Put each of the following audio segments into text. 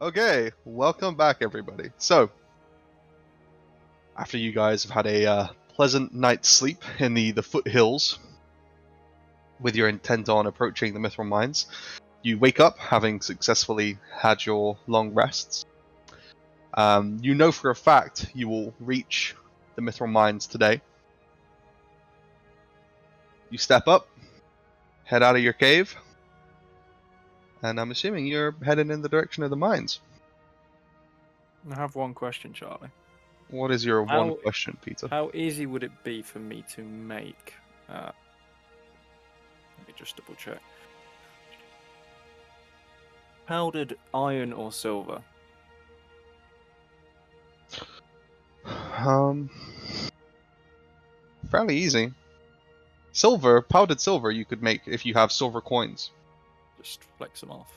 Okay, welcome back, everybody. So, after you guys have had a uh, pleasant night's sleep in the, the foothills, with your intent on approaching the Mithril Mines, you wake up having successfully had your long rests. Um, you know for a fact you will reach the Mithril Mines today. You step up, head out of your cave, and I'm assuming you're heading in the direction of the mines. I have one question, Charlie. What is your How- one question, Peter? How easy would it be for me to make? Uh, let me just double check. Powdered iron or silver? Um, fairly easy. Silver, powdered silver, you could make if you have silver coins. Just flex them off.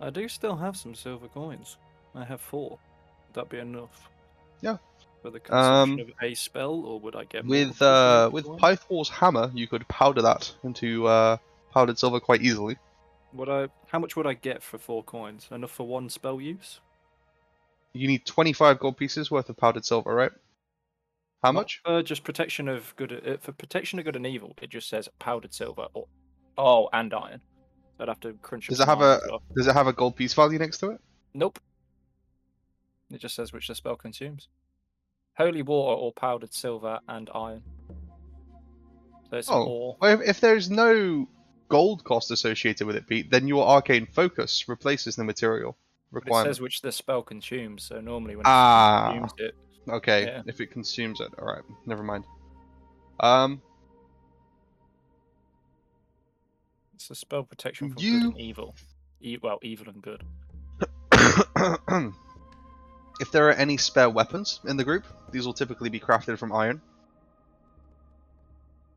I do still have some silver coins. I have four. Would that be enough? Yeah. For the Um, consumption of a spell, or would I get more With for uh, silver with coins? Pythor's hammer, you could powder that into uh, powdered silver quite easily. Would I? How much would I get for four coins? Enough for one spell use? You need 25 gold pieces worth of powdered silver, right? How Not much? For just protection of good uh, for protection of good and evil. It just says powdered silver or oh and iron. I'd have to crunch. up Does it some have iron a- stuff. Does it have a gold piece value next to it? Nope. It just says which the spell consumes. Holy water or powdered silver and iron. So it's Oh, an or. Well, if, if there's no gold cost associated with it, Pete, then your arcane focus replaces the material but It requirement. says which the spell consumes. So normally when it ah, consumes it, Okay, Yeah. if it consumes it. Alright, never mind. Um, it's the spell protection from good You- and evil. E- well, evil and good. if there are any spare weapons in the group, these will typically be crafted from iron.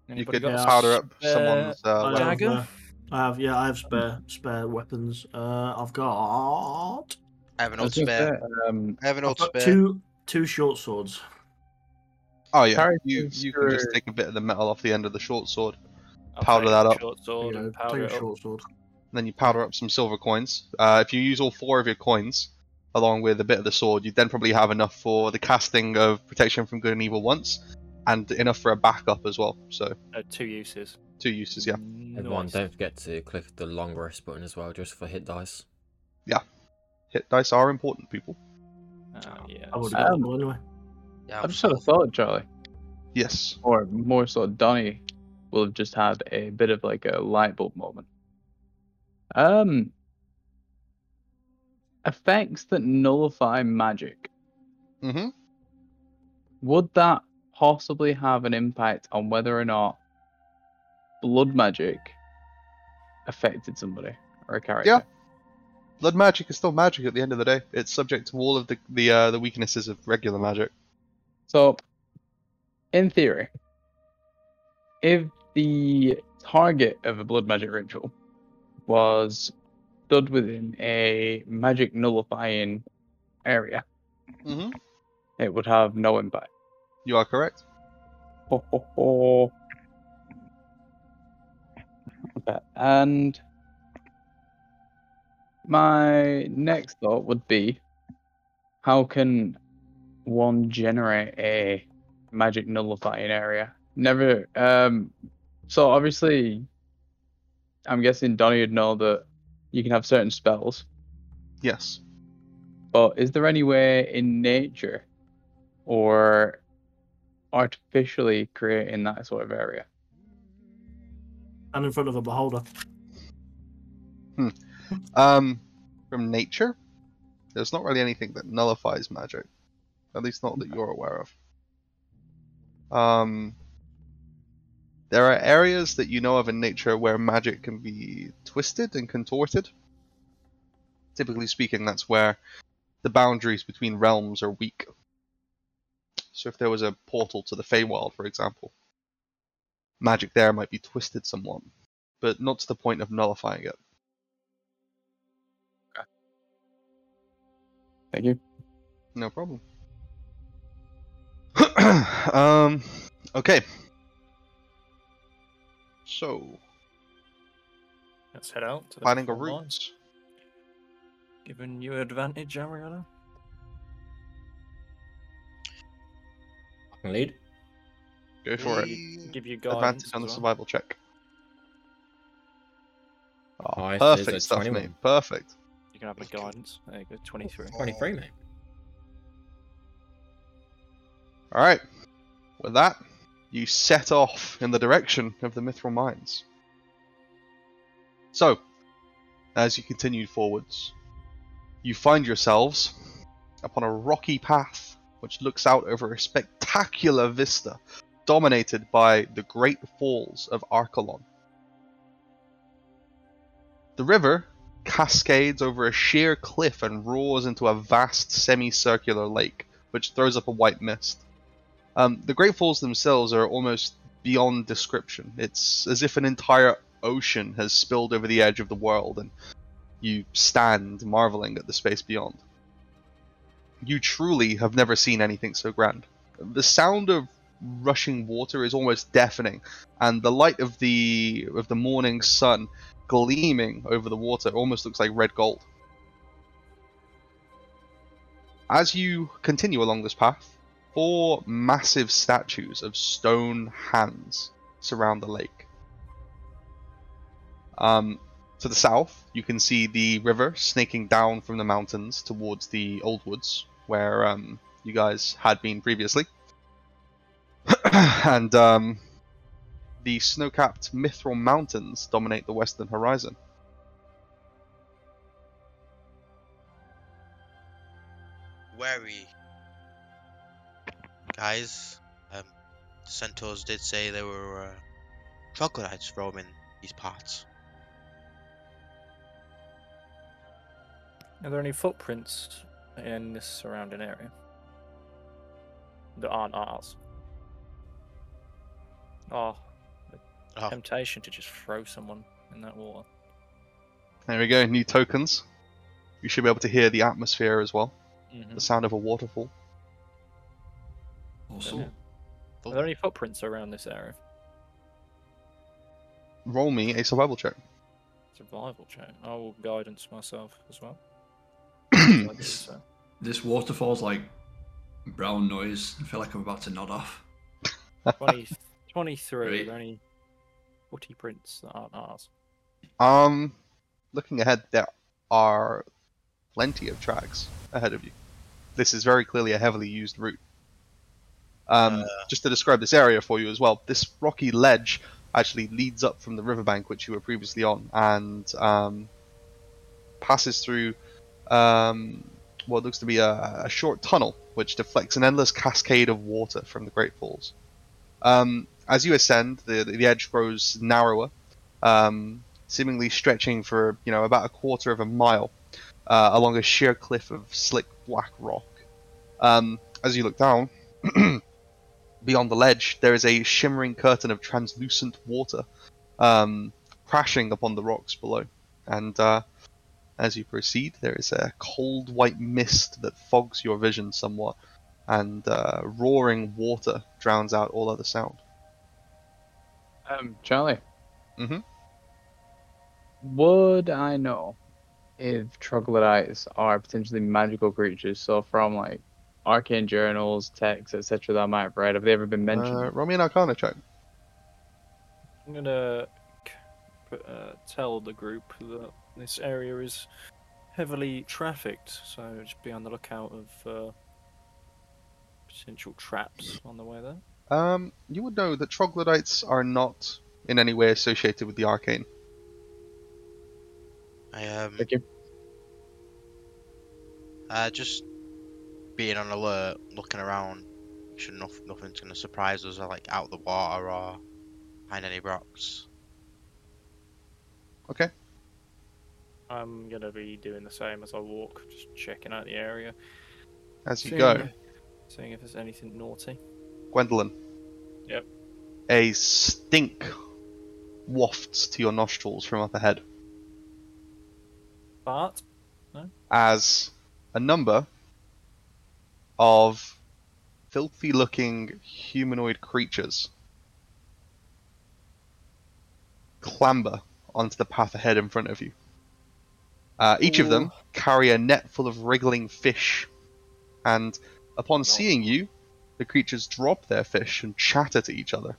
Anybody you could got a powder up spare- someone's uh, I weapon. dagger? Have, uh, I have, yeah, I have spare spare weapons. Uh, I've got, I have an I old was gonna spare. say, um, I have an I've old got spare. two two short swords. Oh yeah, Carry you, some you can just screw. take a bit of the metal off the end of the short sword, I'll powder take that the up. Short sword Yeah, and take powder a it up. short sword. and then you powder up some silver coins. Uh, if you use all four of your coins, along with a bit of the sword, you'd then probably have enough for the casting of protection from good and evil once, and enough for a backup as well. So Uh, two uses. two uses, yeah. Everyone, Nice. don't forget to click the long rest button as well, just for hit dice. Hit dice are important, people. Uh, yeah. I would so- have got Um, them all anyway. Yeah, I I'm just had a thought, Charlie, Yes. or more so, Donny will have just had a bit of like a light bulb moment. Um, effects that nullify magic Mm-hmm. would that possibly have an impact on whether or not blood magic affected somebody or a character? Blood magic is still magic at the end of the day. It's subject to all of the the, uh, the weaknesses of regular magic. So, in theory, if the target of a blood magic ritual was stood within a magic nullifying area, Mm-hmm. it would have no impact. You are correct. Ho, ho, ho. Okay, And my next thought would be how can one generate a magic nullifying area? Never um so obviously I'm guessing Donnie would know that you can have certain spells, Yes. but is there any way in nature or artificially creating that sort of area? And in front of a beholder. Um, from nature, there's not really anything that nullifies magic, at least not that you're aware of. Um, there are areas that you know of in nature where magic can be twisted and contorted. Typically speaking, that's where the boundaries between realms are weak. So, if there was a portal to the Feywild, for example, magic there might be twisted somewhat, but not to the point of nullifying it. Thank you. No problem. um, okay. So, Let's head out. To the planning a front line. route. Giving you advantage, Ariana? I can lead. Go for it. Give you guidance. Advantage on the as well. survival check. Oh, Nice, there's a perfect stuff, 21. mate. Perfect. You can have the guidance. There you go, 23. 23, mate. All right. With that, you set off in the direction of the Mithril Mines. So, as you continue forwards, you find yourselves upon a rocky path which looks out over a spectacular vista dominated by the great falls of Arcalon. The river cascades over a sheer cliff and roars into a vast semicircular lake, which throws up a white mist. Um, the Great Falls themselves are almost beyond description. It's as if an entire ocean has spilled over the edge of the world, and you stand marveling at the space beyond. You truly have never seen anything so grand. The sound of rushing water is almost deafening, and the light of the of the morning sun gleaming over the water almost looks like red gold. As you continue along this path, four massive statues of stone hands surround the lake. Um, to the south, you can see the river snaking down from the mountains towards the old woods where um, you guys had been previously. and um, the snow capped Mithril Mountains dominate the western horizon. wary. Guys, um, the centaurs did say there were uh, troglodytes roaming these parts. Are there any footprints in this surrounding area that aren't ours? Oh, Oh, temptation to just throw someone in that water. There we go, new tokens. You should be able to hear the atmosphere as well, the Mm. sound of a waterfall. Awesome. Are there any footprints around this area? Roll me a survival check. Survival check. I will guidance myself as well. So I do so. This waterfall's like brown noise. I feel like I'm about to nod off. 20, 23. Are Great. there any footy prints that aren't ours? Um, looking ahead, there are plenty of tracks ahead of you. This is very clearly a heavily used route. Um, Uh. just to describe this area for you as well, this rocky ledge actually leads up from the riverbank which you were previously on and um, passes through um, what looks to be a, a short tunnel which deflects an endless cascade of water from the Great Falls. Um, as you ascend, the, the edge grows narrower, um, seemingly stretching for you know about a quarter of a mile uh, along a sheer cliff of slick black rock. Um, as you look down, beyond the ledge, there is a shimmering curtain of translucent water um, crashing upon the rocks below. And uh, as you proceed, there is a cold white mist that fogs your vision somewhat, and uh, roaring water drowns out all other sound. Um, Charlie. Mhm. Would I know if troglodytes are potentially magical creatures? So from like arcane journals, texts, etc. that I might have read, have they ever been mentioned? Uh, roll me an Arcana check. I'm gonna c- put, uh, tell the group that this area is heavily trafficked, so just be on the lookout of uh, potential traps on the way there. Um, you would know that troglodytes are not in any way associated with the arcane. I um, Thank you. uh, just being on alert, looking around, make sure nothing, nothing's gonna surprise us, or, like out of the water or behind any rocks. I'm gonna be doing the same as I walk, just checking out the area, As you Seeing- go, seeing if there's anything naughty. Gwendolyn. Yep. A stink wafts to your nostrils from up ahead But as a number of filthy looking humanoid creatures clamber onto the path ahead in front of you. Uh, each of them carry a net full of wriggling fish, and upon seeing you, the creatures drop their fish and chatter to each other.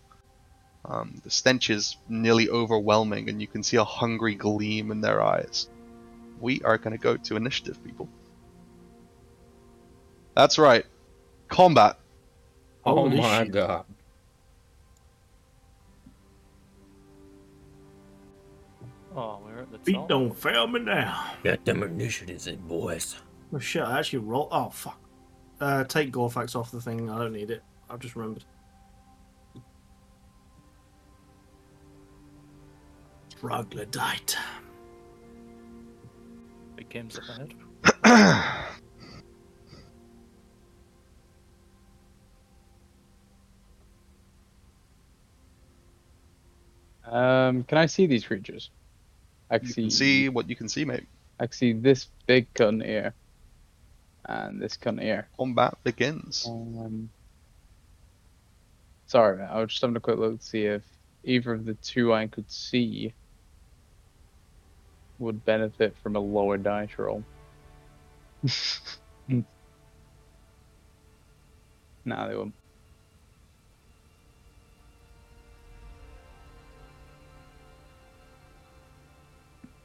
Um, the stench is nearly overwhelming, and you can see a hungry gleam in their eyes. We are going to go to initiative, people. That's right, combat. Oh Holy my shit. god. Oh, we're at the top. Feet don't fail me now. Get them initiatives in, boys. Oh shit, I actually roll. Oh fuck. Uh, take Gorfax off the thing. I don't need it. I've just remembered. Troglodyte. Big games up ahead. Um, can I see these creatures? I can You see, can see what you can see, mate. I can see this big cunt here, and this cunt here. Combat begins. Um, sorry, I was just having a quick look to see if either of the two I could see would benefit from a lower dice roll. nah, they wouldn't.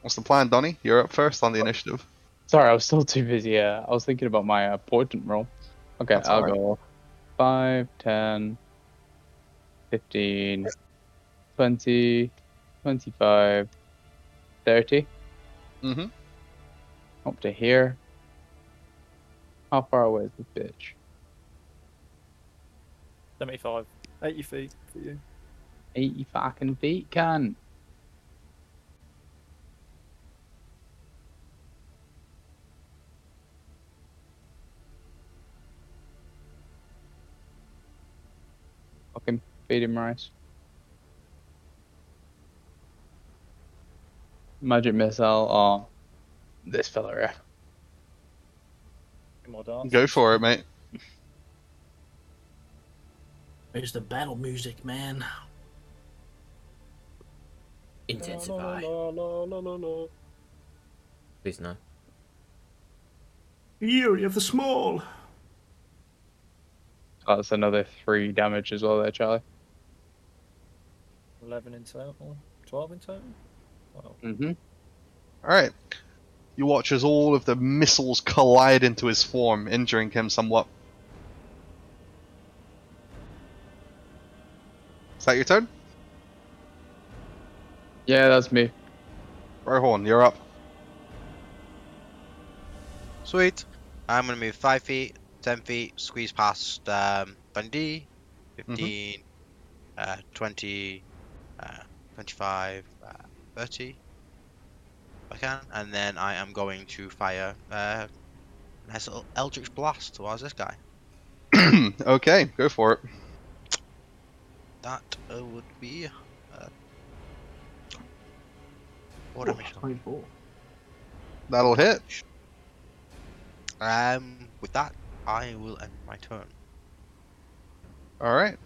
What's the plan, Donny? You're up first on the initiative. Sorry, I was still too busy. Uh, I was thinking about my uh, portent roll. Okay, That's I'll alright. go 5, 10, 15, 20, 25, 30. Mm-hmm. Up to here. How far away is this bitch? 75. 80 feet for you. 80 fucking feet, can. Fucking feed him rice. Magic missile or this fella here. Few More darts. Go for it, mate. Where's the battle music, man? Intensify. La, la, la, la, la, la. Please no. Fury of the small. Oh, that's another three damage as well there, Charlie. 11 in total. 12 in total? Wow. Mm-hmm. All right. You watch as all of the missiles collide into his form, injuring him somewhat. Is that your turn? Yeah, that's me. Rohorn, you're up. Sweet. I'm gonna move five feet, ten feet, squeeze past um, Dundee, 15, uh, 20, uh, 25, uh, 30. If I can, and then I am going to fire uh, a nice little Eldritch Blast towards this guy. okay, go for it. That uh, would be. Uh, what Oh, am I- 24. That'll hit. Um, with that, I will end my turn. All right.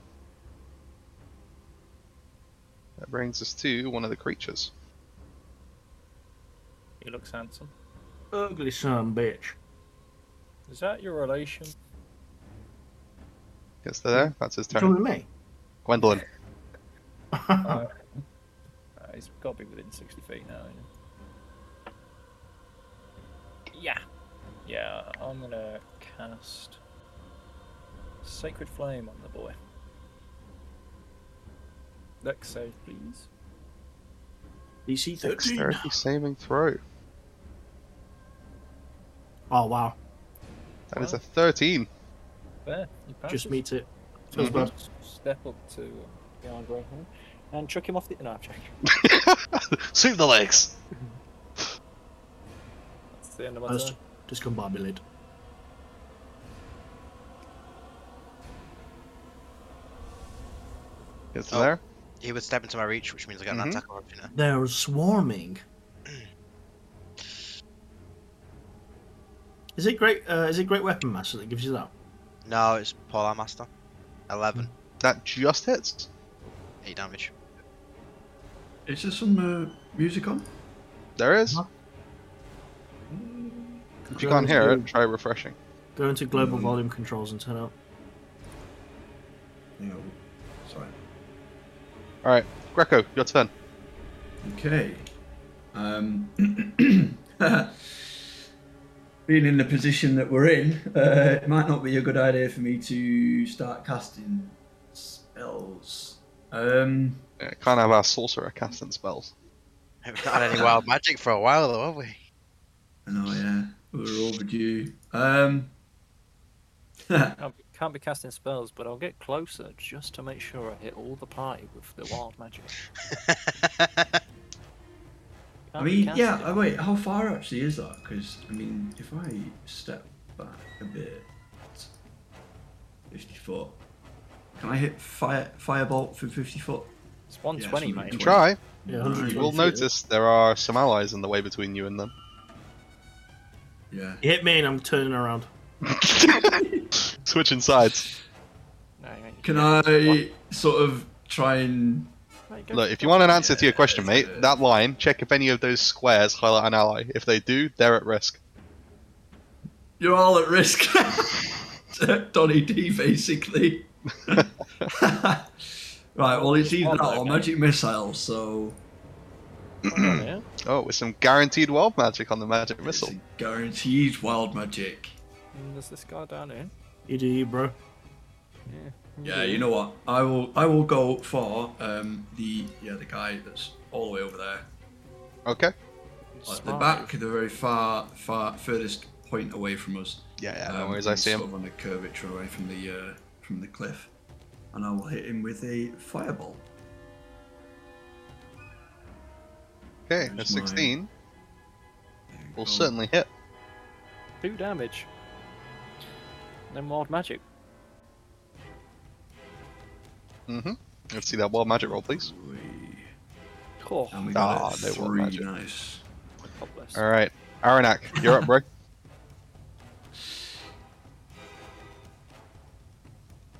That brings us to one of the creatures. He looks handsome. Ugly son of a bitch. Is that your relation? Gets to there. That's his You talking turn. to me? Gwendolyn. Uh, uh, he's got to be within 60 feet now. isn't he? Yeah. Yeah, I'm going to cast Sacred Flame on the boy. Next save, please. DC 13. Dexterity saving throw. Oh, wow. That is a 13. There, you passed. Just meet it. Feels bad. Step up to uh, behind Greyhound and chuck him off the. No, I'm joking. Sweep the legs. That's the end of I my was turn. discombobulated. Gets to Oh. there. He would step into my reach, which means I get an Mhm. attack of opportunity. They're swarming. Is it great? Uh, is it great weapon master that gives you that? No, it's Polar Master. 11, That just hits. 8 damage. Is there some uh, music on? There is. Huh? If you can't hear it, try refreshing. Go into global Mm. volume controls and turn up. Hang on. Sorry. All right, Greco, your turn. Okay. Um, being in the position that we're in, uh, it might not be a good idea for me to start casting spells. Um, Yeah, Uh, can't have our sorcerer casting spells. We've not had any wild magic for a while, though, have we? I know, yeah, we're overdue. Um, Can't be, can't be casting spells, but I'll get closer just to make sure I hit all the party with the wild magic. I Can't mean, cast yeah. it. uh, Wait, how far actually is that? Because I mean, if I step back a bit, it's fifty foot. Can I hit fire firebolt from fifty foot? It's 120, Yeah, mate. it's Try. Yeah, Nice. 120 You will feet. notice there are some allies in the way between you and them. Yeah. You hit me and I'm turning around. Switching sides. No, mate, you Can go- I sort of try and? mate, go Look, if for you it. want an answer to your Yeah, question, mate, that's good. that line, check if any of those squares highlight an ally. If they do, they're at risk. You're all at risk. Donny D, basically. right. Well, it's either Well, that or okay. magic missile. So Oh, yeah. Oh, with some guaranteed wild magic on the magic it's missile. guaranteed wild magic. And Mm, There's this guy down here. You do you, bro. Yeah, you know what? I will I will go for um the yeah the guy that's all the way over there. Okay. Like the Smart. back, the very far far furthest point away from us. Yeah, yeah, no Um, worries, I he's see Sort him. of on the curvature away from the uh, from the cliff, and I will hit him with a fireball. Okay, a There's my- 16 There we will go. certainly hit. Two damage. Then wild magic. Mm-hmm. Let's see that wild magic roll, please. Three. Oh, And we Ah, got it. no wild three. magic. Nice. God bless. All right, Aranak, you're up, bro.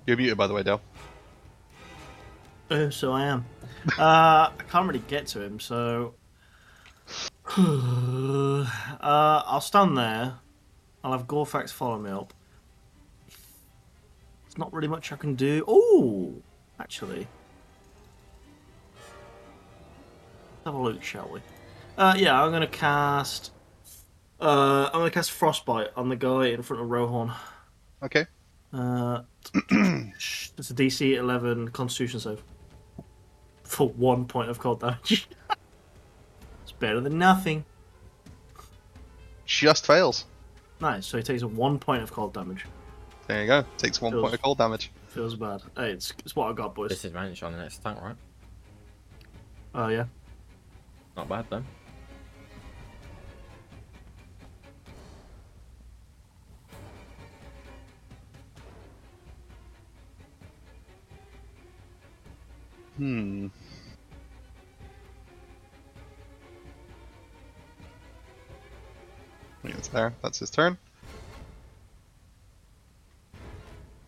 You're muted, by the way, Dale. Oh, so I am. Uh, I can't really get to him, so. uh, I'll stand there. I'll have Gorfax follow me up. It's not really much I can do. Oh, actually. Let's have a look, shall we? Uh, yeah, I'm gonna cast. Uh, I'm gonna cast Frostbite on the guy in front of Rohan. Okay. Uh, it's a DC 11 Constitution save. For one point of cold damage. it's better than nothing. Just fails. Nice, so he takes a one point of cold damage. There you go. Takes one point of cold damage. Feels bad. Hey, it's, it's what I got, boys. Disadvantage on the next attack, right? Oh, yeah. Not bad then. Hmm. I think it's there. That's his turn.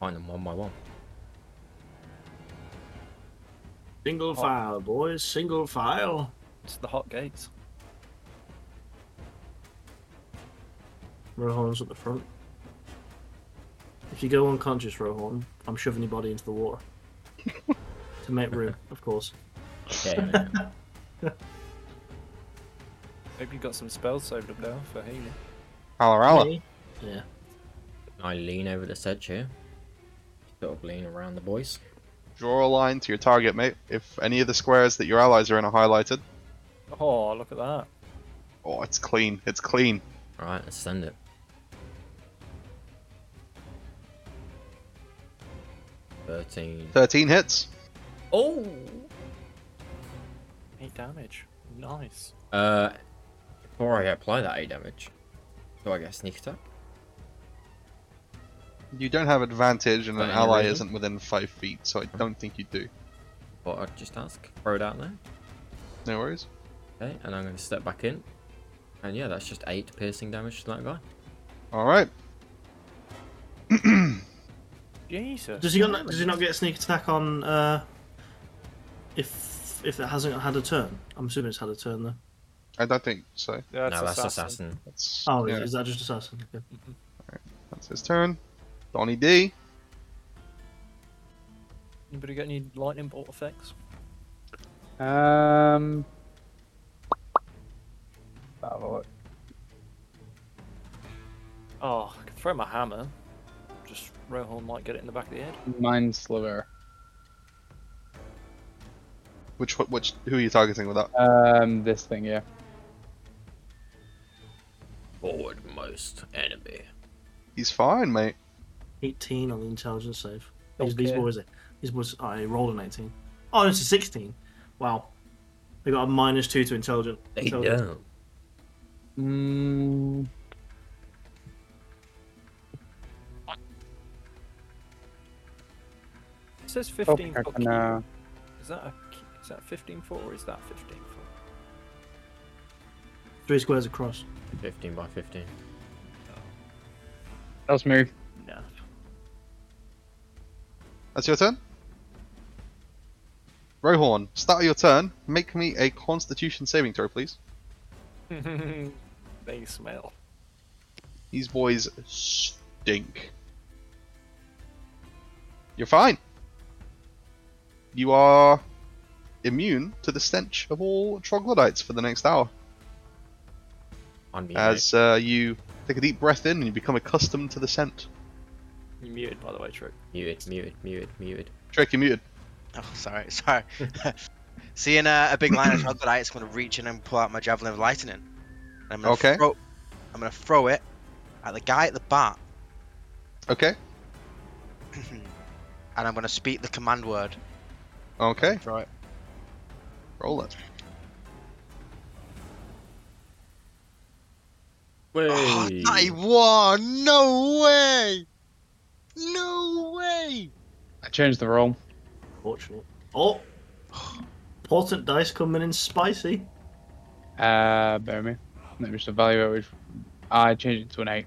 Find them one by one. Single file, boys. Single file. It's the hot gates. Rohan's at the front. If you go unconscious, Rohan, I'm shoving your body into the water. to make room, of course. Okay. man. Hope you got some spells saved up now for healing. Alarala. Me? Yeah. I lean over the sedge here. Sort of lean around the boys. Draw a line to your target, mate. If any of the squares that your allies are in are highlighted, Oh, look at that. oh, it's clean. It's clean. Alright, let's send it. Thirteen. 13 hits. Oh. Eight damage. Nice. Uh, before I apply that eight damage, do I get a sneak attack? You don't have advantage, and For an any ally reason? isn't within five feet, so I don't think you do. But I'd just ask. Throw it out there. No worries. Okay, and I'm going to step back in. And yeah, that's just eight piercing damage to that guy. All right. Jesus. Does he not? Does he not get a sneak attack on? Uh, if if it hasn't had a turn, I'm assuming it's had a turn though. I don't think so. Yeah, no, that's assassin. That's, Oh, yeah, is that just assassin? Okay. that's his turn. Donny D. Anybody got any lightning bolt effects? Um. Have a look. Oh, I could throw my hammer. Just Rohan might get it in the back of the head. Mind sliver. Which one- which who are you targeting with that? Um, this thing, yeah. Forwardmost enemy. He's fine, mate. 18 on the intelligence save. These, Okay. these boys, are- these boys, I rolled an 18. Oh, no, it's a 16. Wow. They got a minus two to intelligence. They intelligence. don't. Mm. It says Oh, 15 I foot can, uh, cube. Is that, a, cu- is that 15 foot or is that 15 foot? Three squares across. 15 by 15. that's move. No. That's your turn. Rohorn, start of your turn. Make me a Constitution saving throw, please. they smell. These boys stink. You're fine. You are immune to the stench of all troglodytes for the next hour. On me. As uh, you take a deep breath in and you become accustomed to the scent. You're muted, by the way, Trick. mate. Muted, muted, muted, muted. Trick, you're muted. Oh, sorry, sorry. Seeing a, a big line of troglodytes, I'm gonna reach in and pull out my javelin of lightning. And I'm gonna Okay. Throw, I'm gonna throw it at the guy at the bat, Okay. and I'm gonna speak the command word. Okay. Throw it. Roll it. Wait. Oh, I won! No way! No way! I changed the roll. Fortunate. Oh! Portent dice coming in spicy. Uh, bear with me. Let me just evaluate. Which... I changed it to an eight.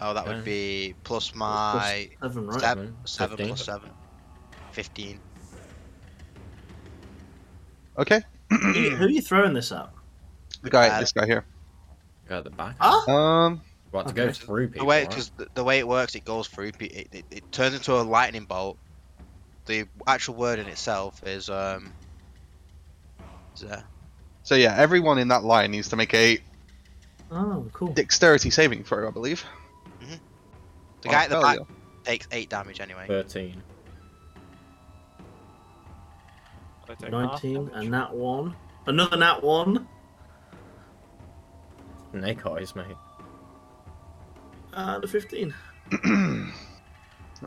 Oh, that Okay. would be plus my Seven, right? seven, Seven. seven Fifteen. plus seven. Fifteen. Okay. Who who are you throwing this at? The guy, Uh, this guy here. Go at the back. Huh? Um, Right, to go Ah! Okay. through people. The way right? because the, the way it works, it goes through. pe- It, it, it turns into a lightning bolt. The actual word in itself is um. Is uh, so yeah, everyone in that line needs to make a Oh, cool. dexterity saving throw, I believe. Oh, the On guy a at Mm-hmm. the back failure. takes eight damage anyway. 13. I take half 19 damage. and that one. Another nat one. Snake eyes, mate. And a 15. All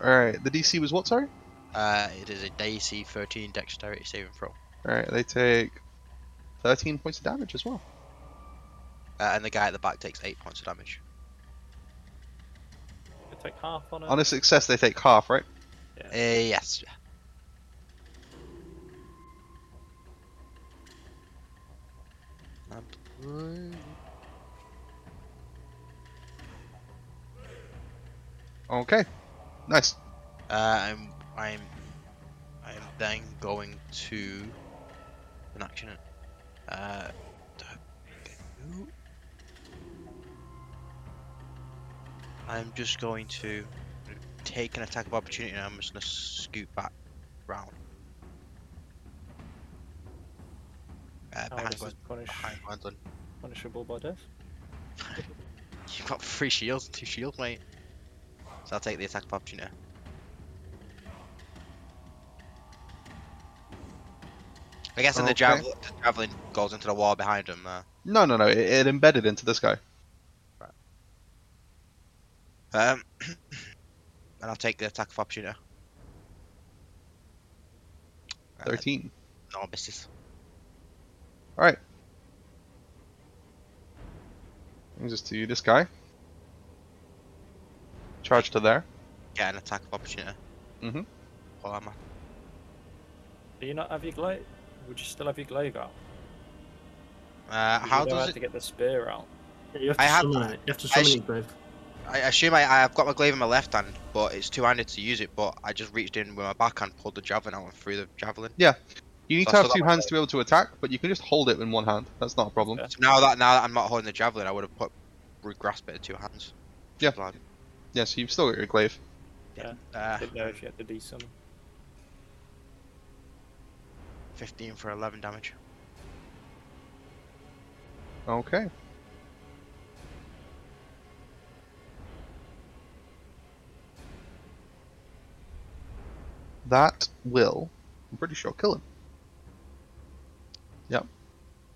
right. The DC was what? Sorry. Uh, it is a DC 13 dexterity saving throw. All right. They take thirteen points of damage as well. Uh, and the guy at the back takes eight points of damage. I take half on it. On a success, they take half, right? Uh, yes. Okay. Nice. Uh, I'm I'm I'm then going to an action. Uh, I'm just going to take an attack of opportunity, and I'm just gonna scoot back round. Uh, Oh, behind this is Gwen- punish, behind Gwendolyn. punishable by death. You've got three shields, two shields, mate. So I'll take the attack of opportunity. I guess in the Okay. javelin, the javelin goes into the wall behind him. Uh, No, no, no. It, it embedded into this guy. um, and I'll take the attack of opportunity. Uh, Thirteen. no misses. Brings us to this guy. Charge to there. Get an attack of opportunity. Mhm. Well, I'm Do you not have your glaive? Would you still have your glaive out? uh, Because how you know does to it? get the spear out? Yeah, you have to I have- summon it. You have to I summon sh- it, Dave. I assume I, I've got my glaive in my left hand, but it's two-handed to use it. But I just reached in with my backhand, pulled the javelin out, and threw the javelin. You need So- to so have that two would hands to be able to attack, but you can just hold it in one hand. That's not a problem. Yeah. So now that now that I'm not holding the javelin, I would have put root grasp it in two hands. Yeah. Like, Yeah, so you've still got your glaive. uh, Didn't know if you had to do some. 15 for 11 damage. Okay. That will, I'm pretty sure, kill him.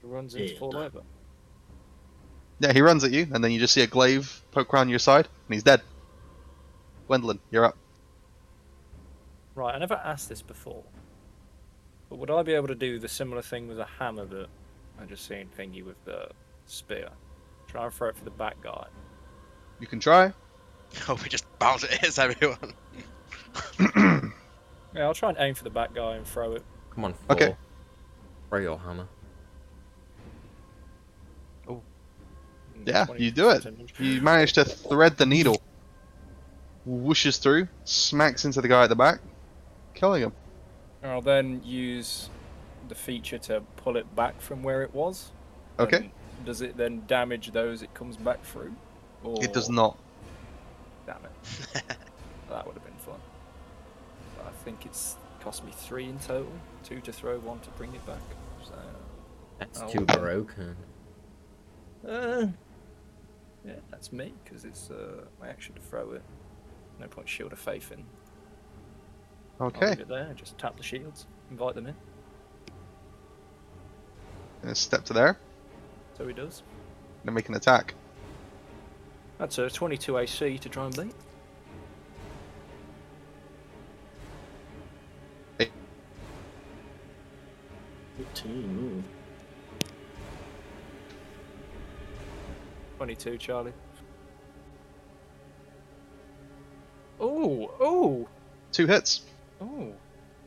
It runs into Yeah, fall no. over. Yeah, he runs at you, and then you just see a glaive poke around your side, and he's dead. Gwendolyn, you're up. Right, I never asked this before. But would I be able to do the similar thing with a hammer that I just seen thingy with the spear? Try and throw it for the back guy. You can try. Oh, we just bounce it hits everyone. Yeah, I'll try and aim for the back guy and throw it. Come on, four. Okay. Throw your hammer. in Yeah, 20 you do it. percentage. You manage to thread the needle, whooshes through, smacks into the guy at the back, killing him. I'll then use the feature to pull it back from where it was. Okay. And does it then damage those it comes back through? Or... It does not. Damn it. that would have been fun. But I think it's cost me three in total. Two to throw, one to bring it back. So, That's Oh, too okay. broken. uh, yeah, that's me because it's uh, my action to throw it. No point shield of faith in. I'll Okay. leave it there. Just tap the shields. Invite them in. And step to there, So he does. then make an attack. That's a 22 AC to try and beat. Eighteen. 22, Charlie. Oh, oh, Two hits. oh.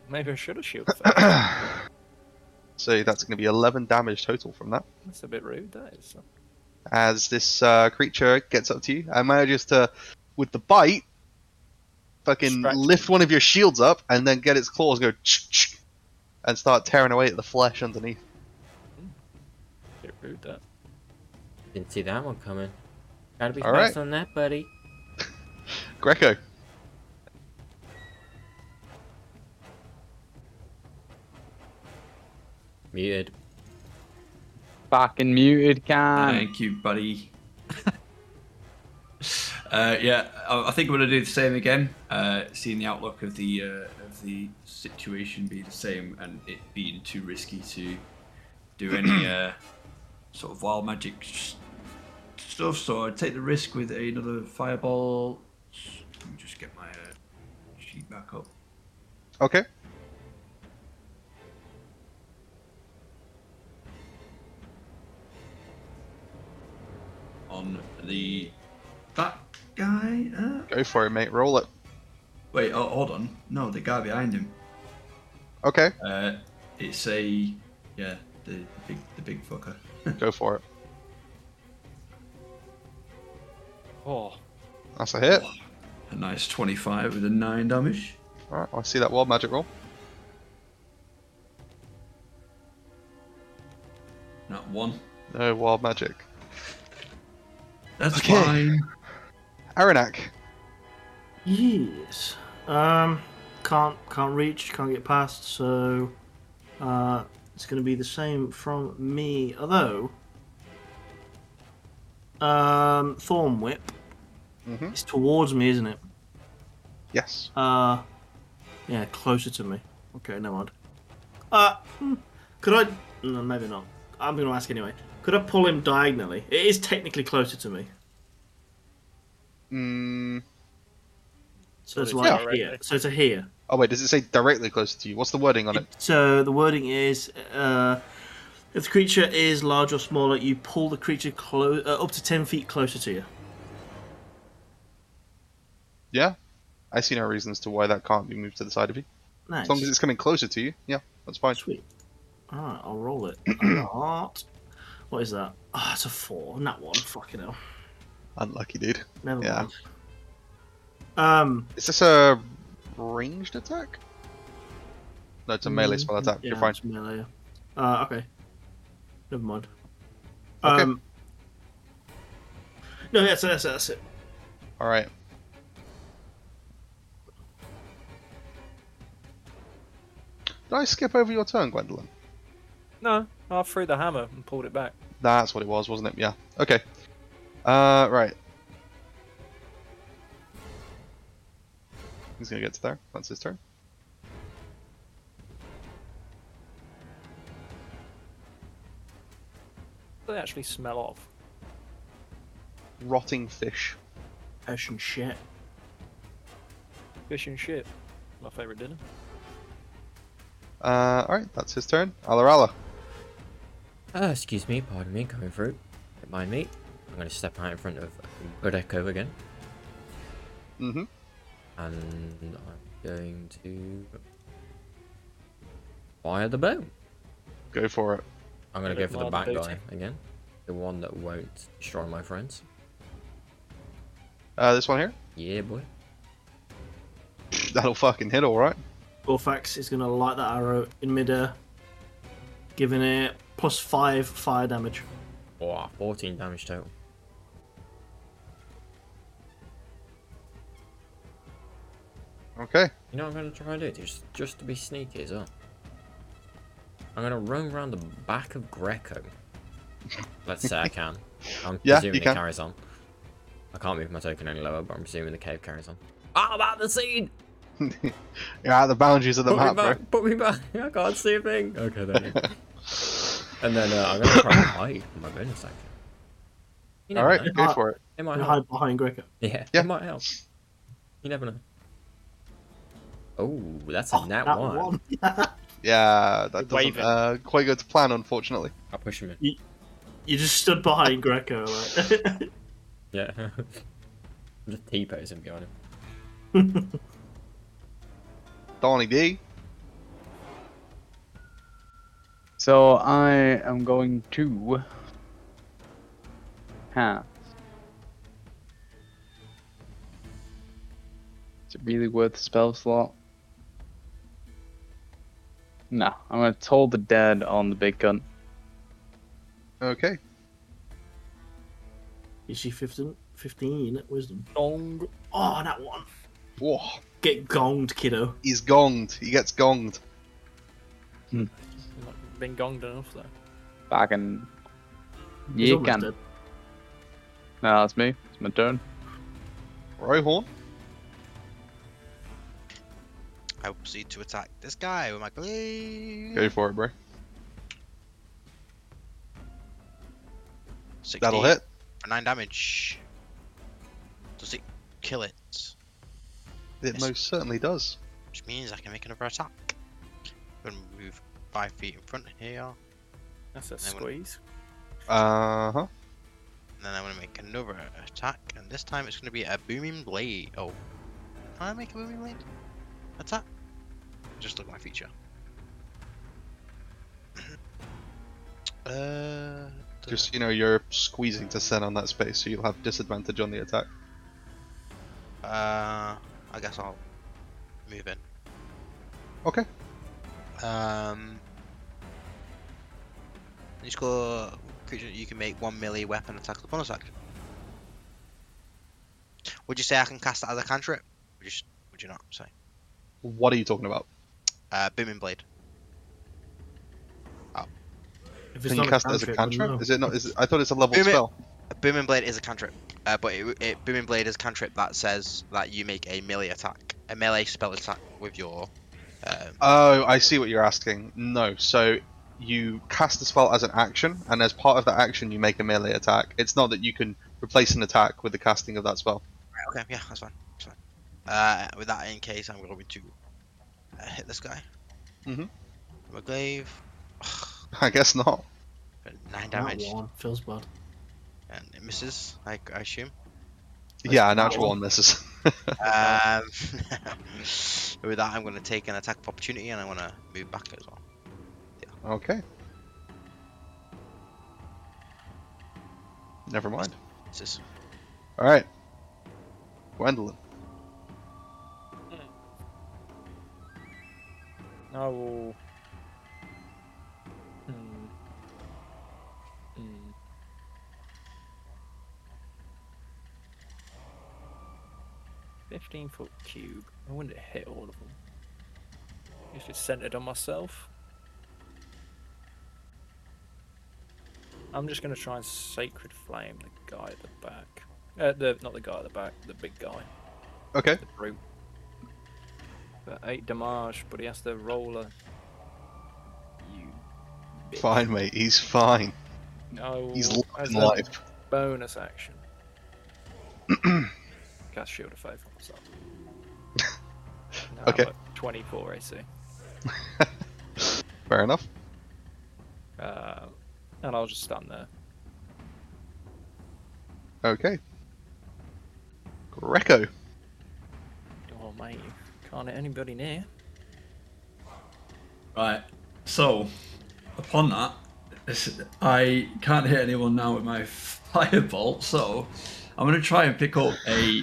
Maybe I should have shield faith. So that's going to be 11 damage total from that. That's a bit rude, that is. As this uh, creature gets up to you and manages to, with the bite, fucking Distract lift one of your shields up and then get its claws and go ch and start tearing away at the flesh underneath. A bit rude, that. Didn't see that one coming. Gotta be All fast on that, buddy. Greco, Muted. Back and muted, can. Thank you, buddy. uh, yeah, I, I think I'm gonna do the same again. Uh, seeing the outlook of the uh, of the situation be the same, and it being too risky to do any uh, sort of wild magic s- stuff, so I'd take the risk with another fireball. Let me just get my uh, sheet back up. okay. on the that guy. Uh, Go for it, mate. Roll it. wait, oh, hold on. No, the guy behind him. Okay, Uh, it's a yeah, the, the big the big fucker. go for it. Oh, That's a hit. A nice twenty-five with a nine damage. Alright, I see that wild magic roll. Not one. No wild magic. That's Okay. fine. Aranak, Yes. Um, can't can't reach, can't get past, so uh, it's going to be the same from me. Although, um, Thorn Whip. Mm-hmm. Mhm. It's towards me, isn't it? yes. Uh, yeah, closer to me. Okay, no mind. Uh, hmm, could I? No, maybe not. I'm going to ask anyway. Could I pull him diagonally? It is technically closer to me, Mm. so it's Yeah. like Yeah. here. So to here. Oh, wait, does it say directly closer to you? What's the wording on it? So the wording is uh, if the creature is large or smaller, you pull the creature clo- uh, up to 10 feet closer to you. Yeah. I see no reasons to why that can't be moved to the side of you. Nice. As long as it's coming closer to you, yeah, that's fine. Sweet. Alright, I'll roll it. Alright. what is that? Ah, it's a 4. Not one. Fucking hell. Unlucky, dude. Never Um, Yeah. mind. Um, Is this a ranged attack? No, it's a melee spell attack. Mm, Yeah, You're fine. it's melee. Uh, okay. Never mind. Okay. Um, no, yeah, so that's, that's it. All right. Did I skip over your turn, Gwendolyn? No, I threw the hammer and pulled it back. That's what it was, wasn't it? Yeah. Okay. Uh, right. He's gonna get to there. That's his turn. What do They actually smell of. Rotting fish. Fish and shit. Fish and shit. My favourite dinner. Uh, all right. That's his turn. Alarala. Uh, excuse me, pardon me, coming through. Don't mind me. I'm going to step out in front of Budeko again. Mm-hmm. And I'm going to fire the bow. Go for it. I'm going to Bit go of for the back mild guy again. The one that won't destroy my friends. Uh, this one here. Yeah, boy. That'll fucking hit, all right. Orfax is going to light that arrow in midair, giving it plus five fire damage. Wow, 14 damage total. Okay. You know what I'm gonna try and do? Just just to be sneaky as well. I'm gonna run around the back of Greco. Let's say I can. I'm Yeah, presuming you it can. carries on. I can't move my token any lower, but I'm assuming the cave carries on. Ah, I'm out the scene! You're out of the boundaries of the Put me map, bro. back! Put me back! I can't see a thing! Okay, then. and then uh, I'm gonna try and hide for my bonus action. You All never right. know. Go for it. It might And help. hide behind Greco. Yeah, Yeah. it might help. You never know. Oh, that's a Oh, nat that one. one. Yeah, that Wave doesn't it. uh, quite go to plan, unfortunately. I'll push him in. you just stood behind Greco. Like. Yeah. I'm just T posing behind him. Donny D. So I am going to cast. Is it really worth the spell slot? No, I'm gonna toll the dead on the big gun. Okay. Is she 15, 15 at wisdom? Dong. Oh, that one. Whoa, Get gonged, kiddo. he's gonged. He gets gonged. Not Been gonged enough though. Back and He's you almost can. No, dead. that's me. It's my turn. Rohorn. I will proceed to attack this guy with my blade. Go for it, bro. 16 That'll hit. For nine damage. Does it kill it? It Yes. most certainly does. Which means I can make another attack. I'm gonna move five feet in front here, That's a They wouldn't- squeeze. Uh huh. and then I'm gonna make another attack, and this time it's gonna be a booming blade. Oh, can I make a booming blade attack? Just look at my feature. uh, Just you know, you're squeezing to send on that space, so you'll have disadvantage on the attack. Uh, I guess I'll move in. Okay. Um, you score creature you can make one melee weapon attack as a bonus action. Would you say I can cast that as a cantrip? Would you, s- would you not say? What are you talking about? Uh, booming blade. If Can you not cast it as a cantrip, cantrip? then Is it not? Is it, I thought it's a level Boom it. spell. A booming blade is a cantrip, uh, but it, it booming blade is a cantrip that says that you make a melee attack, a melee spell attack with your. Um, Oh, I see what you're asking. No, so you cast the spell as an action, and as part of that action, you make a melee attack. It's not that you can replace an attack with the casting of that spell. Okay, yeah, that's fine. That's fine. Uh, with that in case, I'm going to uh, hit this guy. Mm-hmm. Mhm. My glaive. I guess not. for That Nine damage. one feels bad. And it misses, I, I assume. yeah, a not natural one. one misses. Um, Uh, with that, I'm going to take an attack of opportunity and I want to move back as well. okay. Never mind. It's just- All right. Gwendolyn. I will. Hmm. Hmm. Fifteen foot cube. I wonder it hit all of them. It's just centered on myself. I'm just gonna try and sacred flame the guy at the back. Uh, the not the guy at the back, the big guy, Okay. the brute. For eight damage, but he has to roll a. You. bitch. Fine, mate. He's fine. No. He's as living a life. Bonus action. Cast shield of faith on myself. Now I'm Okay. at 24 AC. Fair enough. Uh, and I'll just stand there. Okay. Greco. Oh mate, you can't hit anybody near. Right. So, upon that, this- I can't hit anyone now with my firebolt, so I'm going to try and pick up a.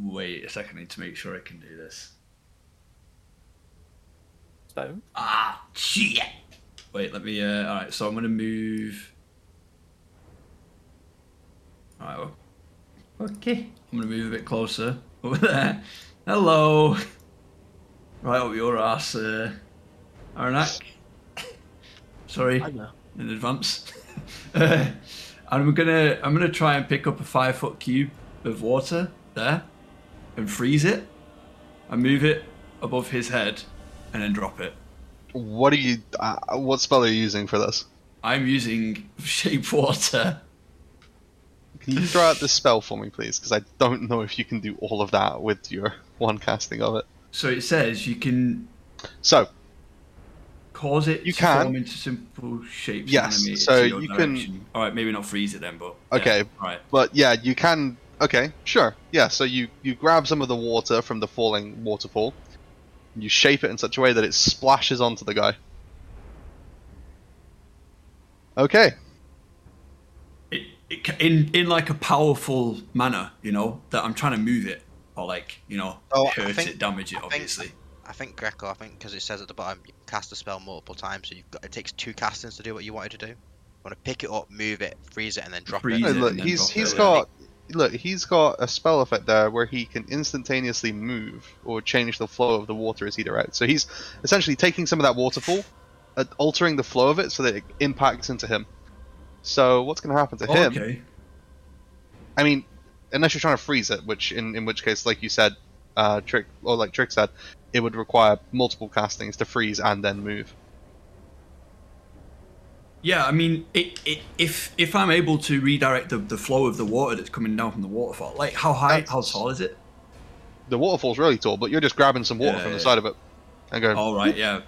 Wait a second, I need to make sure I can do this. So Ah, shit! Wait, let me. Uh, Alright, so I'm going to move. Alright, well. Okay. I'm going to move a bit closer. Over there. Hello! Right up your ass, uh, Aranak. Sorry I know. in advance. uh, I'm gonna I'm gonna try and pick up a five foot cube of water there, and freeze it, and move it above his head, and then drop it. What are you? Uh, what spell are you using for this? I'm using shape water. Can you throw out the spell for me, please? Because I don't know if you can do all of that with your one casting of it. So it says you can So cause it You to can. form into simple shapes. Yes, and animate it so to your you can- direction. All right, maybe not freeze it then, but Okay. all right. But yeah, you can. Okay, sure. Yeah, so you you grab some of the water from the falling waterfall, and you shape it in such a way that it splashes onto the guy. Okay. it, it, ca- in in like a powerful manner, you know, that I'm trying to move it or like you know Oh, I hurt think- it, damage it, I think- obviously. I think Greco. I think because it says at the bottom, you cast a spell multiple times, so you've got it takes two castings to do what you wanted to do. You want to pick it up, move it, freeze it, and then drop Freeze No, it. it look, and then he's drop he's it. got look he's got a spell effect there where he can instantaneously move or change the flow of the water as he directs. So he's essentially taking some of that waterfall, uh, altering the flow of it so that it impacts into him. So what's going to happen to Oh, him? okay. I mean, unless you're trying to freeze it, which in, in which case, like you said, uh, trick or like Trick said, it would require multiple castings to freeze and then move. Yeah, I mean, it, it, if if I'm able to redirect the, the flow of the water that's coming down from the waterfall, like how high, That's- how tall is it? The waterfall's really tall, but you're just grabbing some water Yeah, from the yeah. Oh, side of it and going. All right, yeah.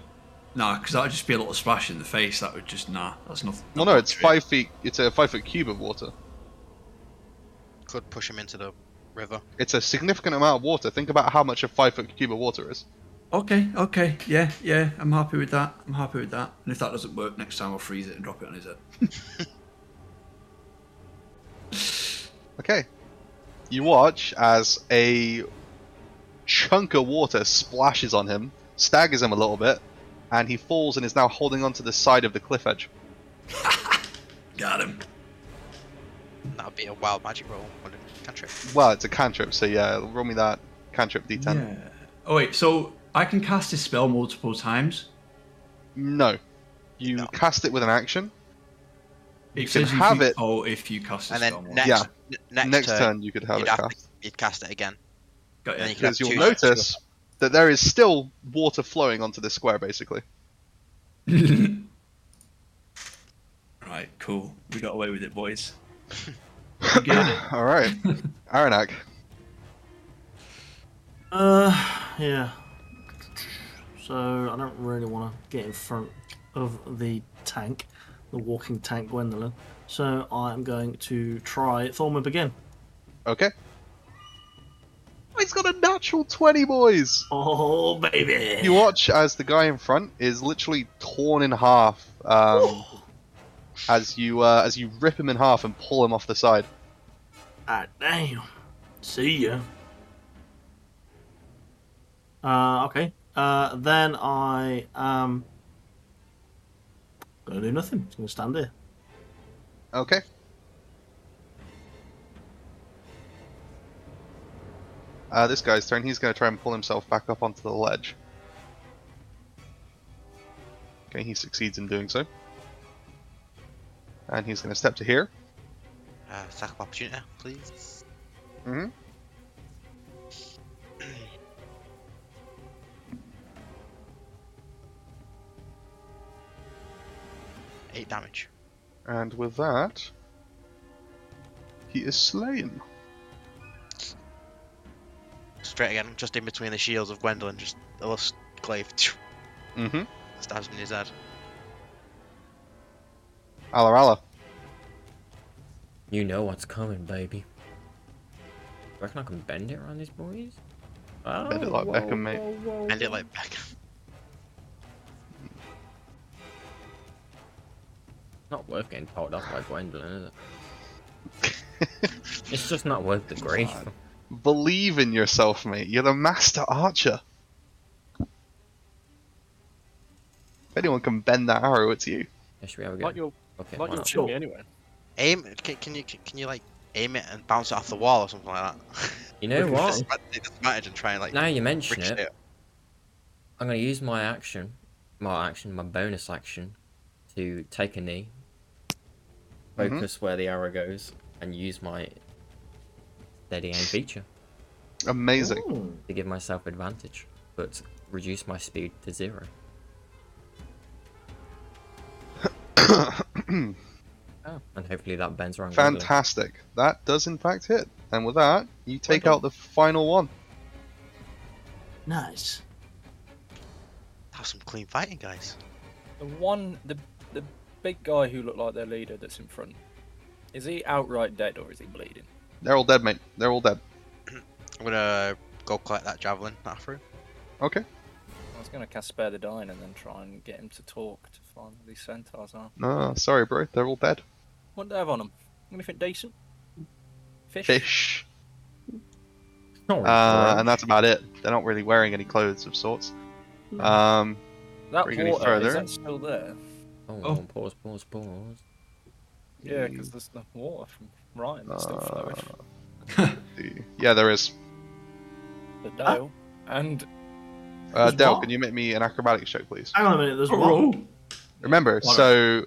Nah, because that would just be a little splash in the face. That would just nah. That's nothing. well, no, it's five feet. It's a five foot cube of water. Could push him into the river. It's a significant amount of water. Think about how much a five foot cube of water is. Okay, okay, yeah, yeah. I'm happy with that. I'm happy with that. And if that doesn't work, next time I'll freeze it and drop it on his head. Okay. You watch as a chunk of water splashes on him, staggers him a little bit, and he falls and is now holding onto the side of the cliff edge. Got him. That would be a wild magic roll, wouldn't it? Cantrip. Well, it's a cantrip, so yeah, roll me that cantrip d10. Yeah. Oh wait, so I can cast this spell multiple times. No. You No. cast it with an action. It You says can have can- it. Oh, if you cast a And spell. then multiple- next, Yeah. n- next, Next turn, turn, you could have you'd it have cast. to, you'd cast it again. Got and ya. then you could Because have two you'll turns. notice that there is still water flowing onto this square, basically. Right, cool. We got away with it, boys. We did it. Alright. Aranak. Uh, yeah. So I don't really want to get in front of the tank, the walking tank Gwendolyn. So I'm going to try Thorm Whip again. Okay. Oh, he's got a natural 20, boys! Oh baby! You watch as the guy in front is literally torn in half um, as you uh, as you rip him in half and pull him off the side. Ah, damn. See ya. Uh, okay. Uh, then I am gonna do nothing. Just gonna stand here. Okay. Uh, this guy's turn. He's going to try and pull himself back up onto the ledge. Okay, he succeeds in doing so. And he's going to step to here. Uh, attack of opportunity, please. Mhm. Eight damage. And with that, he is slain. Straight again, just in between the shields of Gwendolyn, just a little glaive Mm-hmm. stabs him in his head. Alla Alla. You know what's coming, baby. Reckon I can bend it around these boys? Oh, Bend it like whoa, Beckham, mate. whoa, whoa, End it whoa. like back. Not worth getting pulled off by Gwendolyn, is it? It's just not worth the grief. Believe in yourself, mate. You're the master archer. If anyone can bend that arrow, it's you. Yeah, should we have a go? Like your, okay, like why your not? chimney anyway. Aim. Can, can you can you like aim it and bounce it off the wall or something like that? You know what? Just it disadvantage and try and like Now you mention ricochet it, it. I'm gonna use my action, my action, my bonus action, to take a knee, Mhm. focus where the arrow goes, and use my steady aim feature Amazing. Ooh. to give myself advantage, but reduce my speed to zero. Oh, and hopefully that bends around. Gwendolyn. Fantastic. That does in fact hit. And with that, you take done. out the final one. Nice. Have some clean fighting, guys. The one, the the big guy who looked like their leader that's in front. Is he outright dead or is he bleeding? They're all dead, mate. They're all dead. I'm gonna go collect that javelin that I threw. Okay. I was going to cast Spare the Dying and then try and get him to talk to find where these centaurs are. No, sorry, bro. They're all dead. What do they have on them? Anything decent? Fish? Fish. Sorry, Uh, bro. and that's about it. They're not really wearing any clothes of sorts. Um, That Bring it any water, further. is that still there? Oh, Oh. pause, pause, pause. Yeah, because there's the water from Ryan that's still flowing. the- yeah, there is. The Dale. And Uh, There's Del, what? can you make me an acrobatics check, please? Hang on a minute. There's Oh, one. Remember, Alright. so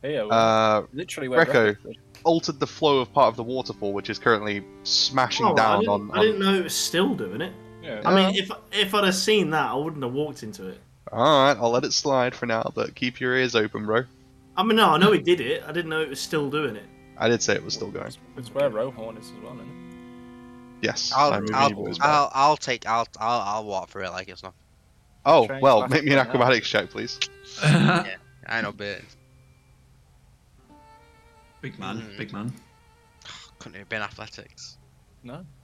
here, we're uh, literally where Greco. Greco. altered the flow of part of the waterfall, which is currently smashing Alright, Oh, I, down didn't, on. I didn't on... know it was still doing it. Yeah. I mean, if if I'd have seen that, I wouldn't have walked into it. All right, I'll let it slide for now, but keep your ears open, bro. I mean, no, I know it did it. I didn't know it was still doing it. I did say it was still going. It's where Rohorn is as well, isn't it? Yes. I'll I'm I'll, evil as well. I'll, I'll take I'll, I'll I'll walk through it like it's not. Oh Try and well, slash make me it an right now. acrobatics check, please. I know, but big man, Mm-hmm. Mm. big man. couldn't it have been athletics? No.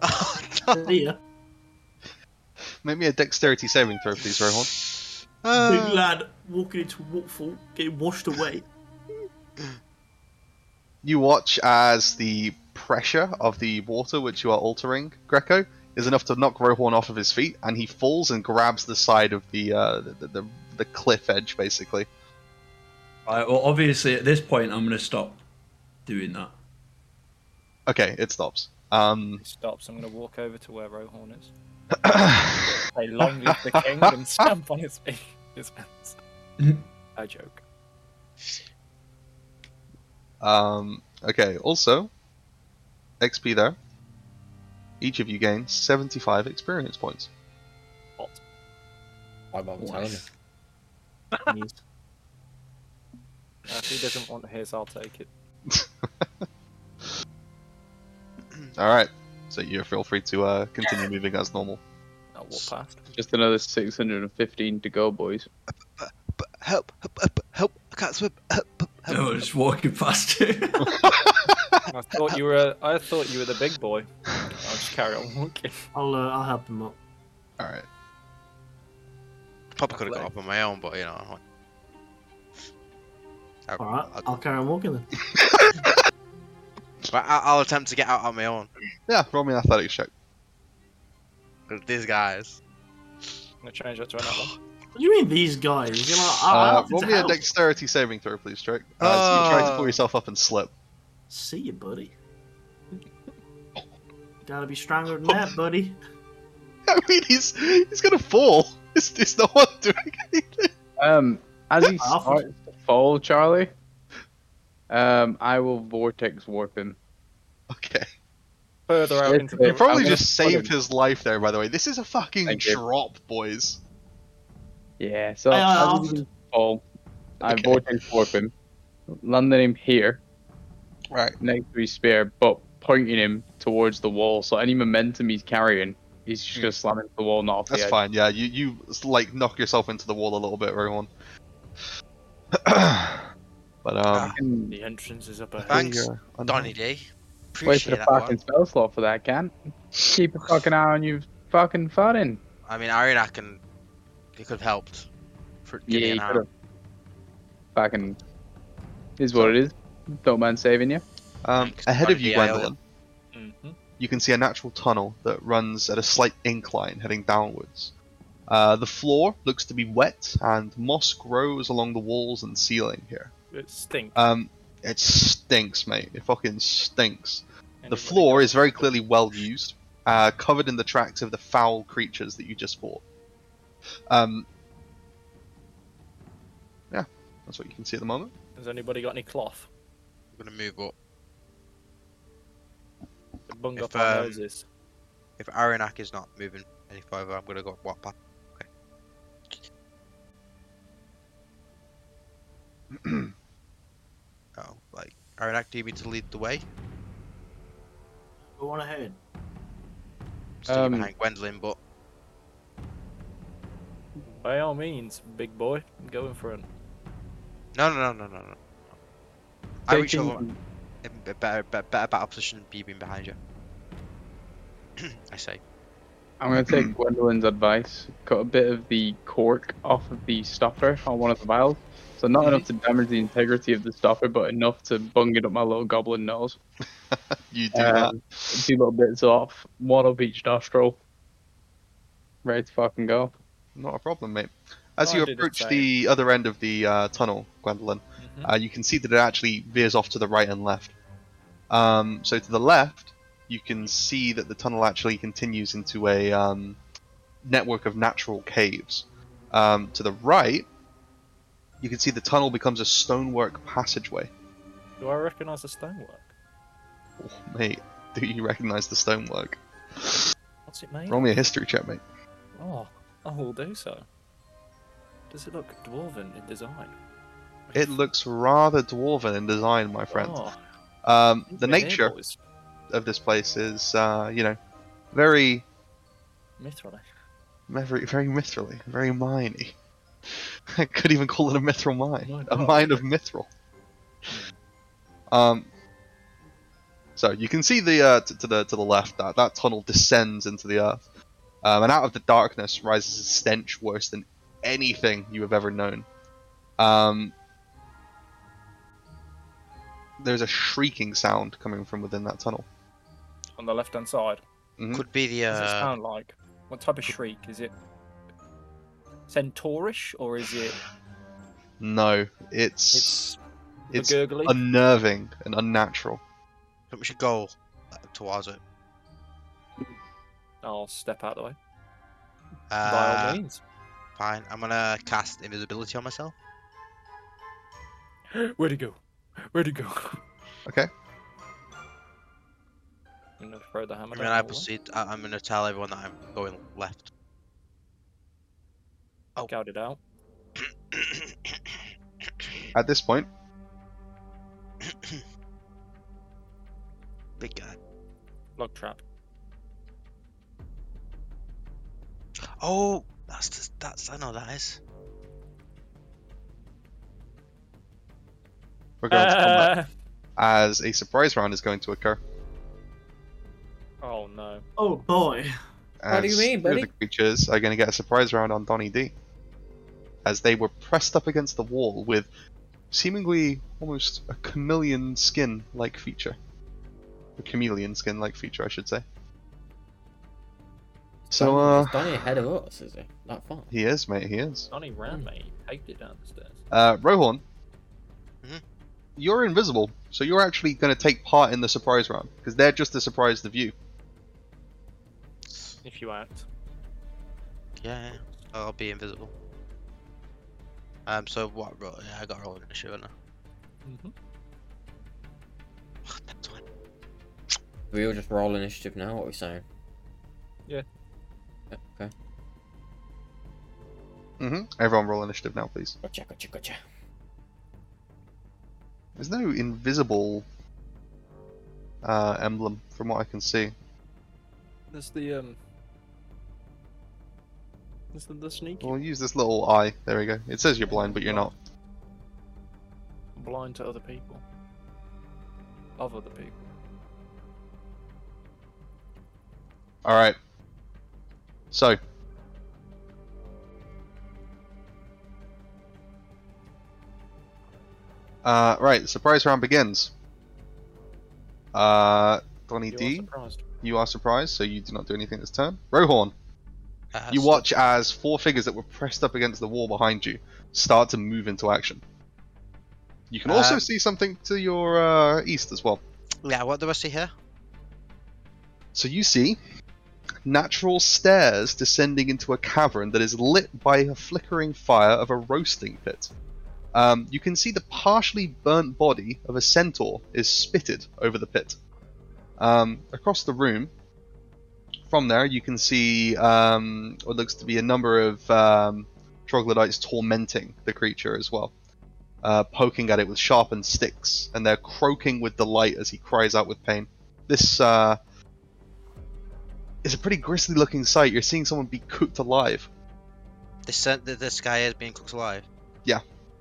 Oh, no. See ya. Make me a dexterity saving throw, please, Rohan. Big Uh, lad walking into waterfall, getting washed away. You watch as the pressure of the water which you are altering, Greco, is enough to knock Rohan off of his feet, and he falls and grabs the side of the uh, the, the, the cliff edge, basically. Right, well, obviously at this point I'm gonna stop doing that. Okay, it stops. Um, He stops. I'm going to walk over to where Rohorn is. Say, long live the king and stamp on his, feet- his hands. I joke. um, okay. Also, XP there. Each of you gains seventy-five experience points. Why bother telling me? Uh, if he doesn't want his, I'll take it. All right. So you feel free to uh, continue moving as normal. I'll walk past. Just another 615 to go, boys. help, help, help, help! I can't swim. Help, help, help. No, I'm just walking past it. I thought you were. I thought you were the big boy. I'll just carry on walking. I'll uh, I'll help him up. All right. Probably could have got up on my own, but you know. I- I- All right, I- I'll carry on walking then. But I- I'll attempt to get out on my own. Yeah, roll me an athletics check. Cause these guys. I'm gonna change that to another one. What do you mean these guys? You're like, I- I Uh, offered roll to me a help. dexterity saving throw, please, Drake. Uh, so you tried to Oh. pull yourself up and slip. See you, buddy. Gotta be stronger than that, buddy. I mean, he's he's gonna fall. It's, it's no one doing anything. Um, as he Alpha. starts to fall, Charlie, um, I will vortex warp him. Okay. Further out Yes, into they You I'm the probably gonna just put him- saved his life there, by the way. This is a fucking Thank you. drop, boys. Yeah. So Hey, as Alpha. he fall, I Okay. vortex warp him, landing him here Right. next to his spear, but pointing him towards the wall. So any momentum he's carrying, he's just Hmm. gonna slam into the wall, not off That's the edge. fine. Yeah, you you like knock yourself into the wall a little bit, everyone. but um, Can the entrance is up I ahead. think, Thanks, uh, I know. Donny D. Wait for Appreciate the that fucking one. spell slot for that, can? Keep a fucking eye on you fucking farting. I mean, Arianak can. It could have helped. For Yeah, Gideon you out. could've. Fucking is what it is. Don't mind saving you. Um, Thanks, ahead of Bundy you, Island. Gwendolyn, Mhm. you can see a natural tunnel that runs at a slight incline heading downwards. Uh, the floor looks to be wet, and moss grows along the walls and ceiling here. It stinks. Um, it stinks, mate. It fucking stinks. The Anybody floor got- is very clearly well used, uh, covered in the tracks of the foul creatures that you just fought. Um, yeah, that's what you can see at the moment. Has anybody got any cloth? I'm gonna move up. Bung If, up our um, noses. If Arianak is not moving any further, I'm gonna go what Okay. oh, like Arianak, do you mean to lead the way? Go on ahead. Still Um, behind Gwendolyn, but By all means, big boy, go in front. no, no, no, no, no, no. I reach Taking- over in a better, better, better battle position, be being behind you. I say, I'm gonna take Gwendolyn's advice. Cut a bit of the cork off of the stopper on one of the vials. So not enough to damage the integrity of the stopper, but enough to bung it up my little goblin nose. You do Uh, that. Um, two little bits off, one up each nostril. Ready to fucking go. Not a problem, mate. As Oh, you I did it approach same. the other end of the uh, tunnel, Gwendolyn, Mhm. uh, you can see that it actually veers off to the right and left. Um, so to the left, you can see that the tunnel actually continues into a um, network of natural caves. Um, to the right, you can see the tunnel becomes a stonework passageway. Do I recognise the stonework? Oh, mate, do you recognize the stonework? What's it made? Roll me a history check, mate. Oh, I will do so. Does it look dwarven in design? It looks rather dwarven in design, my friend. Oh, um, look the at here, nature boys. of this place is, uh, you know, very, Mithril. very, very mithrily, very miney. I could even call it a mithril mine, My a God. mine of mithril. Um, so you can see the uh, t- to the to the left that that tunnel descends into the earth, um, and out of the darkness rises a stench worse than anything you have ever known. Um, there's a shrieking sound coming from within that tunnel. On the left hand side. Mhm. could be the What does it uh, sound like? What type of shriek? Is it centaurish or is it No, it's it's, it's, gurgly? unnerving and unnatural. we should go uh, towards it. I'll step out of the way. By all Uh, means. fine, I'm gonna cast invisibility on myself. Where'd he go? Where'd he go? Okay. I'm gonna throw the hammer. I'm down gonna I the wall. proceed. I, I'm gonna tell everyone that I'm going left. Gout it out. At this point, Big guy. Log trap. Oh, that's just, that's I know that is. we're going to combat Uh, as a surprise round is going to occur. oh no. Oh boy. What do you as mean, two of buddy? The creatures are going to get a surprise round on Donny D, as they were pressed up against the wall with seemingly almost a chameleon skin-like feature, a chameleon skin-like feature, I should say. So, uh, He's Donnie ahead of us, is he? That far. he is, mate. He is. Donnie ran, mate. He pegged it down the stairs. Uh, Rohorn, Mhm. you're invisible, so you're actually going to take part in the surprise round because they're just to surprise the view. If you act. Yeah, yeah. I'll be invisible. Um, so what roll? Yeah, I got rolled an issue, haven't I? Mm-hmm. That's fine. We all just roll initiative now. What are we saying? Yeah. Yeah, Okay. hmm Everyone, roll initiative now, please. Gotcha, gotcha, gotcha. There's no invisible uh, emblem from what I can see. There's the um. There's the, the sneaky We'll use this little eye. There we go. It says you're blind, but you're not. blind to other people. Of other people. All right. So. Uh, right, surprise round begins. Uh, Donny You are D, surprised. you are surprised, so you do not do anything this turn. Rohorn, Uh, you so- watch as four figures that were pressed up against the wall behind you start to move into action. You can also Um, see something to your uh, east as well. Yeah, what do I see here? So you see natural stairs descending into a cavern that is lit by a flickering fire of a roasting pit. Um, you can see the partially burnt body of a centaur is spitted over the pit. Um, across the room, from there, you can see um, what looks to be a number of um, troglodytes tormenting the creature as well, uh, poking at it with sharpened sticks, and they're croaking with delight as he cries out with pain. This uh, it's a pretty grisly looking sight. You're seeing someone be cooked alive. This sen- th- this guy is being cooked alive. Yeah.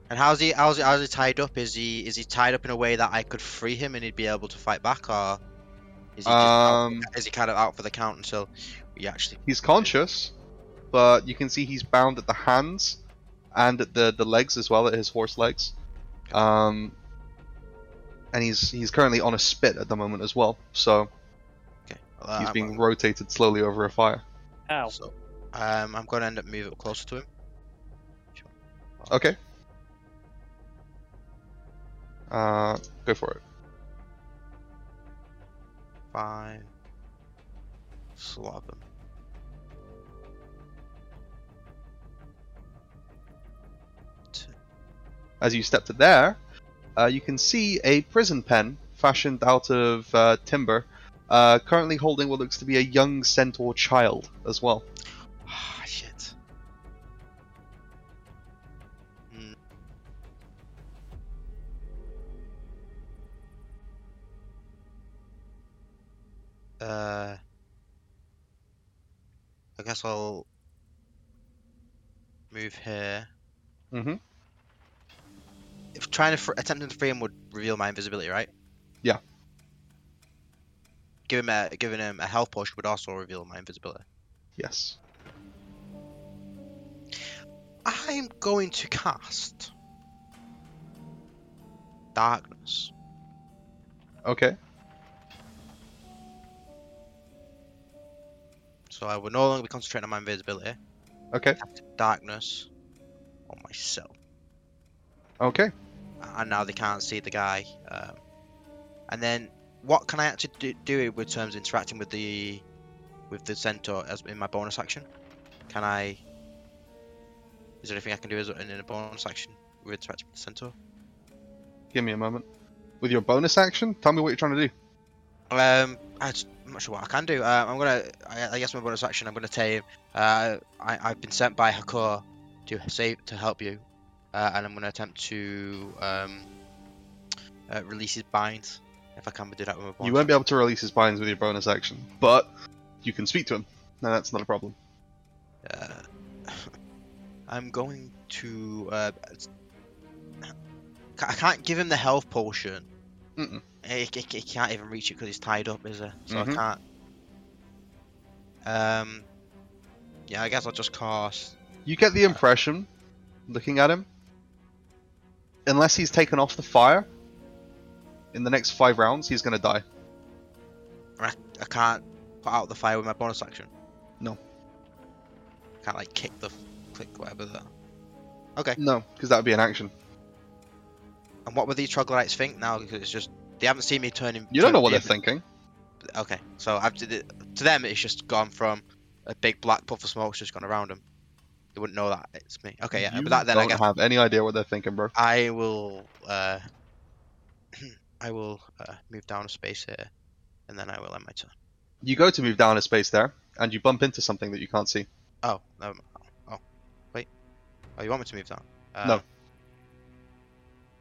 And how's he? How's he? How's he tied up? Is he? Is he tied up in a way that I could free him and he'd be able to fight back, or is he? Just out, Um, is he kind of out for the count until we actually? He's conscious, but you can see he's bound at the hands and at the, the legs as well, at his horse legs. Um, and he's he's currently on a spit at the moment as well, so Okay. Ah, Well, he's I'm- being rotated slowly over a fire. Ow. So, um, I'm gonna end up moving up closer to him. Okay. Uh, go for it. Five. Slap him. As you step to there, uh, you can see a prison pen fashioned out of uh, timber, uh, currently holding what looks to be a young centaur child as well. Ah, shit. Mm. Uh, I guess I'll move here. Mm-hmm. If trying to fr- attempting to free him would reveal my invisibility, right? Yeah. Giving him a giving him a health push would also reveal my invisibility. Yes. I'm going to cast darkness. Okay. So I will no longer be concentrating on my invisibility. Okay. Darkness on myself. Okay. And now they can't see the guy. Um, and then what can I actually do, do with terms of interacting with the with the centaur as in my bonus action? Can I is there anything I can do as in a bonus action with interacting with the centaur? Give me a moment. With your bonus action, tell me what you're trying to do. Um, I just- I'm not sure what I can do. Uh, I'm gonna. I, I guess my bonus action. I'm gonna tell you. Uh, I, I've been sent by Hakor to save to help you, uh, and I'm gonna attempt to um, uh, release his bind. If I can do that with my bonus. You won't be able to release his binds with your bonus action, but you can speak to him. No, that's not a problem. Uh, I'm going to. Uh, it's- Ca- I can't give him the health potion. Mm-mm. He, he, he can't even reach it because he's tied up, is he? So Mhm. I can't. Um. Yeah, I guess I'll just cast. You get the impression, looking at him, unless he's taken off the fire, in the next five rounds, he's going to die. I can't put out the fire with my bonus action. No. can't like kick the click whatever. The... Okay. No, because that would be an action. And what would these troglodytes think now? Because it's just they haven't seen me turn him. You don't know what they're turn- thinking. Okay, so after the, to them it's just gone from a big black puff of smoke's just gone around them. They wouldn't know that it's me. Okay, yeah. you But that then don't I guess have any idea what they're thinking, bro. I will. Uh, I will uh, move down a space here, and then I will end my turn. You go to move down a space there, and you bump into something that you can't see. Oh, no. Oh, wait. Oh, you want me to move down? Uh, No.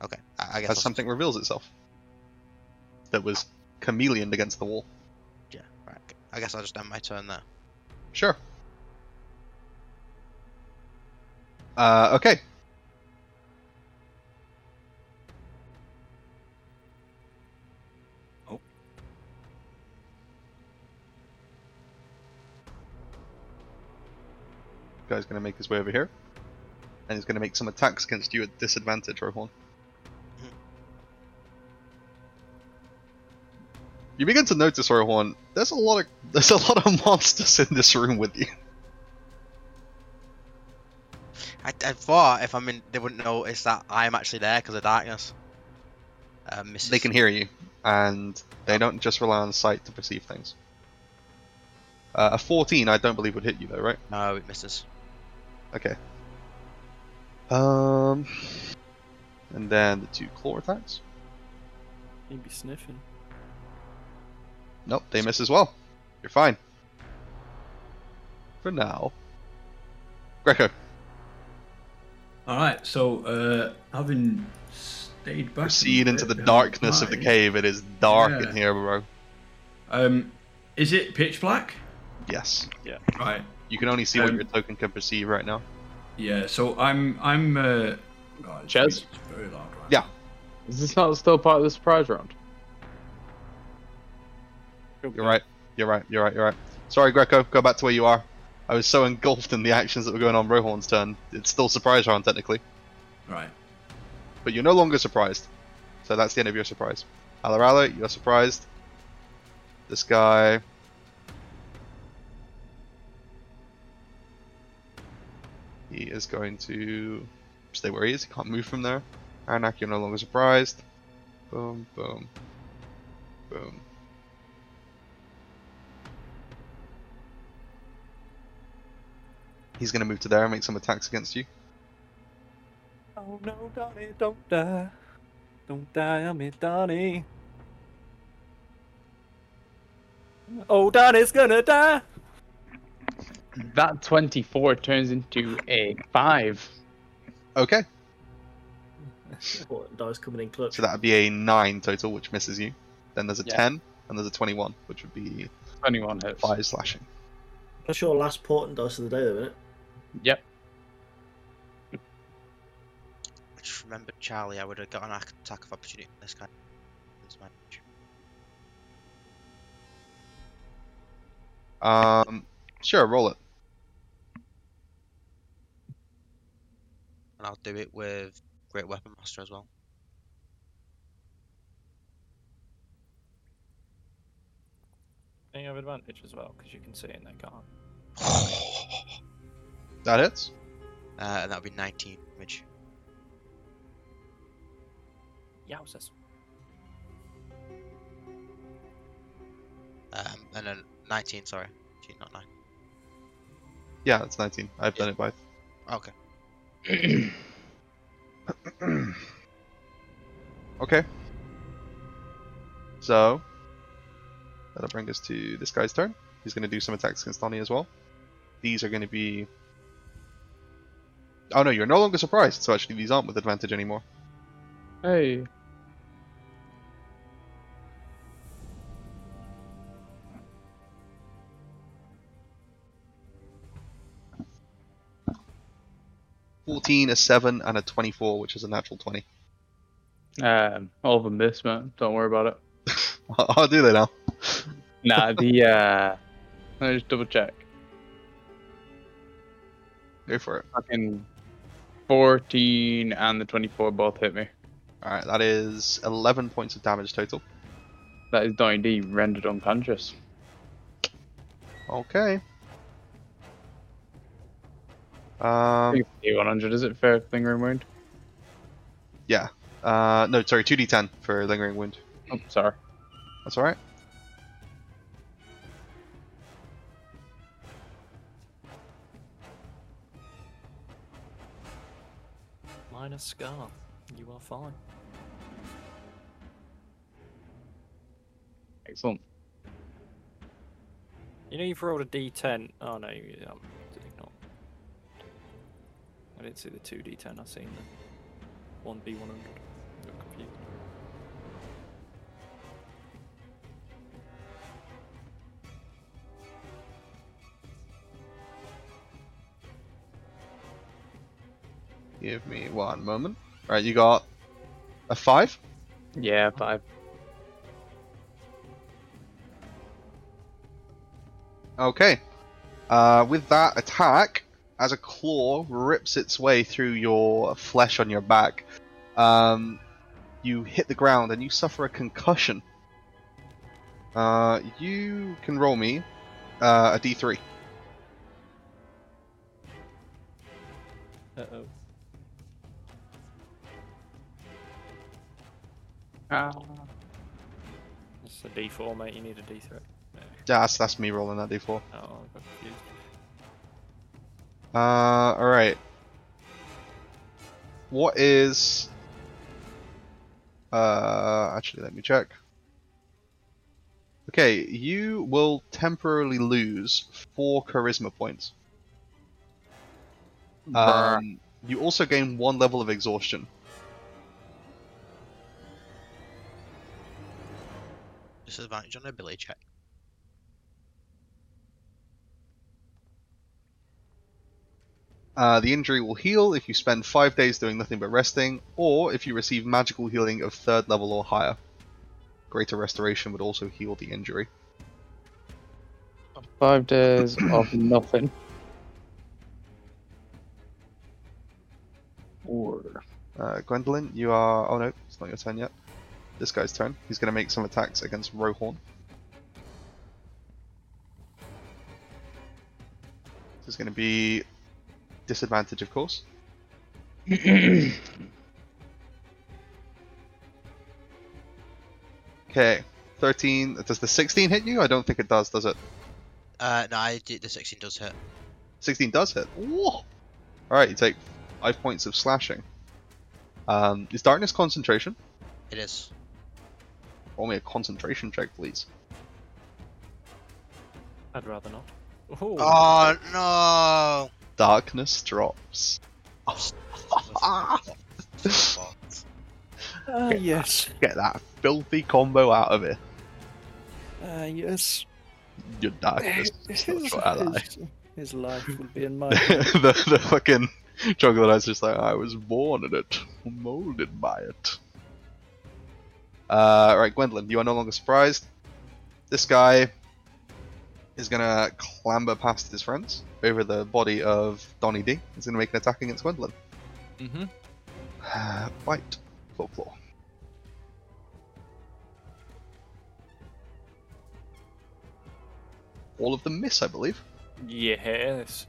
Okay, I, I guess. As I'll- something reveals itself that was chameleoned against the wall. Yeah. Right. okay. I guess I'll just end my turn there. Sure. Uh, okay. Oh. Guy's gonna make his way over here, and he's gonna make some attacks against you at disadvantage, Rohan. You begin to notice, Rohan. There's a lot of there's a lot of monsters in this room with you. I, I thought if I'm in, they wouldn't notice that I'm actually there because of darkness. Uh, Mrs. They can hear you, and they don't just rely on sight to perceive things. Uh, a 14, I don't believe, would hit you though, right? No, it misses. Okay. Um, and then the two claw attacks. He'd be sniffing. Nope, they miss as well. You're fine. For now. Greco, All right. So uh, having stayed back, proceed a into the bit darkness of the behind- cave. It is dark Yeah. in here, bro. Um, is it pitch black? Yes. Right. You can only see what Um, your token can perceive right now. Yeah. So I'm I'm. Uh, oh, it's Chaz? very- Very loud. Right Yeah. now. Is this not still part of the surprise round? You're right. You're right. You're right. You're right. Sorry, Greco. Go back to where you are. I was so engulfed in the actions that were going on Rohan's turn. It's still surprise round technically, Right. but you're no longer surprised. So that's the end of your surprise. Alarala, you're surprised. This guy. He is going to stay where he is. He can't move from there. Arnak, you're no longer surprised. Boom, boom, boom. He's going to move to there and make some attacks against you. Oh no, Donnie, don't die. Don't die on me, Donnie. Oh, Donnie's gonna die! That 24 turns into a 5. Okay, Or dice coming in clutch. so that would be a 9 total, which misses you. Then there's a Yeah. 10, and there's a 21, which would be 21 hits. 5 slashing. That's your last port and dice of the day, though, isn't it? Yep. I just remembered Charlie. I would have got an ac- attack of opportunity. This kind of this match. Um, sure, roll it. and I'll do it with Great Weapon Master as well. And you have advantage as well, because you can see it and they can't. That hits. Uh, and that'll be 19 damage. Yowzers. Um, and then 19, sorry. Gee, not 9. Yeah, it's 19. I've done it by Okay. okay. So that'll bring us to this guy's turn. He's going to do some attacks against Donnie as well. These are going to be. Oh no, you're no longer surprised. So actually, these aren't with advantage anymore. Hey. Fourteen, a seven, and a twenty-four, which is a natural twenty. Um, all of them this, man. Don't worry about it. I'll do that now. Nah, the, uh... Let me just double check. Go for it. Fucking 14 and the 24 both hit me. All right, that is eleven points of damage total. That is Donnie D rendered unconscious. Okay. Um, D100, is it for Lingering Wound? uh, no, sorry, 2d10 for Lingering Wound. Oh, sorry. That's alright. Minus scar. You are fine. Excellent. You know you've rolled a d10. Oh no, you um, did you not. I didn't see the two d10. I seen the one b100. Got confused. Give me one moment. Right, you got a 5? Yeah, five. Okay. Uh, with that attack, as a claw rips its way through your flesh on your back, um, you hit the ground and you suffer a concussion. Uh, you can roll me uh, a d3. Uh oh. Ah. It's a d4, mate. You need a d3. Yeah, that's, that's me rolling that d4. Oh, I got confused. Uh, alright. What is. Uh, actually, let me check. Okay, you will temporarily lose four charisma points. Um, you also gain one level of exhaustion. Disadvantage on ability check. Uh, the injury will heal if you spend five days doing nothing but resting, or if you receive magical healing of third level or higher. Greater restoration would also heal the injury. Five days of nothing. Or Uh, Gwendolyn, you are. Oh no, it's not your turn yet. This guy's turn. He's going to make some attacks against Rohorn. This is going to be disadvantage, of course. okay, 13. Does the 16 hit you? I don't think it does, does it? Uh, no, I did, the 16 does hit. 16 does hit. Alright, you take 5 points of slashing. Um, is darkness concentration? It is. Roll me a concentration check, please. I'd rather not. Oh, Oh no! Darkness drops. Ah, yes. Get that filthy combo out of here. Ah, yes. Your Eh, darkness is not your ally. His life will be in mine. the, the fucking chocolate ice just like, I was born in it, molded by it. Uh, right, Gwendolyn, you are no longer surprised. This guy is gonna clamber past his friends over the body of Donny D. He's gonna make an attack against Gwendolyn. Mm-hmm. Uh, bite. Claw, claw. All of them miss, I believe. yes.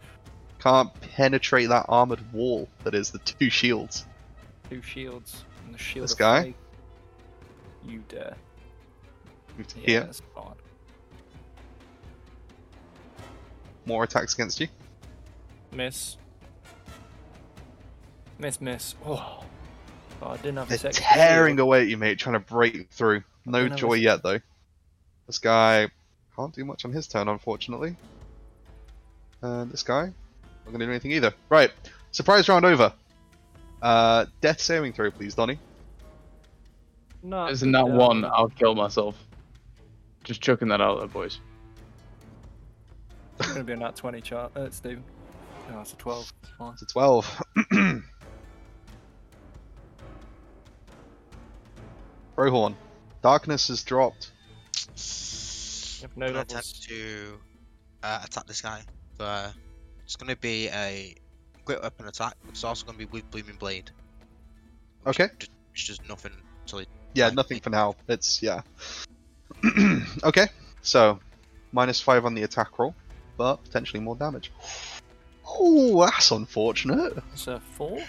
Can't penetrate that armored wall that is the two shields. Two shields and the shield. This of guy? faith. You dare. Move to Yeah, here. that's fine. More attacks against you. Miss. Miss, miss. Oh. But I didn't have They're a sex. tearing away at you, mate, trying to break through. No don't know joy if- yet, though. This guy can't do much on his turn, unfortunately. And this guy, not going to do anything either. Right, surprise round over. Uh, death saving throw, please, Donny. No, there's not no. one, I'll kill myself. Just chucking that out there, boys. It's gonna be on that 20 chart. Uh, it's Steven. No, it's a 12. It's fine. It's a 12. Rohorn, darkness has dropped. You have no I'm gonna levels. attempt to uh, attack this guy. But, uh, it's gonna be a great weapon attack. It's also gonna be with Blooming Blade. which Okay. d- Which does nothing until he. Yeah, Right. nothing for now. It's yeah. okay, so minus five on the attack roll, but potentially more damage. Oh, that's unfortunate. It's a four.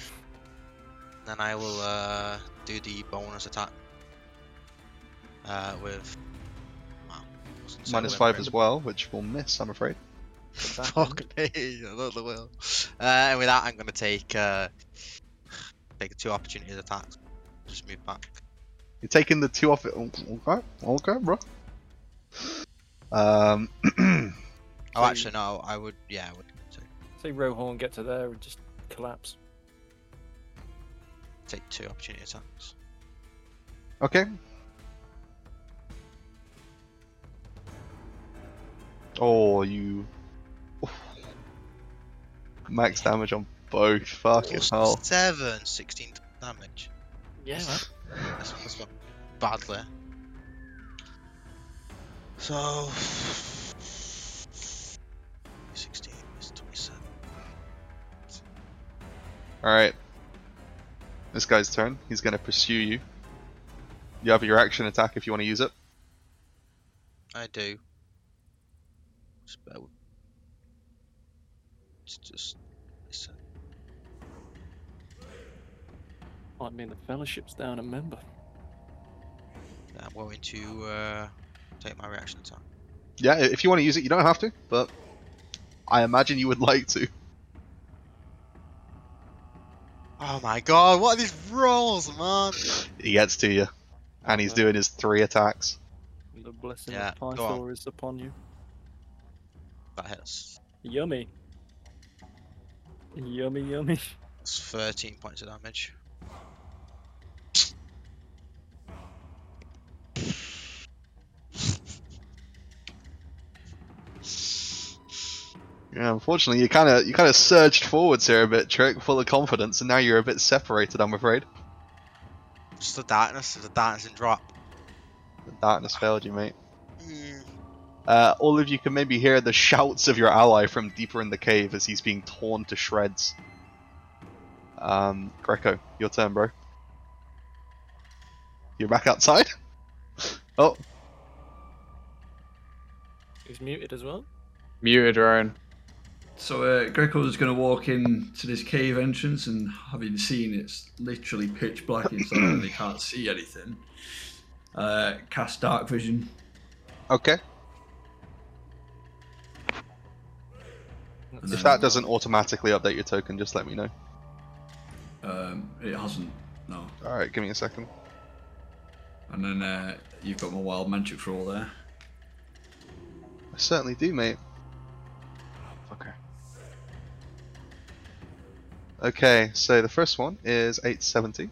Then I will uh, do the bonus attack uh, with. Wow. wasn't so Minus well five written. as well, which will miss, I'm afraid. Fuck me, I love the will. Uh, and with that, I'm gonna take uh, take two opportunities attacks. Just move back. You're taking the two off it. Okay, okay, bro. Um, Oh, So- actually, no. I would. Yeah. I would take, See Rohorn get to there and just collapse. take two opportunity attacks. okay. Oh, you. Max damage on both. Fucking Plus hell. Seven, 16 damage. Yeah, That's, that's not badly. So. 16 is 27. Alright. This guy's turn. He's going to pursue you. You have your action attack if you want to use it. I do. Just bear with- It's just. It's, uh, I mean the fellowship's down a member. yeah, I'm going to uh, take my reaction attack. Yeah, i- if you want to use it, you don't have to, but I imagine you would like to. Oh my god, what are these rolls, man? He gets to you, and he's Okay. doing his three attacks. The blessing Yeah, of go on. Pythor is upon you. That hits. Yummy. Yummy, yummy. That's 13 points of damage. Yeah, unfortunately, you kind of you kind of surged forwards here a bit, Trick, full of confidence, and now you're a bit separated. I'm afraid. Just the darkness, the darkness and drop. The darkness failed you, mate. Mm. Uh, all of you can maybe hear the shouts of your ally from deeper in the cave as he's being torn to shreds. Um, Greco, your turn, bro. You're back outside. Oh, He's muted as well. Muted drone. So uh, Greco's going to walk in to this cave entrance, and having seen it's literally pitch black inside, and they can't see anything. Uh, cast dark vision. okay. and If then- that doesn't automatically update your token, just let me know. um, it hasn't. No. All right, give me a second. And then uh, you've got my wild magic for all there. I certainly do, mate. Fucker. Okay, so the first one is 870.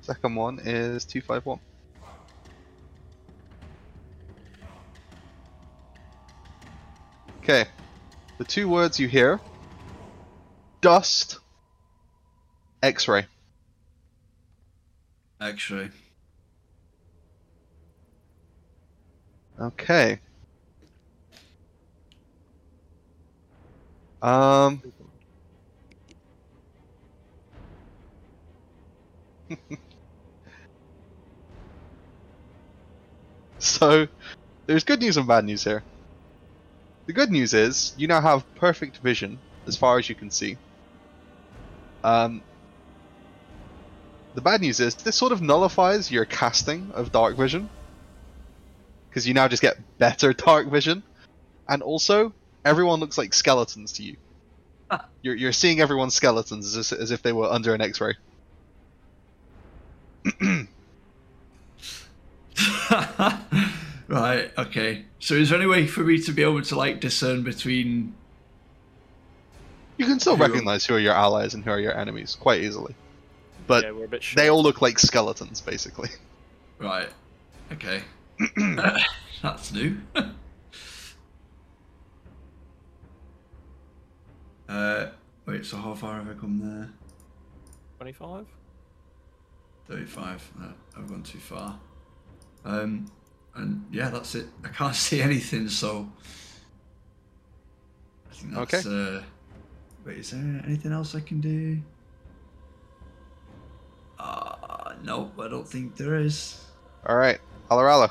Second one is 251. Okay, the two words you hear dust, x ray. X-ray. Okay. Um. so, there's good news and bad news here. The good news is you now have perfect vision as far as you can see. Um. The bad news is this sort of nullifies your casting of dark vision because you now just get better dark vision, and also everyone looks like skeletons to you. You're, you're seeing everyone's skeletons as if, as if they were under an X-ray. right. Okay. So is there any way for me to be able to like discern between? You can still Who- recognize who are your allies and who are your enemies quite easily, but yeah, we're a bit short. they all look like skeletons basically. Right. Okay. That's new. uh, wait. So how far have I come there? 25? Thirty-five. No, I've gone too far. Um, and yeah, that's it. I can't see anything, so. I think that's. Uh, wait, is there anything else I can do? Uh, Ah, no, I don't think there is. All right, Alarala.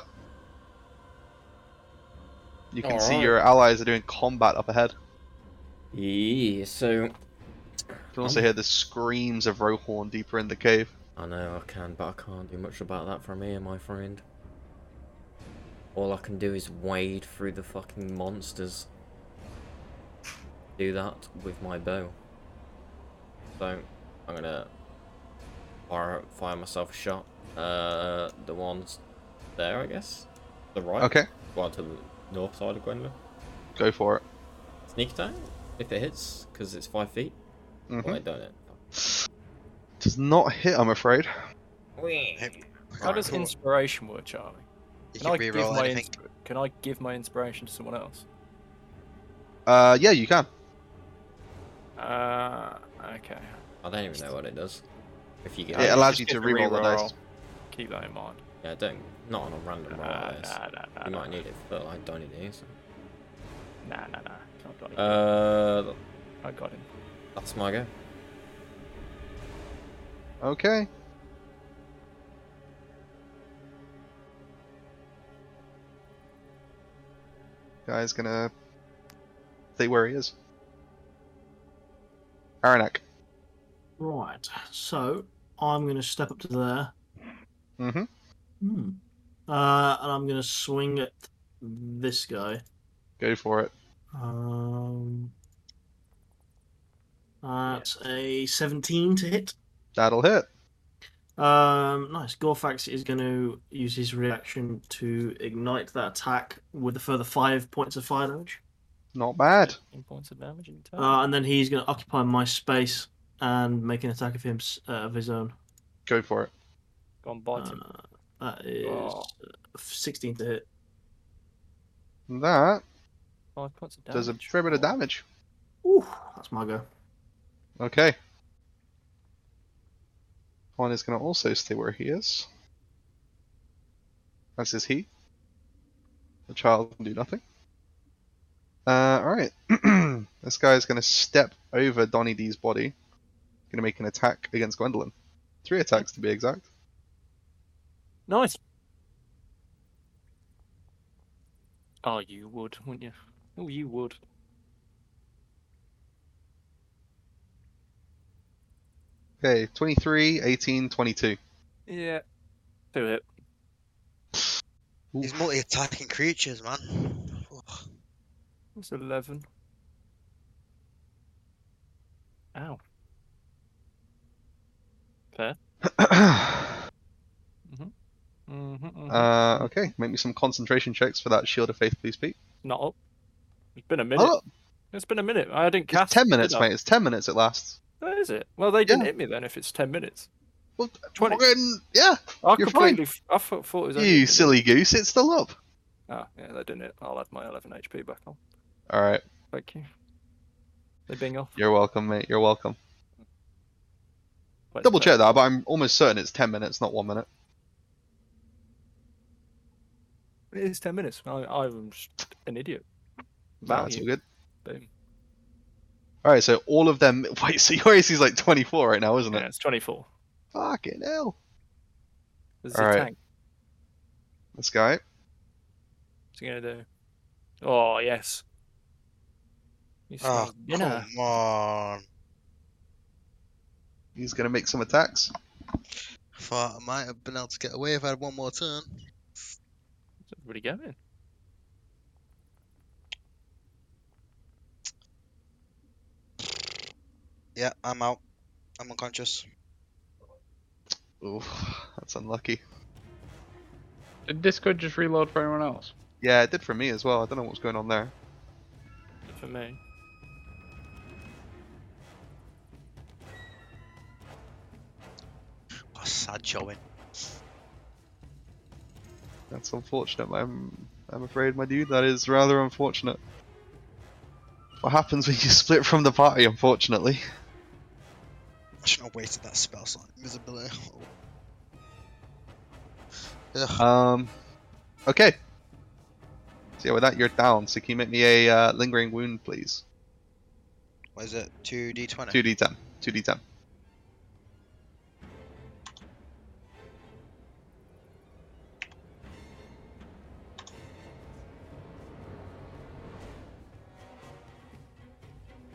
You can see Alright. your allies are doing combat up ahead. Yeah, so You can also hear the screams of Rohorn deeper in the cave. I know I can, but I can't do much about that from here, my friend. All I can do is wade through the fucking monsters. Do that with my bow. So, I'm gonna fire, fire myself a shot. Uh, the ones there, I guess. The right. Okay, Well, to the north side of Gwendolyn. go for it. Sneak attack, if it hits, because it's five feet. Mhm. Wait, don't it? Does not hit, I'm afraid. How does cool. inspiration work, Charlie? You Can I can give reroll my anything. insp- Can I give my inspiration to someone else? Uh, yeah, you can. Uh, okay. I don't even know what it does. If you get It it. it's allows just you to give a re-roll the dice. re-roll. Keep that in mind. Yeah, don't. Not on a random roll. Nah, like this. nah, nah, nah, you nah, might need it, but I don't need it. So. nah, nah, nah. I got him. Uh, I got him. that's my go. Okay. Guy's gonna stay where he is. Aranak. Right. So I'm going to step up to there. Mm-hmm. Hmm. Uh, and I'm going to swing at this guy. Go for it. Um, that's a 17 to hit. That'll hit. Um, nice. Gorfax is going to use his reaction to ignite that attack with a further five points of fire damage. Not bad. 15 points of damage in total. Uh, and then he's going to occupy my space and make an attack of him uh, of his own. Go for it. Go on, bite Uh, him. that is Oh. uh, 16 to hit. That Five points of damage. does a fair bit of damage. Ooh, that's my go. Okay. One is gonna also stay where he is. As is he. The child can do nothing. Uh, alright. this guy is gonna step over Donny D's body. Gonna make an attack against Gwendolyn. Three attacks to be exact. Nice. Oh, you would, wouldn't you? Oh, you would. Okay, 23, 18, 22. Yeah. Do it. These multi-attacking creatures, man. It's 11. Ow. Mm-hmm, uh, okay, make me some concentration checks for that Shield of Faith, please, Pete. Not up. It's been a minute. Oh, It's been a minute. I didn't it's cast. 10 it, minutes, did I? mate. It's 10 minutes it lasts. Oh, is it? Well, they didn't Yeah. hit me then. If it's ten minutes, Well, 20. fucking- Yeah, I You're completely. f- I thought, thought it was. only a you minute. silly goose, it's still up. Ah, yeah, they didn't hit. I'll add my eleven HP back on. Alright, Thank you. They bing off. you're welcome, mate. You're welcome. Wait, Double no. check that, but I'm almost certain it's 10 minutes, not 1 minute. It is ten minutes. I, I'm just an idiot. Nah, that's all Value. good. Boom. Alright, so all of them. Wait, so your AC's like 24 right now, isn't Yeah, it? it's twenty-four. Fucking hell. This is All a right. tank. This guy. What's he gonna do? Oh yes. He Oh, Ah, smells dinner. come on. He's gonna make some attacks. Thought I might have been able to get away if I had one more turn. Where's everybody going? Yeah, I'm out. I'm unconscious. Oof, that's unlucky. Did Discord just reload for anyone else? Yeah, it did for me as well. I don't know what's going on there. Good for me. What a Oh, sad showing. That's unfortunate. I'm, I'm afraid, my dude. That is rather unfortunate. What happens when you split from the party, unfortunately? I shouldn't have wasted that spell slot. Invisibility. Ugh, Um, okay. So yeah, with that, you're down. So can you make me a uh, lingering wound, please? what is it? 2d20? Two d ten. Two d ten.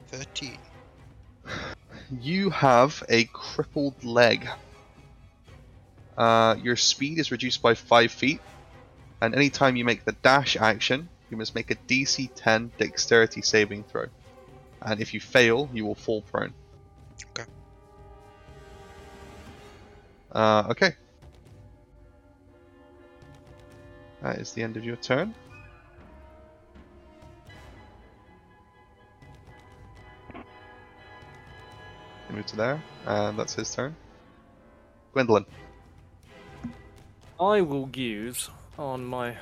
13. You have a crippled leg. Uh, your speed is reduced by 5 feet, and anytime you make the dash action, you must make a DC 10 dexterity saving throw. And if you fail, you will fall prone. Okay. Uh, okay. That is the end of your turn. You move to there, and that's his turn. Gwendolyn. I will use on my.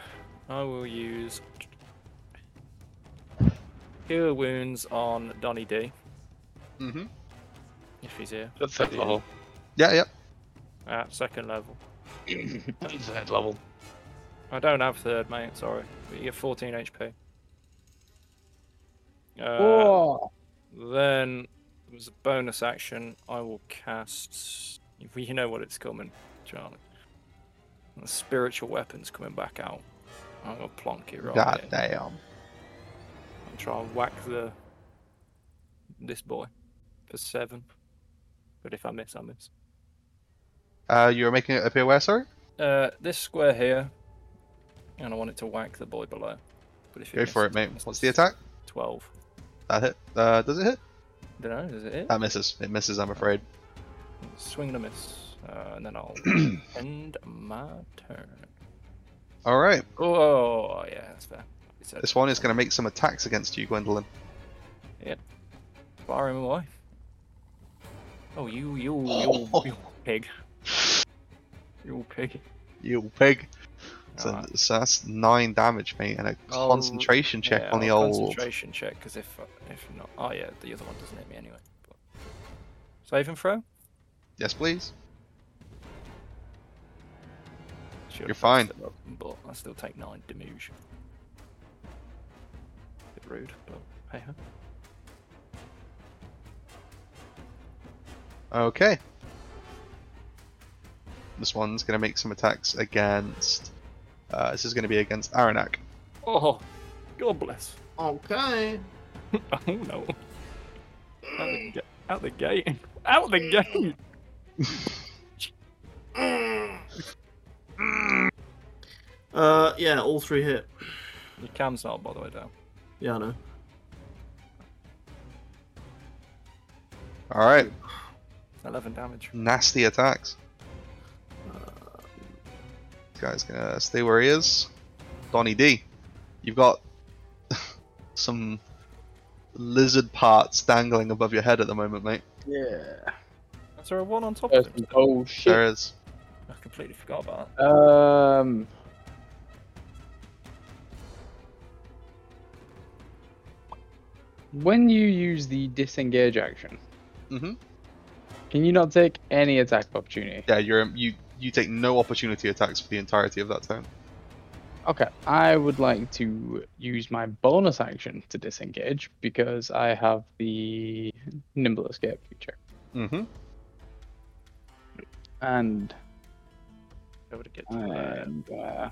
I will use cure wounds on Donny D Mm-hmm. if he's here At third level. Yeah, yeah. at second level. At third level. I don't have third, mate. Sorry, but you get 14 HP. Uh, oh, then as a bonus action, I will cast. If you know what it's coming, Charlie. The spiritual weapon's coming back out. I'm gonna plonk it right God here. damn. and try and whack the this boy for seven. But if I miss, I miss. Uh, you're making it appear where, sorry? Uh, this square here, and I want it to whack the boy below. But if Go for it, misses, mate. misses. What's the attack? Twelve. That hit. Uh, does it hit? Don't know. Is it it? That misses. It misses, I'm afraid. Swing and a miss, uh, and then I'll end my turn. Alright. Oh yeah, that's fair. It's a This one is going to make some attacks against you, Gwendolyn. fire him away. Oh, you, you, you, Oh. you pig. You pig. You pig. So, Alright. so that's nine damage, mate, and a I'll- concentration check Yeah, on the I'll old. concentration check because if if not, oh yeah, the other one doesn't hit me anyway. But... Save and throw. Yes, please. Should've You're fine. passed it up, but I still take nine damage. Bit rude, but hey ho. Okay. This one's going to make some attacks against. Uh, this is going to be against Aranak. Oh, God bless. Okay. oh no. Out the, ga- out the gate. Out the gate. Uh, yeah, all three hit. Your cam's not, by the way, down. Yeah, I know. Alright. Eleven damage. Nasty attacks. This guy's going to stay where he is. Donny D. You've got some lizard parts dangling above your head at the moment, mate. yeah. Is there a one on top of There's him? some- oh shit. There is. I completely forgot about that. Um. When you use the disengage action, Mm-hmm. can you not take any attack of opportunity? Yeah, you're you you take no opportunity attacks for the entirety of that turn. Okay, I would like to use my bonus action to disengage because I have the nimble escape feature. Mm-hmm. And uh, Able to get to there. I'm gonna-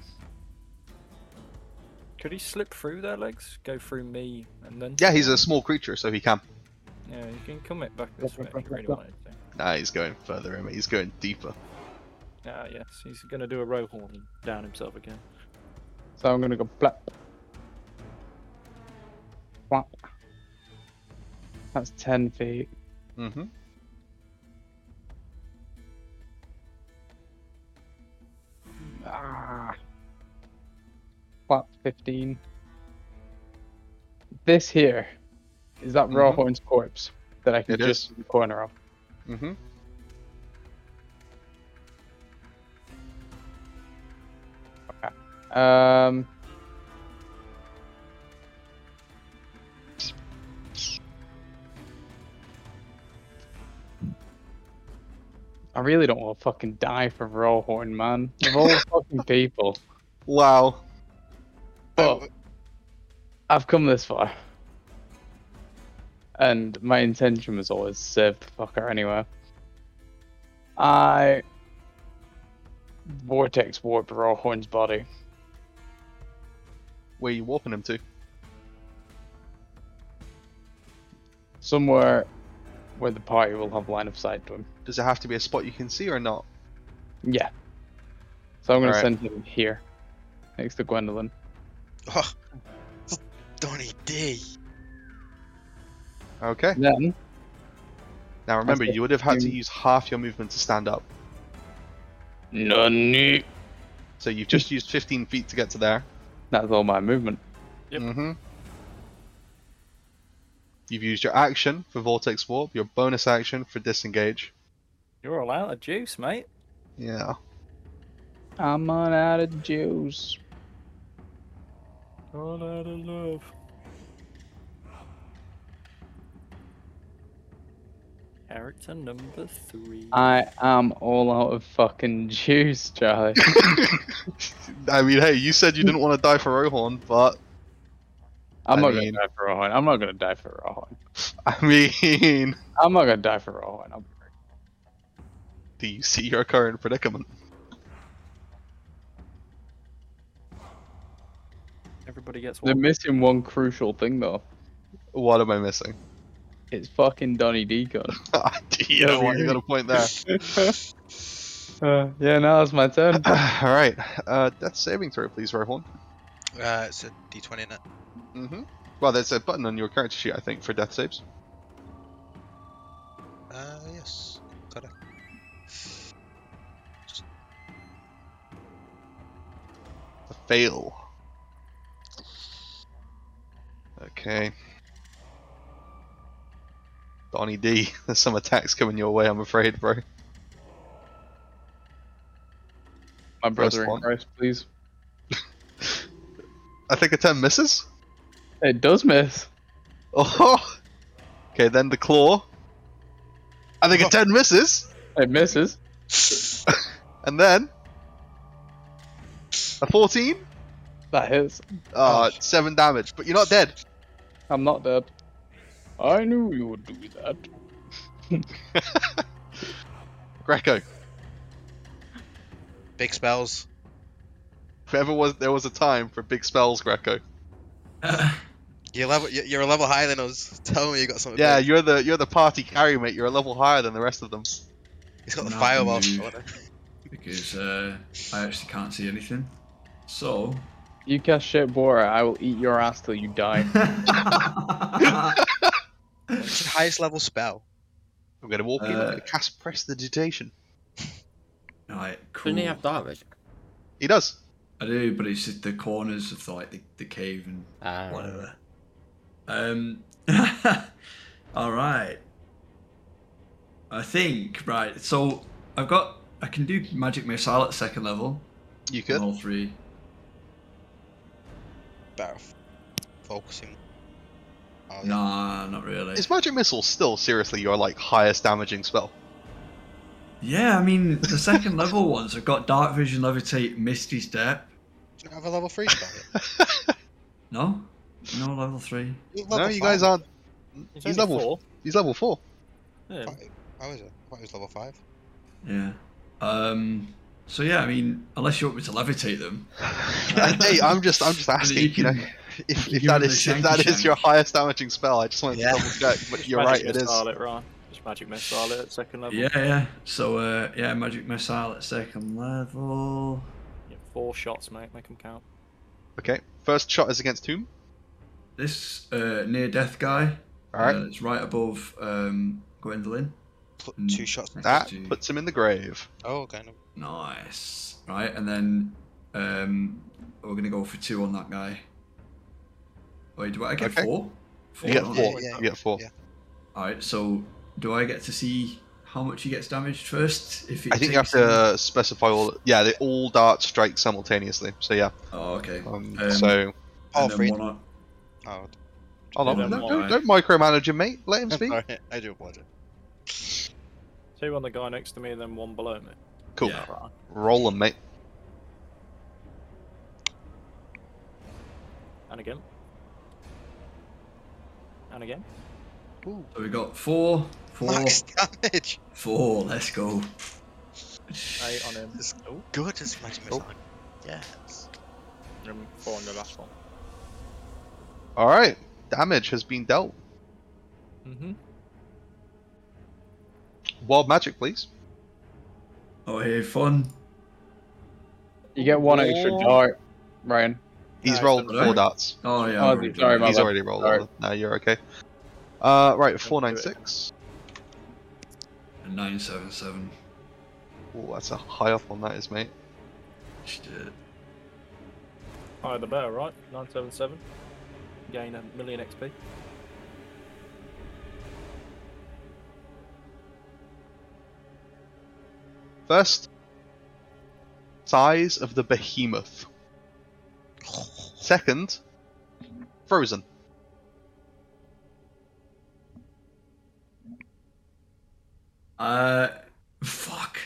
Could he slip through their legs? Go through me and then? Yeah, he's a small creature, so he can. Yeah, you can come it back this way if you really wanted to. Nah, he's going further in. He's going deeper. Ah, yes, he's gonna do a row horn and down himself again. so I'm gonna go plap. Plap. That's 10 feet. Mm-hmm. Ah. Flat 15. This here is that raw Mhm. horn's corpse that I can It just is. in the corner of. Mm-hmm. Um, I really don't want to fucking die for raw horn, man. Of all the fucking people, Wow. But I've come this far. And my intention was always to save the fucker anyway. I vortex warp Rawhorn's body Where are you warping him to? somewhere where the party will have line of sight to him. Does it have to be a spot you can see or not? Yeah. So I'm gonna Alright. send him here, next to Gwendolyn. Oh, Donny D. Okay. Then Now remember, That's it. you would have had to Um, use half your movement to stand up. none. So you've just used 15 feet to get to there. That's all my movement. Yep. Mm-hmm. You've used your action for Vortex Warp, your bonus action for Disengage. You're all out of juice, mate. Yeah. I'm on out of juice. All out of love. Character number three. I am all out of fucking juice, Charlie. I mean, hey, you said you didn't want to die for Rohorn, but I'm I not mean- gonna die for Rohan. I'm not gonna die for Rohan. I mean, I'm not gonna die for Rohan. I'm... do you see your current predicament? Everybody gets They're one. missing one crucial thing though. What am I missing? It's fucking Donny D gun. you know what? You got a point there. Uh, yeah, now it's my turn. All right. Uh, death saving throw, please, Rohorn. Uh, it's a D20 in it. Mm-hmm. Well, there's a button on your character sheet, I think, for death saves. Uh, yes. Got it. A fail. Okay. Donny D, there's some attacks coming your way, I'm afraid, bro. My brother in one. Christ, please. I think a 10 misses? It does miss. Oh! Okay, then the claw. I think a 10 misses! It misses. And then. A 14? That hits. Uh, 7 damage, but you're not dead. I'm not dead. I knew you would do that. Greco, Big spells. if ever was, there was a time for big spells, Greco. You're level. you- You're a level higher than us. Tell me you got something. Yeah, big. you're the you're the party carry mate. You're a level higher than the rest of them. he's got the Nah, fireball. dude. shot. because uh, I actually can't see anything. So. You cast shape water, I will eat your ass till you die. What's your highest level spell? I'm gonna walk in. I'm Uh, gonna cast prestidigitation. Right, cool. Couldn't he have dark vision? He does. I do, but it's just the corners of like the, the cave and Ah. whatever. Um. all right. I think right. So I've got. I can do magic missile at second level. You on could. all three. Better f- focusing. Oh, yeah. Nah, not really. Is magic missile still seriously your like highest damaging spell? Yeah, I mean the second level ones. I've got dark vision, levitate, misty step. Do you have a level three spell? yet? No, no level three. You're no, level you guys five. aren't. He's, he's only level- four. He's level four. Yeah. Five. How is it? What is level five? Yeah. Um. So yeah, I mean, unless you want me to levitate them. Uh, hey, I'm just I'm just asking. You, You know, can- if, you if can that really is if shanky that is shank. your highest damaging spell, I just wanted Yeah. to double check. But you're right, magic it is. missile It, Ryan. Just magic missile it at second level. Yeah, yeah. So uh, yeah, magic missile at second level. Yeah, Four shots, mate. Make them count. Okay, first shot is against whom? This uh, near death guy. All right, Uh, it's right above um, Gwendolyn. Put Mm. two shots. Next that to- puts him in the grave. Oh, okay. No. Nice. Right, and then um, we're gonna go for two on that guy. Wait, do I get Okay. four? Four. You get don't I? four. yeah, You get four. yeah. All right. So do I get to see how much he gets damaged first? If he I think you have takes them? to specify all. Yeah, they all darts strike simultaneously. So yeah. Oh, okay. Um, Um, so All and then three. one on- Oh, hold and on, then don't, one- don't, don't micromanage him, mate. Let him speak. sorry. I do apologize. Two on the guy next to me, and then one below me. Cool. Yeah. Right. Roll him, mate. And again. And again. So we got four, four, Max damage. four. Let's go. Eight on him. It's Oh, good as magic missile. Yes. and four on the last one. All right. Damage has been dealt. Mm-hmm. Wild magic, please. Oh, hey, fun. You get one extra Oh. dart, Ryan. He's Nice, rolled alright. four darts. Oh, yeah. Oh, I've already sorry, done my it. He's bad. already rolled. Sorry. all- No, you're okay. Uh, right, four do nine it. six. A 977. Oh, that's a high up on that is, mate. Just, uh, Higher the better, right? 977. Gain a million XP. First, size of the behemoth. Second, frozen. Uh, fuck.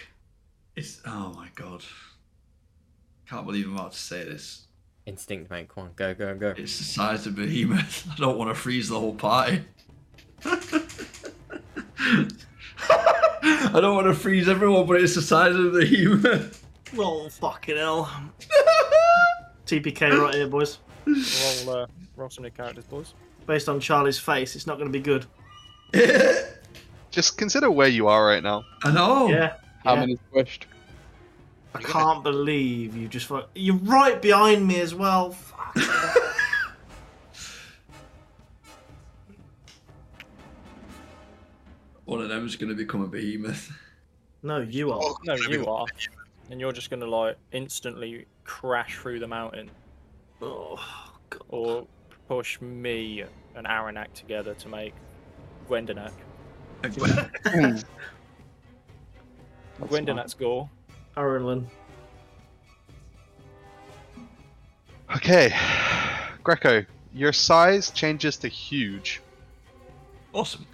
It's oh my god. Can't believe I'm about to say this. Instinct, mate. Come on, go, go, go. It's the size of behemoth. I don't want to freeze the whole party. I don't want to freeze everyone, but it's the size of behemoth. Well, fucking hell. TPK right here, boys. Roll, uh, roll some new characters, boys. Based on Charlie's face, it's not going to be good. Just consider where you are right now. I know. Yeah. How Yeah. many squished? I can't believe you just. fu- You're right behind me as well. Fuck. One of them's gonna become a behemoth. No, you are. Oh, No, gonna be- you are. And you're just gonna like instantly crash through the mountain Oh, God. or push me and Aranak together to make Gwendonak. That's fine. Gwendonak's gore. Arunlin. Okay, Greco, your size changes to huge. awesome.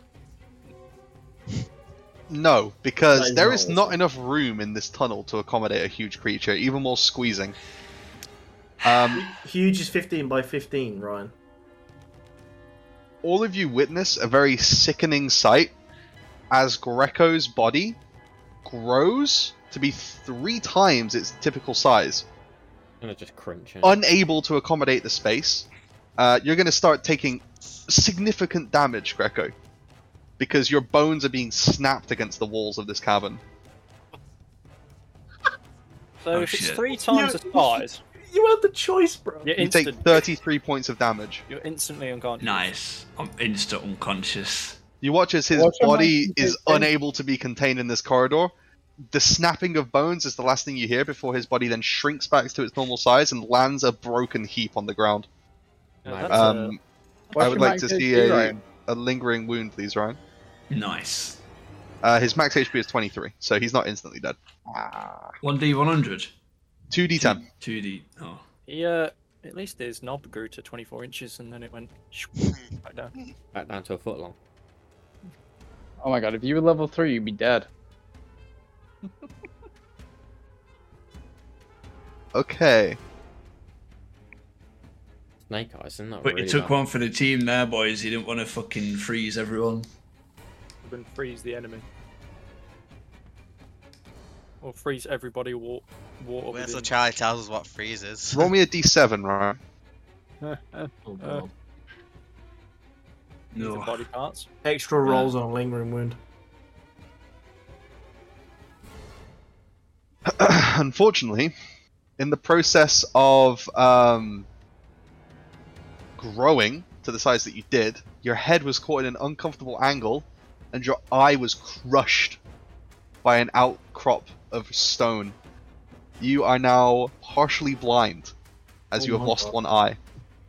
No, because That is there not is awesome. not enough room in this tunnel to accommodate a huge creature, even more squeezing. Um, Huge is 15 by 15, Ryan. all of you witness a very sickening sight as Greco's body grows to be three times its typical size, I'm gonna just crunch it. unable to accommodate the space. Uh, you're going to start taking significant damage, Greco, because your bones are being snapped against the walls of this cavern. So Oh, if it's shit. three times the You- size, You had the choice, bro. you're You take instant, 33 points of damage. you're instantly unconscious. Nice. I'm insta unconscious. You watch as his Watch him body like he is did. unable to be contained in this corridor. The snapping of bones is the last thing you hear before his body then shrinks back to its normal size and lands a broken heap on the ground. Yeah, Nice. that's, uh, Um, I Watch would him like like to this, see too, a, Ryan. a lingering wound, please, Ryan. Nice. Uh, his max HP is 23, so he's not instantly dead. One D one hundred. 2d10. Two D oh. he, uh, at least his knob grew to 24 inches and then it went back down. Back down to a foot long. Oh my god, if you were level 3, you'd be dead. Okay. Snake eyes, isn't that But really you took bad? one for the team there, boys. You didn't want to fucking freeze everyone. You can freeze the enemy. Or freeze everybody wa- water Wait within. until Charlie tells us what freeze is. Roll me a d7, Ryan. Oh, Uh, God. these are No. body parts. Extra rolls on a lingering wound. unfortunately, in the process of um, growing to the size that you did, your head was caught in an uncomfortable angle, and your eye was crushed by an outcrop of stone. You are now partially blind, as Oh you have my lost God. Hmm. one eye.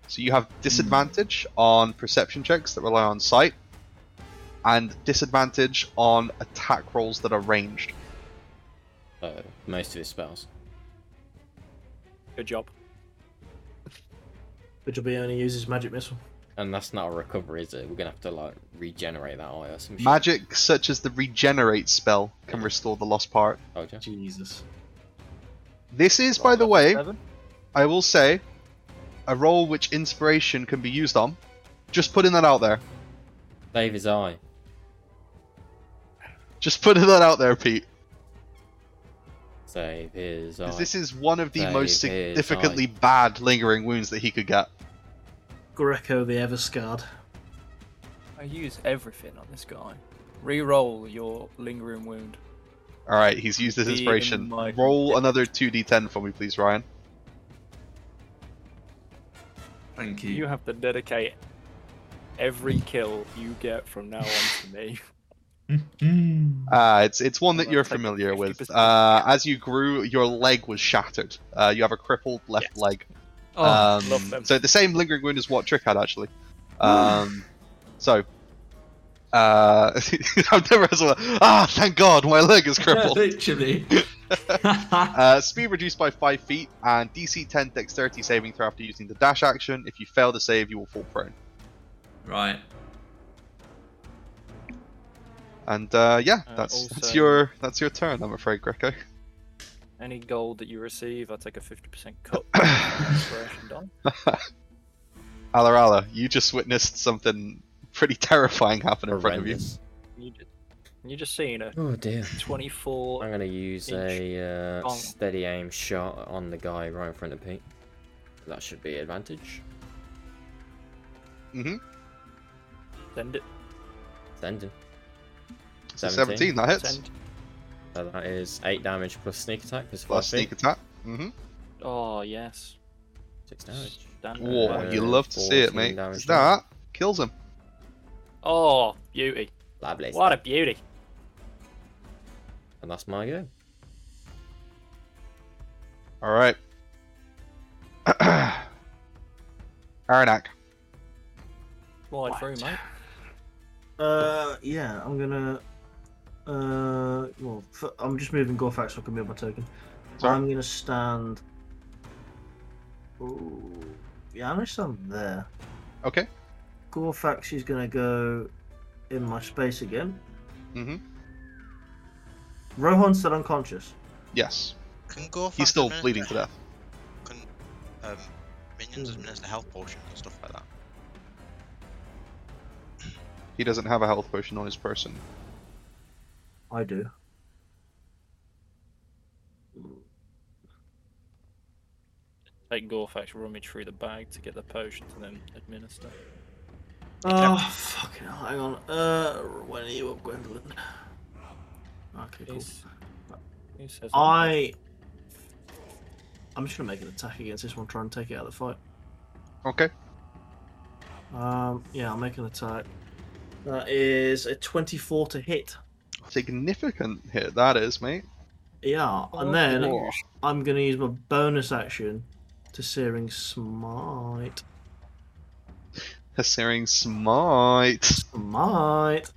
So you have disadvantage on perception checks that rely on sight, and disadvantage on attack rolls that are ranged. So, most of his spells. Good job. Which will be only uses magic missile. And that's not a recovery, is it? We're gonna have to like regenerate that eye or some shit. Magic such as the regenerate spell can restore the lost part. told ya. Jesus. This is, by the Level way, seven. I will say, a role which inspiration can be used on. Just putting that out there. Save his eye. Just putting that out there, Pete. Save his eye. 'Cause this is one of the Save most his significantly bad lingering wounds that he could get. Greco the Everscard. I use everything on this guy. Reroll your lingering wound. All right, he's used his Be in inspiration. my- Roll another 2d10 for me, please, Ryan. Thank you. You have to dedicate every kill you get from now on to me. Uh, it's it's one that Well, you're it's like familiar with. 50%. Uh, as you grew, your leg was shattered. Uh, you have a crippled left leg. Oh, um, love them. So the same lingering wound as what Trick had actually. Um, so. Uh, I've never had someone, ah, thank God, my leg is crippled. Literally. Uh, speed reduced by 5 feet and DC 10 dexterity saving throw after using the dash action. If you fail to save, you will fall prone. right. And uh, yeah, Uh, that's that's also- your that's your turn. I'm afraid, Greco. Any gold that you receive, I take a 50% cut. from the Inspiration done. Ala Ala, you just witnessed something pretty terrifying happen in front of you. Horrendous. You just, you just seen a Oh dear. 24 I'm gonna use a uh, Bong. steady aim shot on the guy right in front of Pete. That should be advantage. Mm-hmm. Send it. Sending. It's a 17, that hits. Send. So Uh, that is eight damage plus sneak attack plus five Plus feet. sneak attack. hmm Oh, yes. Six damage. Standard. Whoa, Uh, you love to see it, 14 mate. damage That kills him. Oh, beauty. Lovely. What a beauty. And that's my go. All right. Aranak. Slide Right. through, mate. Uh, yeah, I'm gonna. Uh, well, f- I'm just moving Gorfax so I can move my token. Sorry. I'm gonna stand. Ooh, yeah, I'm gonna stand there. Okay. Gorfax is gonna go in my space again. Mhm. Rohan's still unconscious. Yes. Can go. He's still bleeding to death. Can um, minions administer health potions and stuff like that? He doesn't have a health potion on his person. I do. Take Gorfax, rummage through the bag to get the potion to then administer. Oh, fucking hell, hang on. Uh, when are you up, Gwendolyn? Okay, cool. He's- he says, I. I'm just gonna make an attack against this one, try and take it out of the fight. Okay. Um, yeah, I'll make an attack. That is a 24 to hit. Significant hit that is, mate. Yeah, and then I'm gonna use my bonus action to Searing Smite. A searing smite. Smite!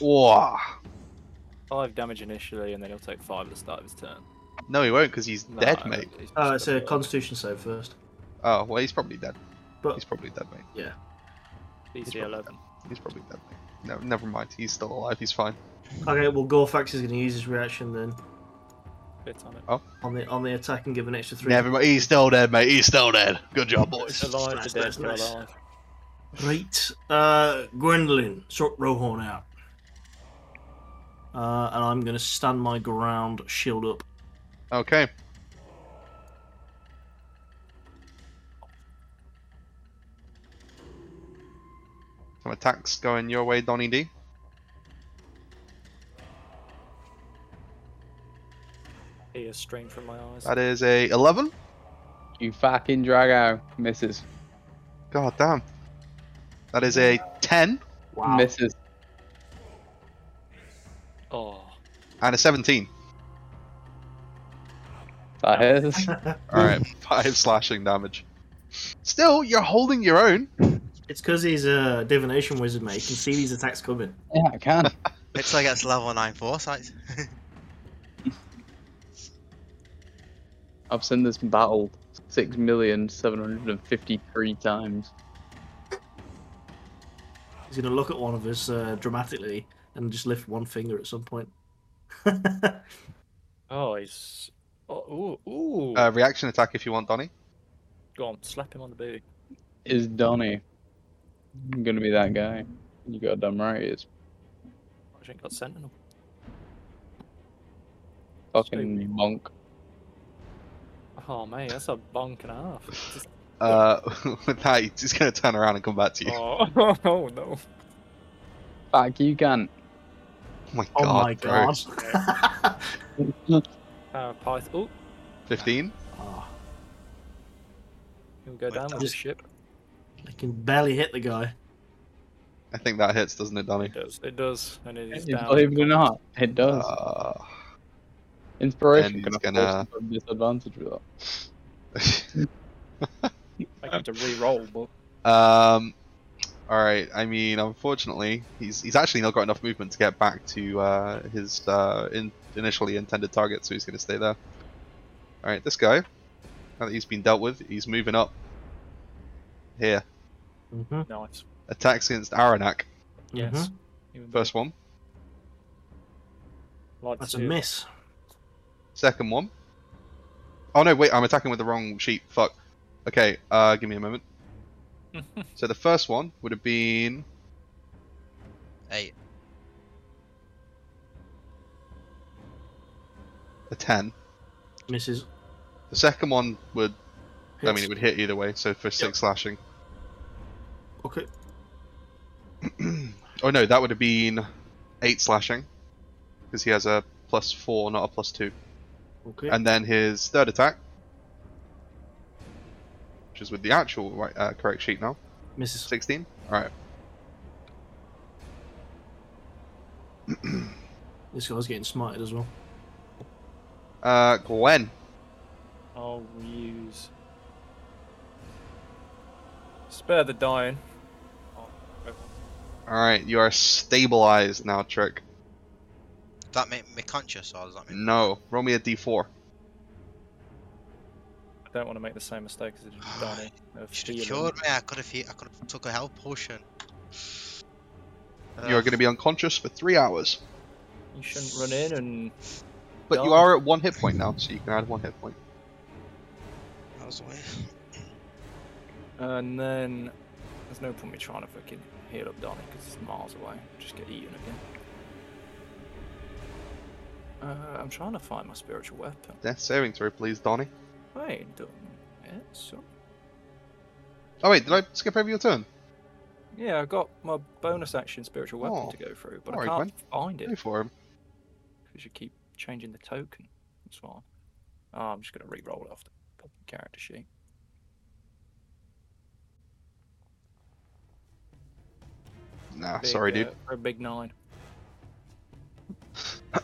Whoa. Five damage initially, and then he'll take five at the start of his turn. No, he won't because he's dead, No, mate. he's Oh, it's just a gonna- constitution save first. Oh, well, he's probably dead. But- He's probably dead, mate. DC 11. He's probably dead, mate. No, never mind. He's still alive. He's fine. Okay, well, Gorfax is gonna use his reaction then Bit on it. on the on the attack and give an extra three. Never mind. He's still dead, mate. He's still dead. Good job, boys. Alive to nice, dead, nice, nice. still alive. Right. Uh, Gwendolyn, sort Rohorn out. Uh, and I'm going to stand my ground, shield up. Okay. Some attacks going your way, Donny D. Tears stream from my eyes. That is a 11. You fucking Drago. Misses. God damn. That is a 10 Misses. Oh, and a 17. That is. All right, five slashing damage. Still, you're holding your own. It's because he's a divination wizard, mate. You can see these attacks coming. Yeah, I can. It's like it's level nine foresight. I've seen this battle six million seven hundred and fifty-three times. He's going to look at one of us uh, dramatically and just lift one finger at some point. oh, he's. Oh, ooh, ooh. Uh, reaction attack if you want, Donny. Go on, slap him on the booty. Is Donny gonna be that guy? You got damn right. It's I think got sentinel. fucking monk. Oh mate, that's a bonk and a half. Just Uh, with that, he's just going to turn around and come back to you. Oh, Oh, oh no. Back you can. my god. Oh my bro. god. Uh, Pyth. Oh, 15? Ah, he'll go down with the Just- ship. I can barely hit the guy. I think that hits, doesn't it, Donny? It does. It does. And it is down. Believe it or not, it does. Uh, Inspiration and can he's gonna- afford to put disadvantage with that. Uh, I get to re-roll, but um, Alright, I mean, unfortunately, he's he's actually not got enough movement to get back to uh, his uh, in, initially intended target, so he's going to stay there. Alright, this guy, now that he's been dealt with, he's moving up. Here. Mm-hmm. nice. Attacks against Aranak. Yes. Even First one. like That's a to- miss. Second one. Oh no, wait, I'm attacking with the wrong sheet. Fuck. Okay, uh, give me a moment. so the first one would have been Eight. a 10. Misses. The second one would, I mean, Hits. it would hit either way, so for 6 slashing. Okay. Oh no, that would have been 8 slashing. Because he has a plus 4, not a plus 2. Okay. And then his third attack, which is with the actual right, uh, correct sheet now. Misses. 16? Alright. This guy's getting smited as well. Uh, Gwen. I'll use. Spare the dying. Alright, you are stabilized now, Trick. Does that make me conscious or does that mean No. Roll me a d4. I don't want to make the same mistake as I did with Donnie. of should have healing. cured me? I could have I could have took a health potion. Uh, You are going Ugh. to be unconscious for three hours. You shouldn't run in and But you No. are at one hit point now, so you can add one hit point. That was the way. and then there's no point me trying to fucking heal up Donnie because it's miles away. Just get eaten again. Uh, I'm trying to find my spiritual weapon. Death saving throw, please, Donnie. I ain't done it, so Oh, wait, did I skip over your turn? yeah, I got my bonus action spiritual weapon Oh, to go through, but I alright, can't find Go it for him. because you keep changing the token. That's fine. Oh, I'm just gonna re-roll it off the fucking character sheet. Nah, Big, Ah, sorry, uh, dude. for a big nine.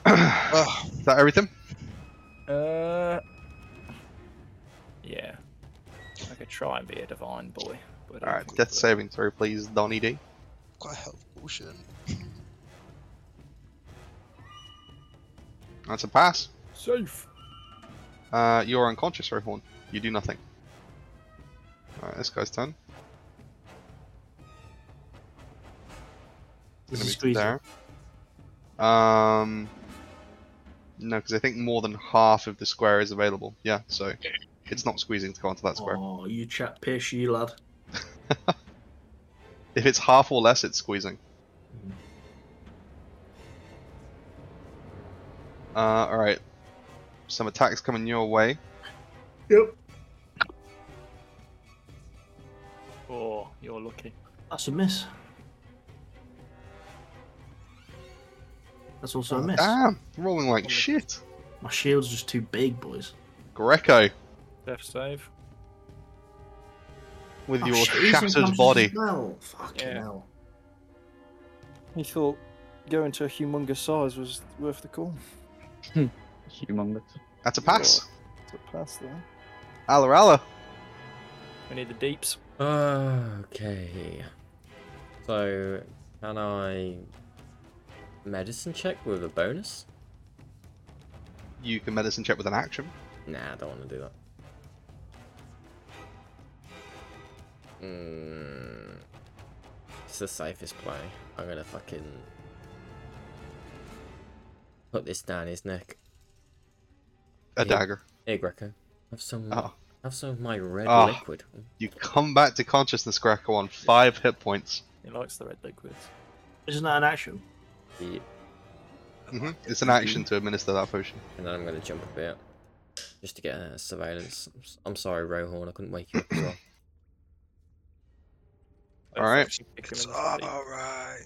Ugh. Is that everything? Uh, yeah. I could try and be a divine boy, but I Alright, think death that- saving throw, please, Donnie D. got a health potion. That's a pass. safe. Uh, you're unconscious, Rohorn. You do nothing. Alright, this guy's turn. Gonna This is be squeezing. there. Um, no, because I think more than half of the square is available. Yeah, so it's not squeezing to go onto that square. Oh, you chat pish, you lad. If it's half or less, it's squeezing. Uh, all right. Some attacks coming your way. Yep. Oh, you're lucky. That's a miss. That's also a miss. Damn, rolling like shit. My shield's just too big, boys. Greco Death save. with Oh, your shit, he's shattered unconscious body. as Well. Fucking Yeah. hell. He thought going to a humongous size was worth the call. Humongous. That's a pass. It's a pass there. Alla Alla. We need the deeps. Okay. So, can I medicine check with a bonus? You can medicine check with an action. Nah, I don't want to do that. Mm, it's the safest play. I'm gonna fucking put this down his neck. A Yeah. dagger. Here, Greco, have some. Oh. Have some of my red Oh. liquid. You come back to consciousness, Greco, on five hit points. He likes the red liquids. Isn't that an action? Yeah, hmm It's an action to administer that potion. And then I'm uh, gonna jump a bit, just to get a surveillance. I'm s- I'm sorry, Rohorn. I couldn't wake you up as well. Alright. Actually kick him It's in the all sleep. right.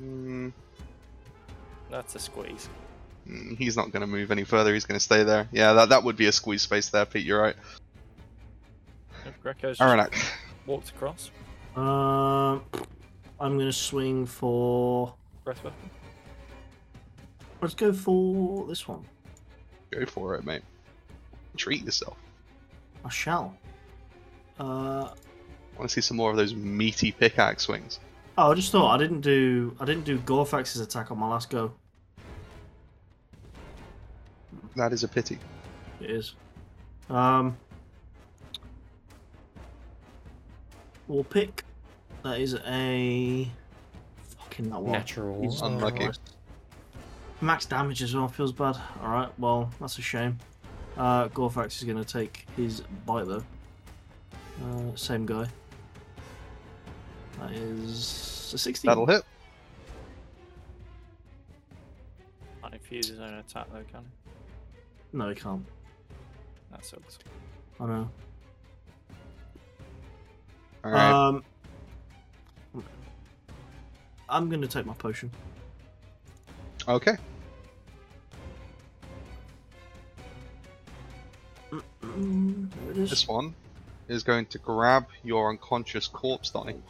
Mm, That's a squeeze. mm, he's not going to move any further. He's going to stay there. Yeah, that, that would be a squeeze space there, Pete. You're right. Yep, Greco's just Aranak. walked across. Um, I'm gonna swing for. Breath weapon. Let's go for this one. Go for it, mate. Treat yourself. I shall. Uh, I want to see some more of those meaty pickaxe swings. oh, I just thought I didn't do I didn't do Gorfax's attack on my last go. That is a pity. It is. Um, we'll pick. That is a fucking that one. Natural. Jesus Unlucky. Christ. Max damage as well feels bad. All right, well that's a shame. Uh, Gorfax is going to take his bite though. Uh, same guy. That is a 16. That'll hit. Can't infuse his own attack though, can he? No, he can't. That sucks. I know. All right. Um, I'm going to take my potion. okay. Mm, there it is. This one is going to grab your unconscious corpse, Donnie.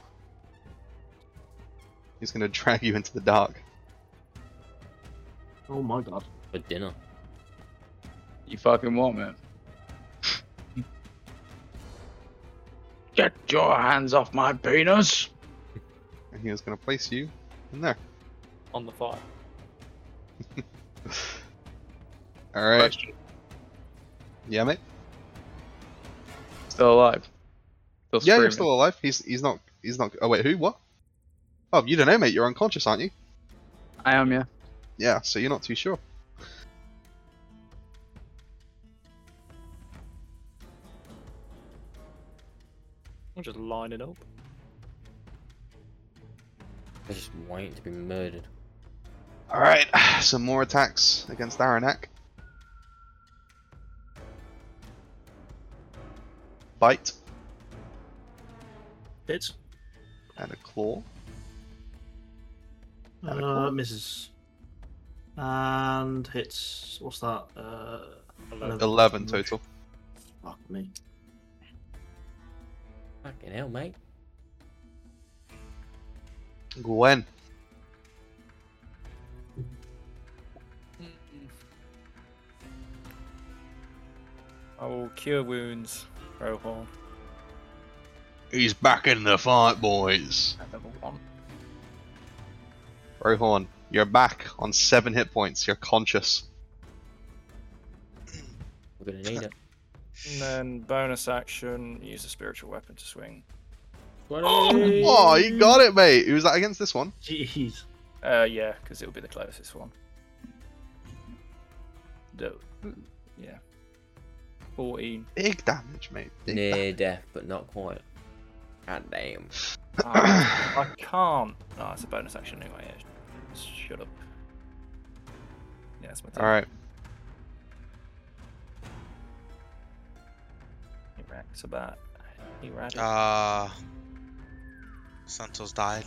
He's going to drag you into the dark. Oh my god. For dinner. You fucking want it? Get your hands off my penis! And he is going to place you in there. On the fire. All right. Yeah, mate. Still alive. Still Yeah, you're screaming. still alive. He's he's not he's not. Oh wait, who? What? Oh, you don't know, mate. You're unconscious, aren't you? I am, yeah. Yeah, so you're not too sure. I'm just lining up. I just waiting to be murdered. All right, some more attacks against Aranak. Bite Hits. and a claw. And a Uh, misses. And hits. What's that? Uh, Eleven. Eleven total. Fuck me. Fucking hell, mate. Gwen. I will cure wounds, Rohorn. He's back in the fight, boys. Level one. Rohorn, you're back on seven hit points. You're conscious. We're gonna need it. And then bonus action, use a spiritual weapon to swing. Oh, oh, you got it, mate. Who was that against this one? Jeez. Uh, yeah, because it'll be the closest one. Do- yeah. 14. Big damage, mate. Big Near death, but not quite. God damn. Ah, I can't. No, it's a bonus action anyway. yeah. Shut up. Yeah, that's my turn. All right. He racks about. He racked. Ah. Santos died.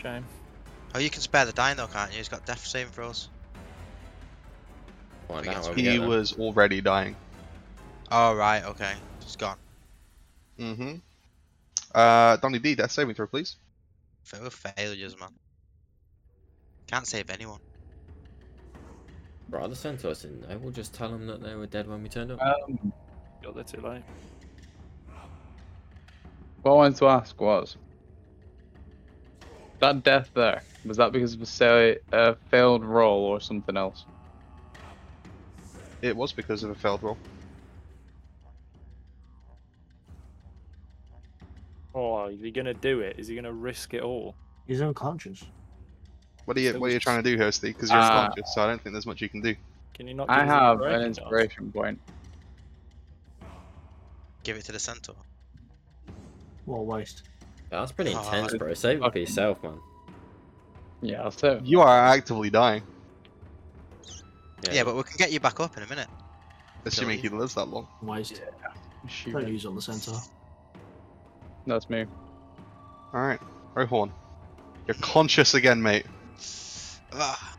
Shame. Oh, you can spare the dying though, can't you? He's got death saving throws. Find I out guess when we He get there. was already dying. Oh, right, okay. Just gone. Mm-hmm. Uh, Donny D, death saving throw, please. They were failures, man. Can't save anyone. Rather sent us in though. We'll just tell them that they were dead when we turned up. Um, Got there too late. what I wanted to ask was that death there, was that because of a say, uh, failed roll or something else? It was because of a failed roll. Oh, is he gonna do it? Is he gonna risk it all? He's unconscious. What are you Still What are you just- trying to do here, Steve? Because you're Ah. unconscious, so I don't think there's much you can do. Can you not? I give us have an dart? inspiration point. Give it to the centaur. What a waste. That's pretty Ah, intense, I- bro. Save it for fucking- yourself, man. Yeah, I'll save. You are actively dying, Yeah. but we can get you back up in a minute. assuming he lives that long. Waste. Shoot Don't it. use on the centaur. That's me. All right, Rohorn, you're conscious again, mate. Ah.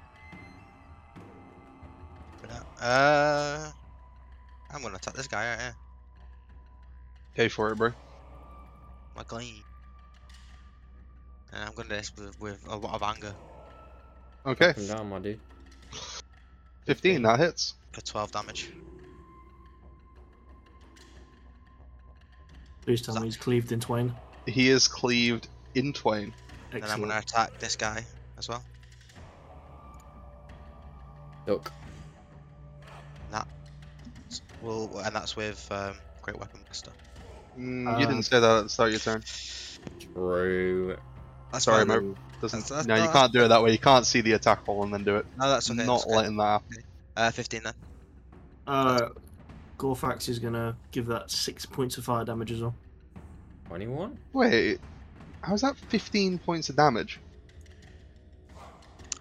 Uh, I'm gonna attack this guy right here. Go for it, bro. My glee. And I'm gonna do this with, with a lot of anger. Okay, Come down, my dude. 15. That hits. For 12 damage. Please tell me he's cleaved in twain. He is cleaved in twain. And then I'm gonna Excellent. attack this guy as well. Duck. Well, and that's with um, Great Weapon Master. Mm, Uh, you didn't say that at the start of your turn. True. That's Sorry, fine. mate. Doesn't. that's- that's no, you not- can't do it that way. You can't see the attack roll and then do it. No, that's okay. Not that's okay. letting that happen. Uh, 15 then. Uh, Gorfax is gonna give that six points of fire damage as well. 21? Wait, how's that 15 points of damage?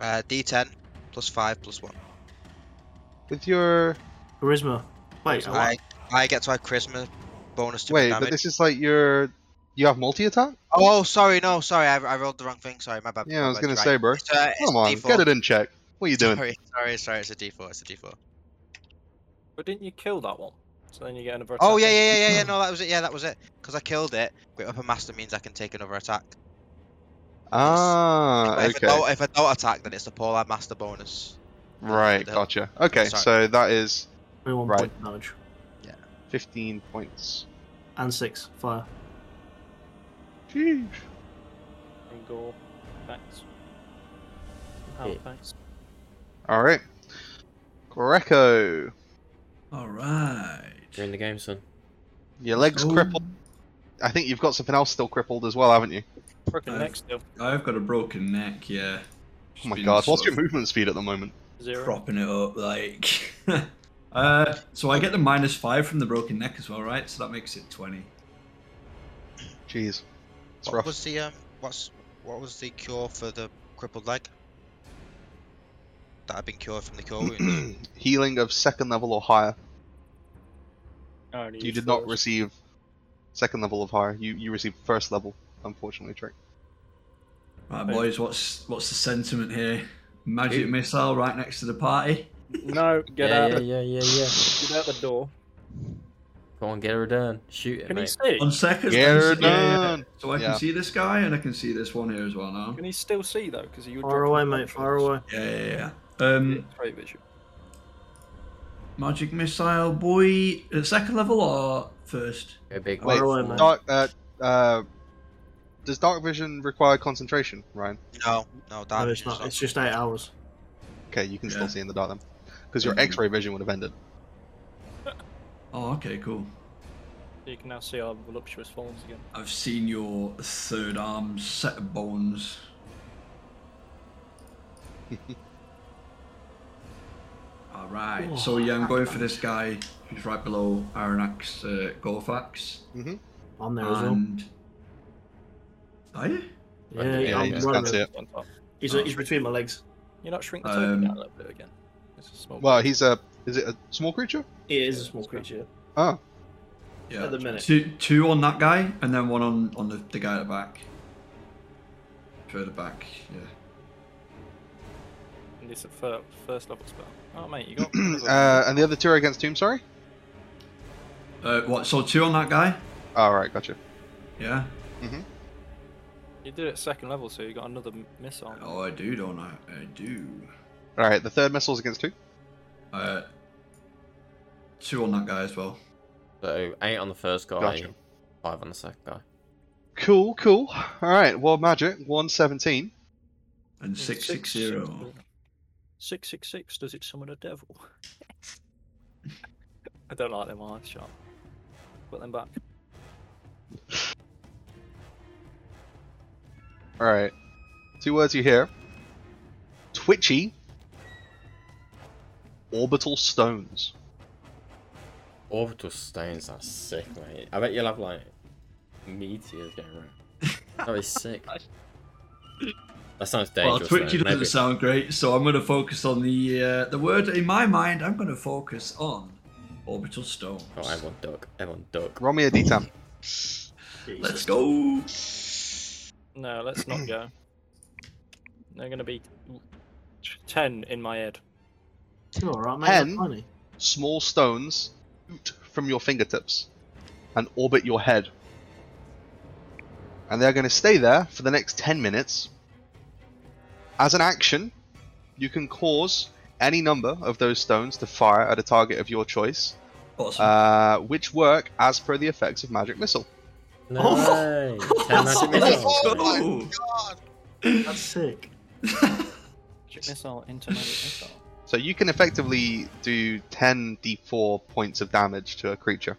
Uh, D10 plus 5 plus 1. With your Charisma. Wait, I, I, I get to add charisma bonus to my wait, damage. but this is like your. You have multi attack. Oh, sorry, no, sorry, I, I rolled the wrong thing. Sorry, my bad. Yeah, my I was bad, gonna right. say, bro. It's, uh, it's Come on, D4. get it in check. What are you doing? Sorry, sorry, sorry, it's a D4. It's a D4. But didn't you kill that one? So then you get another. Oh attack yeah, in. yeah, yeah, yeah, yeah. No, that was it. Yeah, that was it. Because I killed it. Great Weapon Master means I can take another attack. Ah, But if, I okay. don't, if I don't attack, then it's the Polearm Master bonus. Right, Don't- gotcha. Okay, Sorry. so that is 21 Right. point of damage. 15 points. And six fire. Jeez. From Gore. Thanks. Oh, Yeah. thanks. All right. Greco, All right. You're in the game, son. your leg's Oh, crippled. I think you've got something else still crippled as well, haven't you? Broken I've- neck still. I've got a broken neck. Yeah. Oh Just my been god, what's sort your of movement speed at the moment? Zero. Propping it up, like. uh, so I get the minus five from the broken neck as well, right? So that makes it twenty. Jeez. It's What rough. was the um? What's what was the cure for the crippled leg? That had been cured from the cure wound. Healing of second level or higher. I only You used did not those. receive second level of higher. You you received first level, unfortunately, Trick. Right, Hey. boys. What's what's the sentiment here? Hey. Magic missile right next to the party. No, get yeah, out. yeah, yeah, yeah, yeah. Get out the door. Come on, get her done. Shoot it, Can he mate. see? On seconds. Yeah, I can see- done. So I Yeah. can see this guy and I can see this one here as well now. Can he still see though? Because you. Fire away, mate, fire away. Yeah, yeah, yeah. Um, Great vision. magic missile boy. At second level or first? Go big. Wait, Fire away, mate. Dark uh, uh does dark vision require concentration, Ryan? no, no, that No, it's not. It's just eight hours. Okay, you can Yeah. still see in the dark then. Because your Mhm. X-ray vision would have ended. Oh, okay, cool. You can now see our voluptuous forms again. I've seen your third arm set of bones. All right. So yeah, I'm going for this guy who's right below Aranax uh, Gorfax. I'm there as well. And are you? Yeah, Oh. Yeah, I'm you just right can't see there. it. On top. He's, he's between my legs. You're not shrinking Um, the token down a little bit again. It's a small. Well, he's a is it a small creature? He is a small creature. Oh, Yeah. At the minute. Two, two on that guy, and then one on on the, the guy at the back. Further back. Yeah. and it's a fir- first level spell. Oh mate, you got. uh, and the other two are against Tomb. Sorry. Uh, what? So two on that guy? All right, gotcha. Yeah. you did it at second level, so you got another m- missile. Oh, I do, don't I? I do. All right, the third missile's against two. Uh, two on that guy as well. So, eight on the first guy, Gotcha. five on the second guy. Cool, cool. All right, world magic one seventeen. And six six zero. Six six six. Does it summon a devil? I don't like them eyes shot. Put them back. All right, two words you hear: twitchy, orbital stones. Orbital stones are sick, mate. I bet you'll have like meteors going around. That is sick. That sounds Well, dangerous. twitchy though. doesn't Maybe- sound great, so I'm going to focus on the uh, the word in my mind. I'm going to focus on orbital stones. Oh, everyone duck. Everyone duck. Roll me a d10. Let's go. No, let's not go. They're going to be 10 in my head. You're alright, mate. Ten. That's funny. Small stones shoot from your fingertips and orbit your head. And they're going to stay there for the next 10 minutes. As an action, you can cause any number of those stones to fire at a target of your choice, Awesome. uh, which work as per the effects of Magic Missile. No. Oh. Ten magic missiles. Oh. Oh. That's sick. Magic missile into magic missile. So you can effectively do 10d4 points of damage to a creature.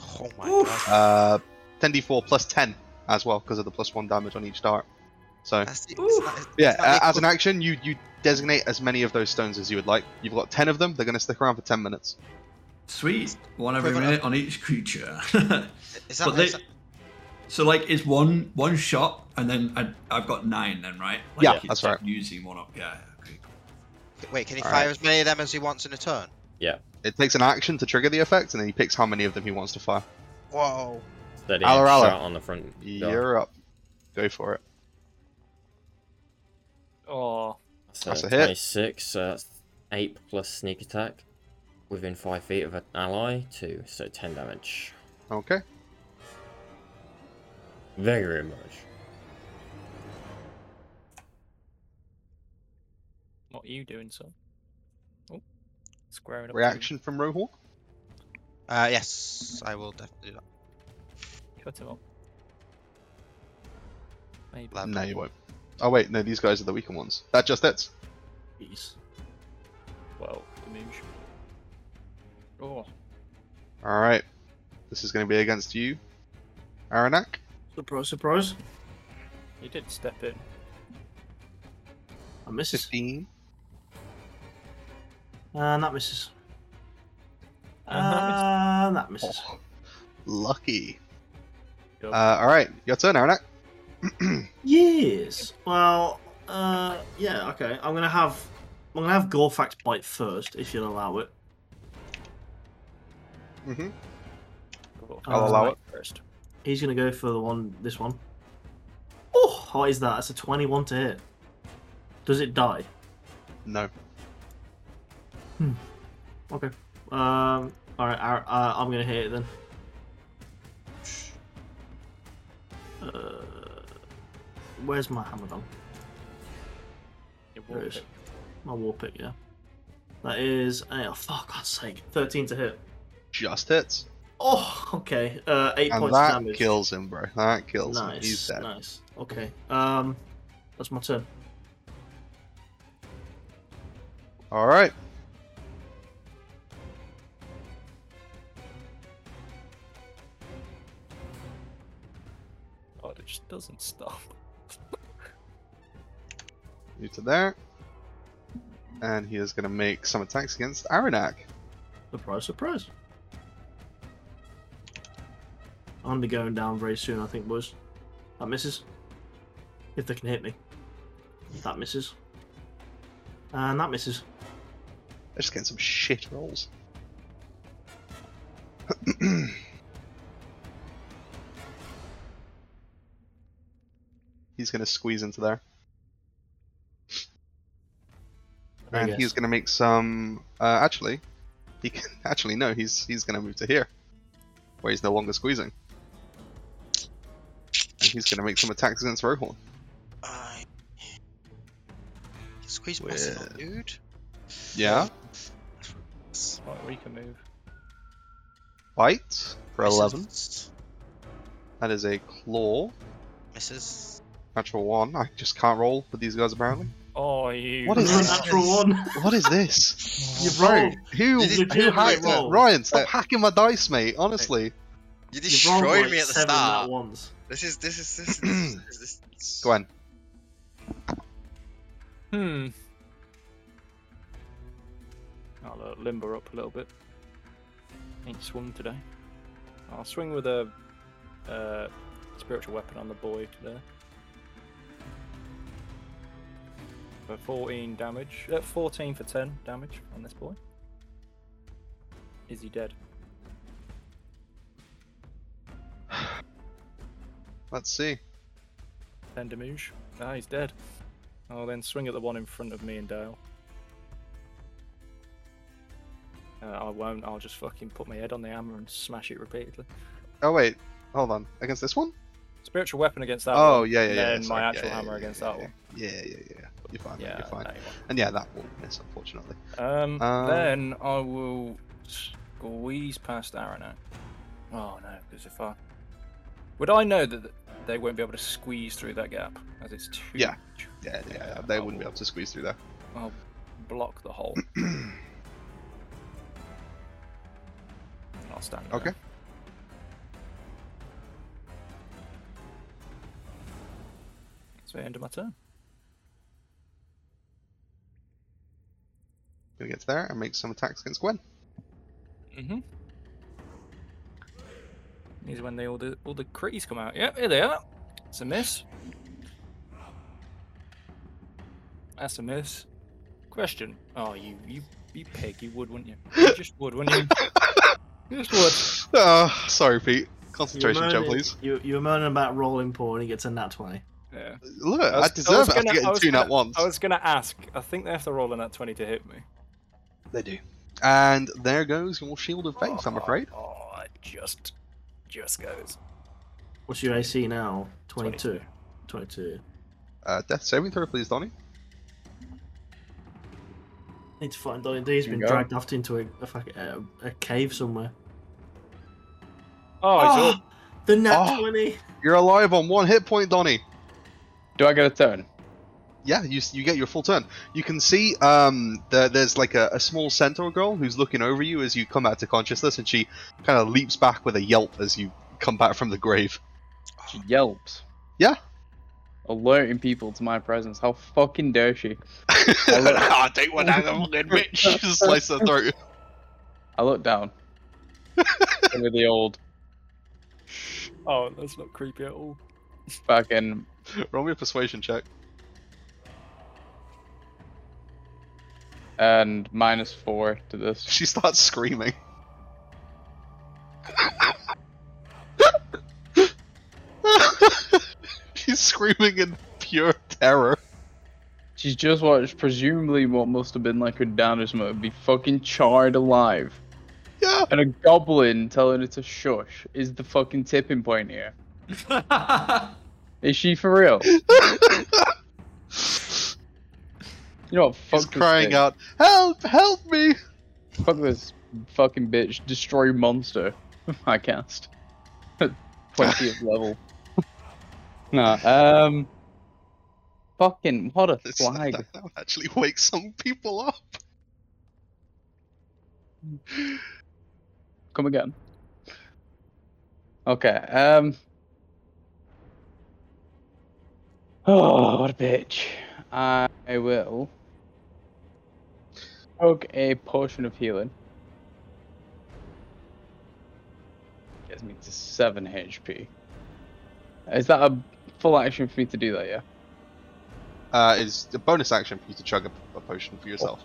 Oh my Oof. god. Uh, 10d4 plus 10 as well, because of the plus 1 damage on each dart. So, That's the, Oof. yeah, uh, as an action, you, you designate as many of those stones as you would like. You've got 10 of them, they're going to stick around for 10 minutes. Sweet. One every Equivalent of- minute on each creature. Is but that, they- is that- so like it's one one shot, and then I, I've got nine. Then right? Like, Yeah, it's that's like right. Using one up. Yeah. Okay. wait, can he Alright. fire as many of them as he wants in a turn? It takes an action to trigger the effect, and then he picks how many of them he wants to fire. Whoa. Steady Ala, ala. shot on the front. door. You're up. Go for it. Oh, That's, That's a a hit. 26, so that's 8 plus sneak attack within 5 feet of an ally, 2, so 10 damage. Okay. Very, very much. what are you doing, son? Oh, squaring up. to Reaction from Rohawk. Uh, yes, I will definitely do that. him. Cut him up. Maybe. Lab. No, you won't. Oh, wait, no, these guys are the weaker ones. That just hits. Jeez. Well, damage. Oh, Alright. This is going to be against you, Aranak. Surprise, surprise. you did step in. I misses. 15. And Uh, that misses. And that misses. And Uh, that misses. Oh, lucky. Yep. Uh, Alright, your turn, Aranak. Yes. Well, uh, yeah. Okay. I'm gonna have I'm gonna have Gorfax bite first, if you'll allow it. hmm Cool. I'll allow Right First. Um, He's gonna go for the one. This one. Oh, how is that? That's a 21 to hit. Does it die? No. Okay. Um. All right. Ar- uh, I'm gonna hit it then. Uh, where's my hammer gone? Your There war it is. pick. My war pick. Yeah. That is. Oh, for God's sake. 13 to hit. Just hits. Oh, okay. Uh, eight And points that damage. kills him, bro. That kills him. He's Nice, dead. nice. Okay. Um, that's my turn. Alright. Oh, it just doesn't stop. You to there. And he is going to make some attacks against Aranak. Surprise, surprise. I'm gonna be going down very soon, I think, boys. That misses. If they can hit me. That misses. And that misses. They're just getting some shit rolls. he's going to squeeze into there. I and guess. he's going to make some. Uh, actually, he can. Actually, no. He's he's going to move to here, where he's no longer squeezing. And he's going to make some attacks against Rohorn. I... Squeeze past him, Weird. dude. Yeah. Right, we can move. Bite for eleven. Misses. That is a claw. Misses. Natural one. I just can't roll with these guys apparently. Oh, you. What is Another this? natural one. What is this? You've rolled. Who? This is You're Who too high hacked it? roll. Ryan, Oh. stop hacking my dice, mate. Honestly. You You've rolled destroyed like me at the seven start. nat ones. This is this is this is this is, this is Go on. Hmm. I'll uh, limber up a little bit. Ain't swung today. I'll swing with a uh, spiritual weapon on the boy today. for 14 damage. Uh, 14 for 10 damage on this boy. Is he dead? Let's see. 10 damage. Ah, he's dead. I'll then swing at the one in front of me and Dale. Uh, I won't. I'll just fucking put my head on the hammer and smash it repeatedly. Oh wait, hold on. Against this one? Spiritual weapon against that oh one, yeah, yeah, and yeah. Then sorry. my Yeah, actual yeah, hammer yeah, against yeah, that yeah. one. Yeah, yeah, yeah. You're fine. Yeah, you're fine. that one. And yeah, that will miss, unfortunately. Um, Uh, then I will squeeze past Aaron. now. Oh no, because if I would I know that they won't be able to squeeze through that gap as it's too. Yeah. Yeah, yeah, yeah. They I wouldn't be will able to squeeze through there. Block the hole. And I'll stand. there. Okay. That's the end of my turn. Gonna get to there and make some attacks against Gwen. Mm-hmm. These are when they all the all the critties come out. Yep, here they are. It's a miss. That's a miss. Question. Oh, you you you pig, you would, wouldn't you? You just would, wouldn't you? you just would. Ah, sorry, Pete. You Concentration were check, moaning- please. You, you were moaning about rolling poor and he gets a nat 20. Yeah. Look, I, I was- I was deserve it gonna- after I getting was two nat gonna- ones. I was gonna ask. I think they have to roll in that twenty to hit me. They do. And there goes your shield of faith, I'm Oh, afraid. Oh, it just just goes. What's your AC now? 22. 22. 22. Uh, death saving throw, please, Donnie. Need to find Donnie D. He's There been you go. dragged off into a, a, fuck- a, a cave somewhere. Ah! Oh, it's all. The nat Oh. 20! You're alive on one hit point, Donnie. Do I get a turn? Yeah, you, you get your full turn. You can see um, the, there's like a, a small centaur girl who's looking over you as you come back to consciousness, and she kind of leaps back with a yelp as you come back from the grave. She yelps. Yeah. Alerting people to my presence. How fucking dare she? Ah, take one out of the bitch. Slice her throat. I look down. With the old Oh, that's not creepy at all. fucking Roll me a persuasion check. and minus four to this. She starts screaming. She's screaming in pure terror. She's just watched presumably what must have been like her dad or something be fucking charred alive. Yeah. And a goblin telling her to shush is the fucking tipping point here. Is she for real? You know what? Fuck She's this crying bitch. out, "Help! Help me!" Fuck this fucking bitch. Destroy monster. I cast. 20th level. Nah, um. Fucking, what a It's- flag. That, that would actually wake some people up. Come again. Okay, um. Oh, what a bitch. I will. Poke a potion of healing. Gets me to 7 HP. Is that a full action for me to do that, yeah? Uh, is a bonus action for you to chug a, a potion for yourself.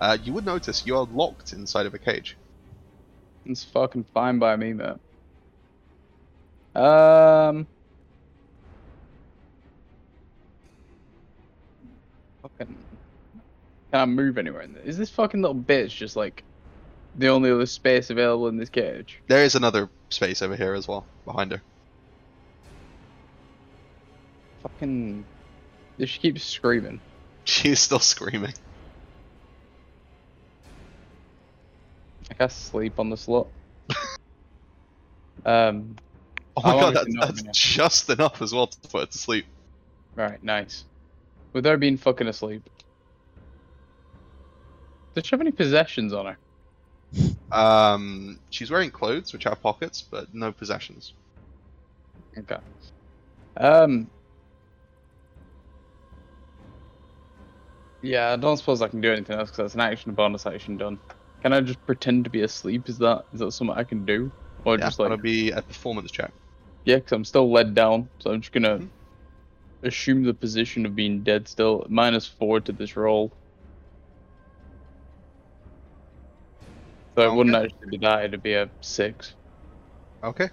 Uh, you would notice you are locked inside of a cage. It's fucking fine by me, man. Um. Fucking. Can I move anywhere in this? Is this fucking little bitch just like the only other space available in this cage? There is another space over here as well, behind her. Fucking. Does she keep screaming? She is still screaming. I guess sleep on the slot. um. Oh my How long god, has it that's, not that's been up? just enough as well to put her to sleep. Right. Nice. With her being fucking asleep. Does she have any possessions on her? Um, she's wearing clothes which have pockets, but no possessions. Okay. Um. Yeah, I don't suppose I can do anything else because that's an action, a bonus action done. Can I just pretend to be asleep? Is that is that something I can do, or Yeah, Oh, just that'll like be a performance check. yeah? Because I'm still led down, so I'm just gonna Mhm. assume the position of being dead still, minus four to this roll. So it wouldn't Okay. actually be that, it'd be a six. Okay.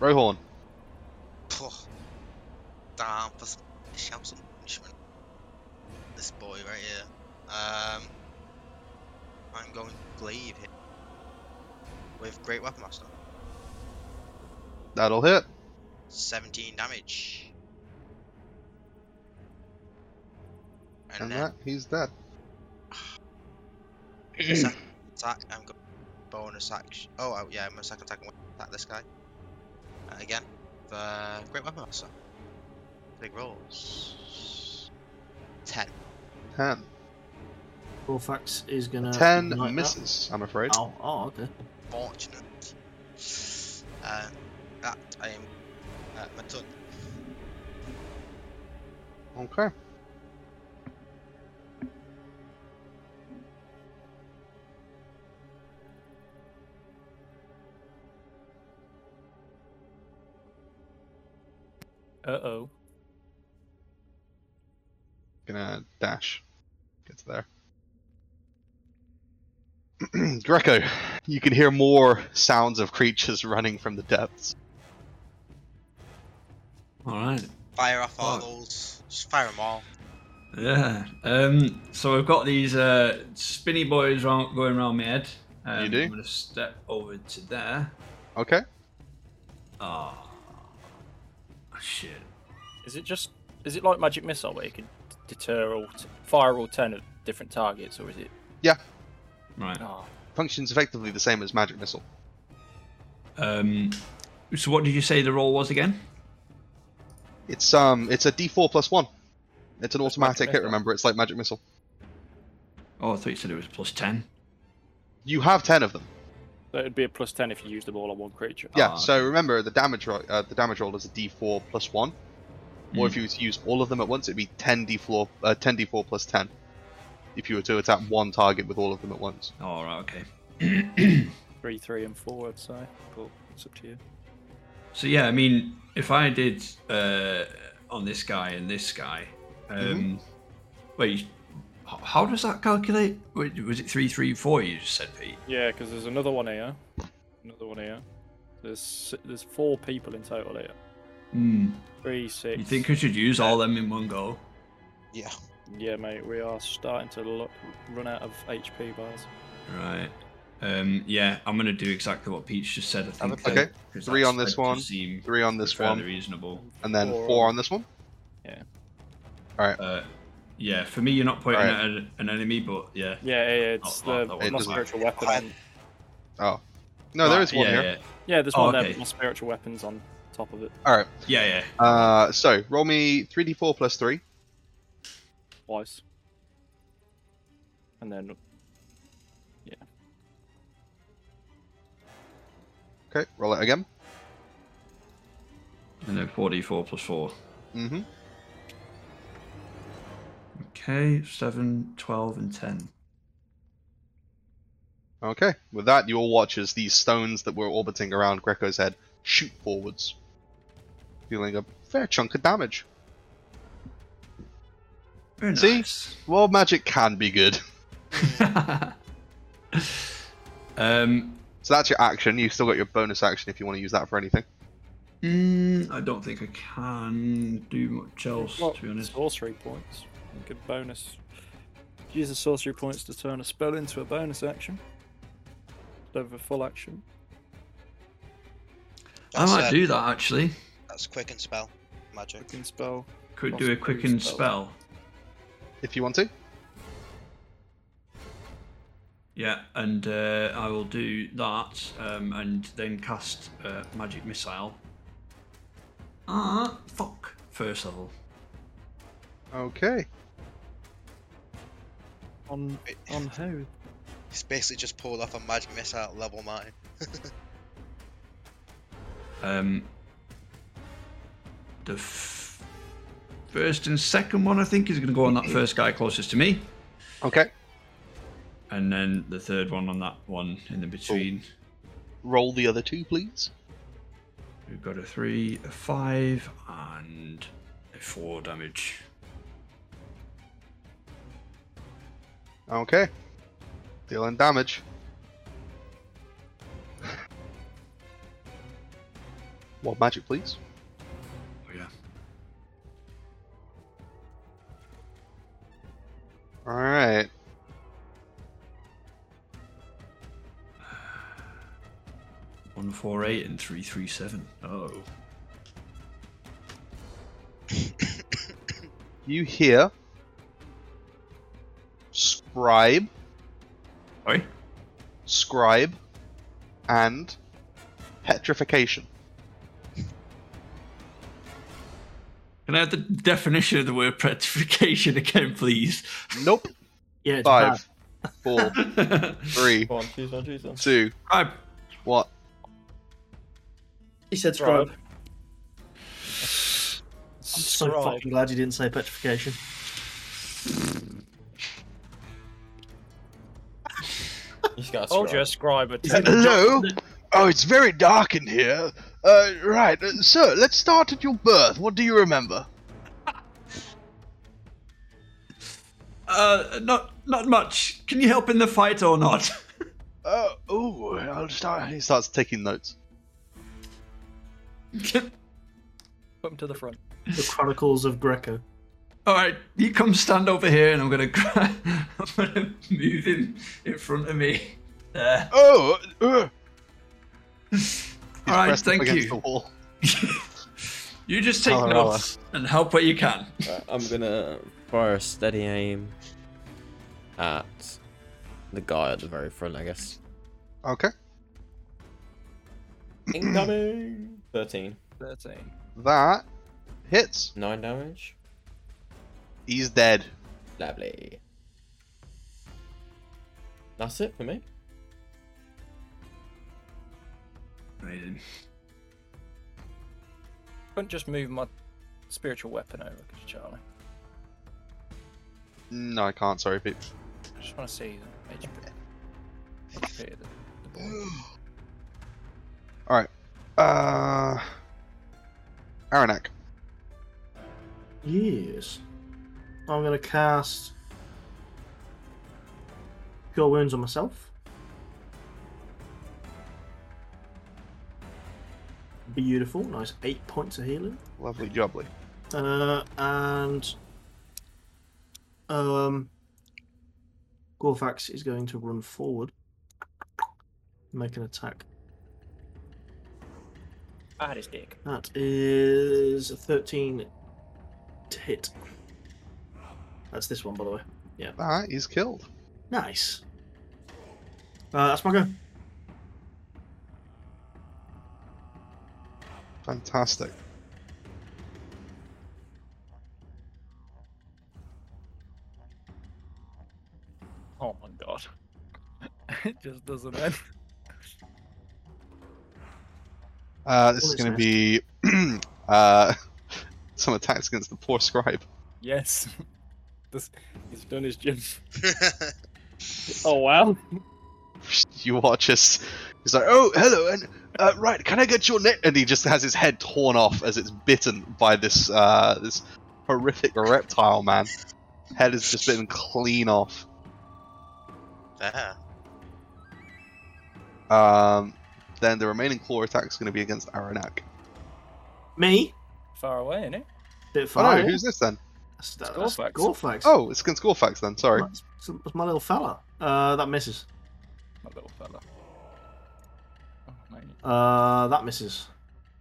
Rohorn. Phew. Damn, for s- shout some punishment. This boy right here. Um, I'm going to glaive him with Great Weapon Master. That'll hit. 17 damage. And, And then that, he's dead. second attack, I'm going bonus action. Oh, oh, yeah, my second attack, I'm going to attack this guy. Uh, again, the Great Weapon Master. Big rolls. 10. 10. Corfax is gonna. 10 ignite that. misses, I'm afraid. Oh, oh, okay. fortunate. Uh, that I am uh, my turn. Okay. Uh oh. Gonna dash. Get to there. Greco, you can hear more sounds of creatures running from the depths. All right. Fire off all Oh. those. Just fire them all. Yeah. Um, so we've got these uh, spinny boys round, going around my head. Um, You do? I'm gonna step over to there. Okay. Oh shit! Is it just? Is it like magic missile where you can deter all, t- fire all ten of different targets, or is it? Right. Oh, Functions effectively the same as magic missile. Um, so what did you say the roll was again? It's um, it's a D4 plus one. It's an That's automatic hit. magic missile. Remember, it's like magic missile. Oh, I thought you said it was plus ten. You have ten of them. so it'd be a plus ten if you used them all on one creature. Yeah. Ah, so okay. remember, the damage roll, uh, the damage roll is a D4 plus one. Or Mm. if you were to use all of them at once, it'd be 10 D4, uh, 10 D4 plus 10. If you were to attack one target with all of them at once. All Oh, right. Okay. Oh, Three, three, and four. I'd say. Cool. It's up to you. So yeah, I mean, if I did uh, on this guy and this guy, um, Mm-hmm. wait, h- how does that calculate? Wait, Was it three, three, four? You just said, Pete. Yeah, because there's another one here, another one here. There's there's four people in total here. Hmm. Mm. Three, six. You think I should use all them in one go? Yeah. Yeah, mate, we are starting to lo- run out of HP bars. Right. Um, yeah, I'm gonna do exactly what Pete's just said. I Have think. a- okay, then, 'cause three that's- on this that does one, seem Three on this fairly one, reasonable. and then Four. four on this one. Uh, yeah, for me, you're not pointing Alright. at an, an enemy, but yeah. Yeah, yeah, yeah, it's Oh, oh, the that one. my It doesn't- spiritual weapon. on- Oh. No, there Right, is one yeah, here. Yeah, there's Oh, one there. okay. But my spiritual weapons on top of it. Alright, Yeah, yeah, uh, so roll me 3D4 plus 3. Twice. And then Okay, roll it again. yeah. And then 4d4 plus four. Mm hmm. Okay, 7, 12, and 10. Okay, with that, you'll watch as these stones that were orbiting around Greco's head shoot forwards, dealing a fair chunk of damage. Very See? nice. Well, magic can be good. um, So that's your action. You've still got your bonus action if you want to use that for anything. mm, I don't think I can do much else, Well, to be honest. sorcery points. Good bonus. Use the sorcery points to turn a spell into a bonus action. Instead of a full action. I That's, might uh, do that, actually. That's quick and spell. Magic. Quicken spell. Could Lost do a the quicken spell. spell. If you want to. Yeah, and uh, I will do that um, and then cast uh, Magic Missile. Ah, fuck. First level. Okay. On on who? It's basically just pulled off a magic missile at level 9. Um, the f- first and second one, I think, is going to go on that first guy closest to me, Okay. and then the third one on that one in the between. Roll the other two, please. We've got a three, a five, and a four damage. Okay. Dealing damage. What magic, please? Oh yeah. Alright. One four eight and three three seven. Oh. You hear. Scribe. Sorry? scribe, and petrification. Can I have the definition of the word petrification again, please? Nope. Yeah, it's Five, bad. four, three, Go on, choose one, choose one. two, I one. He said Right. scribe. I'm so fucking glad you didn't say petrification. You just got a Told you a scroll. scribe would Uh, tell you. Hello. Oh, it's very dark in here. Uh, right, uh, sir. Let's start at your birth. What do you remember? uh not not much. Can you help in the fight or not? Uh, oh, I'll start. He starts taking notes. Put him to the front. The Chronicles of Greco. All right, you come stand over here, and I'm gonna gra- I'm gonna move him in front of me. There. Oh, uh, he's All right, pressed up thank against you. the wall. You just take Colorella. notes and help where you can. Uh, I'm gonna fire a steady aim at the guy at the very front, I guess. Okay, Incoming! 13. 13. that hits. 9 damage. He's dead. Lovely. That's it for me. Amazing. Couldn't just move my spiritual weapon over, could you, Charlie? No, I can't. Sorry, Pete. I just want to see the HP. HP of the, the boy. All right. Uh, Aranak. Yes. I'm going to cast Cure Wounds on myself. Beautiful. Nice. Eight points of healing. Lovely jubbly. Uh, and um, Gorfax is going to run forward, make an attack. Ah, his dick. That is a thirteen to hit. That's this one, by the way. Ah, he's killed. Nice. Uh, that's my go. Fantastic. Oh my god. it just doesn't end. Uh, this Well, is it's going to be uh, some attacks against the poor scribe. Yes. This, he's done his gym. Oh wow. You watch us. He's like, "Oh, hello, and uh, right, can I get your net?" And he just has his head torn off as it's bitten by this uh, this horrific reptile man. Head has just been clean off. Damn. Um, then the remaining claw attack is going to be against Aranak. Me. Far away, isn't it? Bit Oh far. no, who's this then? that's, that's Gorfax. Gorfax. Oh, it's against Gorfax then. Sorry. that's, that's my little fella. Uh, that misses. My little fella. Oh, mate. Uh, that misses.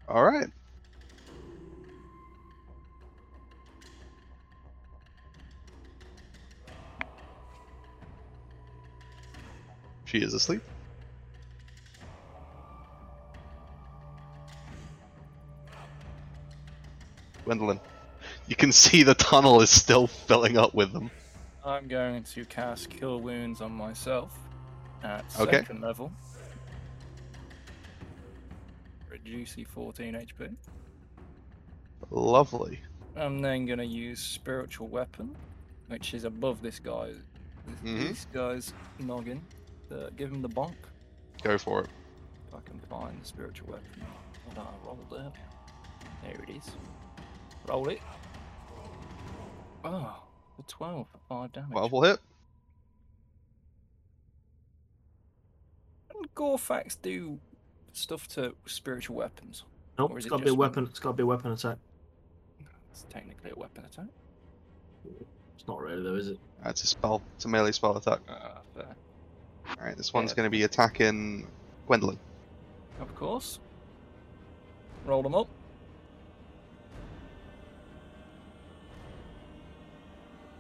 All right. She is asleep. Gwendolyn, you can see the tunnel is still filling up with them. I'm going to cast Cure Wounds on myself at Okay. second level. Reducing 14 HP. Lovely. I'm then going to use Spiritual Weapon, which is above this guy's, this Mhm. this guy's noggin. Uh, give him the bonk. Go for it. I can find the spiritual weapon. What I rolled there. There it is. Roll it. Oh, the 12 for 5 damage. Well, will hit. Doesn't Gorfax do stuff to spiritual weapons? Nope, Or it's is it got to be a just- weapon. It's got to be a weapon attack. It's technically a weapon attack. It's not really though, is it? That's a spell. It's a melee spell attack. Uh, fair. Alright, this one's Yeah. going to be attacking Gwendolyn. Of course. Roll them up.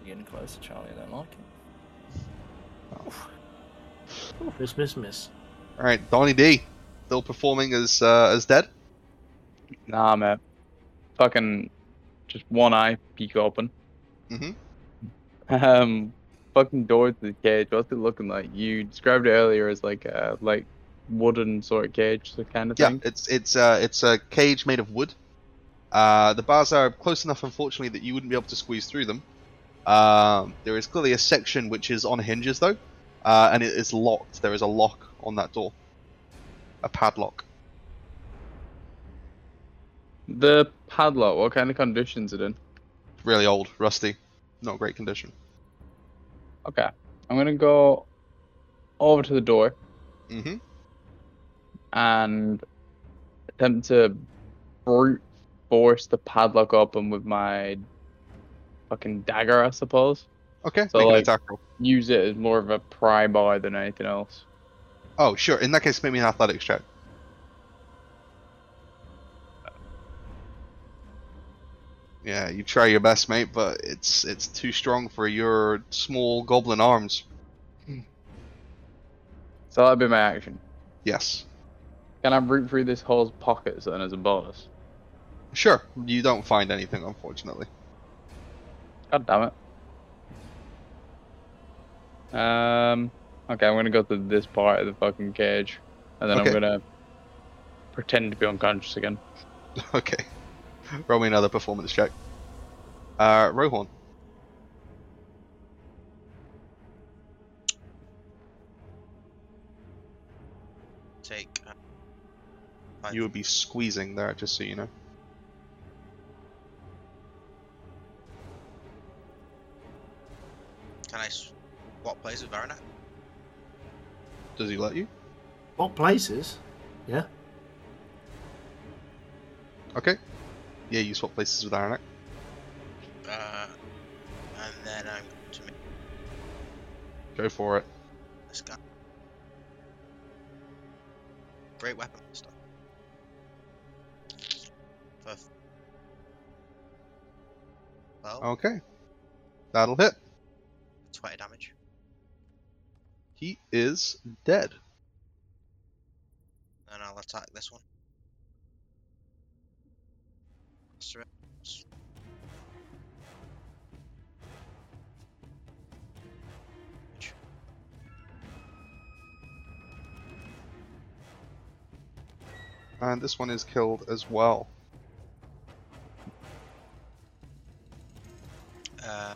You're getting closer, Charlie. I don't like it. Miss, miss, miss. Alright, Donny D. Still performing as uh, as dead. Nah, mate. Fucking just one eye peek open. Mhm. Um, fucking door to the cage. What's it looking like? You described it earlier as like a like wooden sort of cage, the kind of Yeah, thing. it's it's uh, it's a cage made of wood. Uh, the bars are close enough, unfortunately, that you wouldn't be able to squeeze through them. Um, there is clearly a section which is on hinges, though, uh, and it is locked. There is a lock on that door, a padlock. The padlock. What kind of conditions it in? Really old, rusty, not great condition. Okay, I'm gonna go over to the door Mm-hmm. and attempt to brute force the padlock open with my fucking dagger, I suppose. Okay. So, make an like- attack roll. use it as more of a pry bar than anything else. Oh, sure. In that case, make me an athletics check. Yeah, you try your best, mate, but it's it's too strong for your small goblin arms. So that'd be my action. Yes. Can I root through this hole's pockets then as a bonus? Sure. You don't find anything, unfortunately. God damn it. Um. Okay, I'm gonna go to this part of the fucking cage, and then Okay. I'm gonna pretend to be unconscious again. Okay. Roll me another performance check. Uh, Rohorn. Take. uh, five- You would be squeezing there, just so you know. Can I swap places with Varanak? Does he let you? What places? Yeah. Okay. Yeah, you swap places with Aranak. Uh, and then I'm going to make Go for it. this guy. Great weapon and stuff. For f- well, Okay. That'll hit. 20 damage. He is dead. And I'll attack this one. Sur- s- Ch- And this one is killed as well. Uh,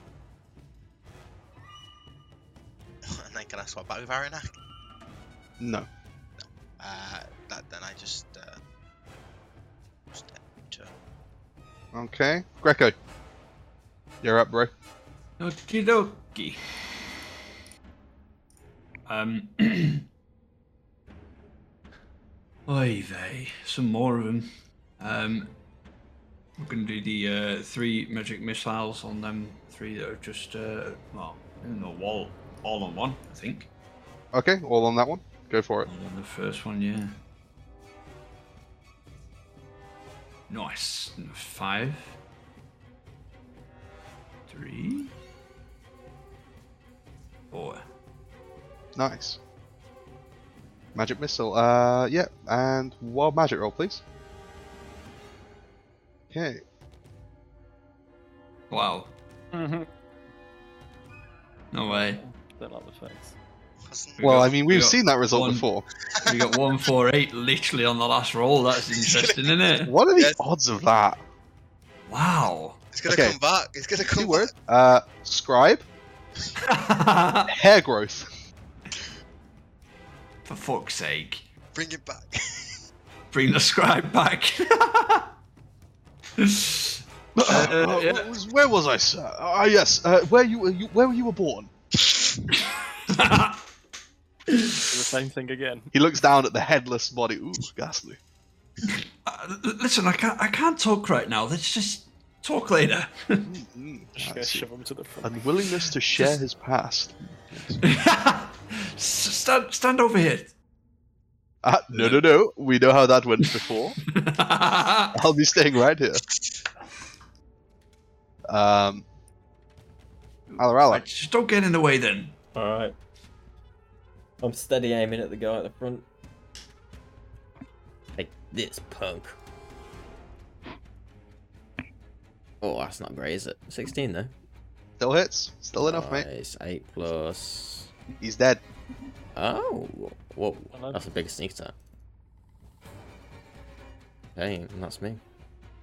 and then can I swap back with Aranak? No. Uh, that then I just uh, step to Okay. Greco. You're up, bro. Okie dokie. Um. Oy vey, some more of them. Um, we're going to do the uh, three magic missiles on them. Three that are just, uh, well, in the wall, all on one, I think. Okay, all on that one. Go for it. All on the first one, yeah. Nice. Number Five. Three. Four. Nice. Magic missile. Uh, yeah, and wild magic roll, please. Okay. Wow. No way. Don't like the face. wasn't We Well, got- I mean, we we've got seen that result one. before. We got one four eight literally on the last roll. That's interesting, isn't it? What are the Yes. odds of that? Wow. It's gonna Okay. come back. It's gonna come Two words. Uh, scribe, hair growth. For fuck's sake. Bring it back. Bring the scribe back. Uh, yeah. what was- Where was I, sir? Ah, yes. Uh, where you, you where you were born? Do the same thing again. He looks down at the headless body. Ooh, ghastly. Uh, l- listen, I can't. I can't talk right now. Let's just talk later. Mm, Just I gonna see. shove him to the front. Unwillingness to share his past. S- stand, stand over here. Ah, no, no, no. We know how that went before. I'll be staying right here. Um, Right, Alarala. just don't get in the way then. Alright. I'm steady aiming at the guy at the front. Like this punk. Oh, that's not great, is it? 16 though. Still hits. Still enough, mate. Nice, 8 plus. He's dead. Oh, whoa. Hello. That's a big sneak attack. Okay, and that's me.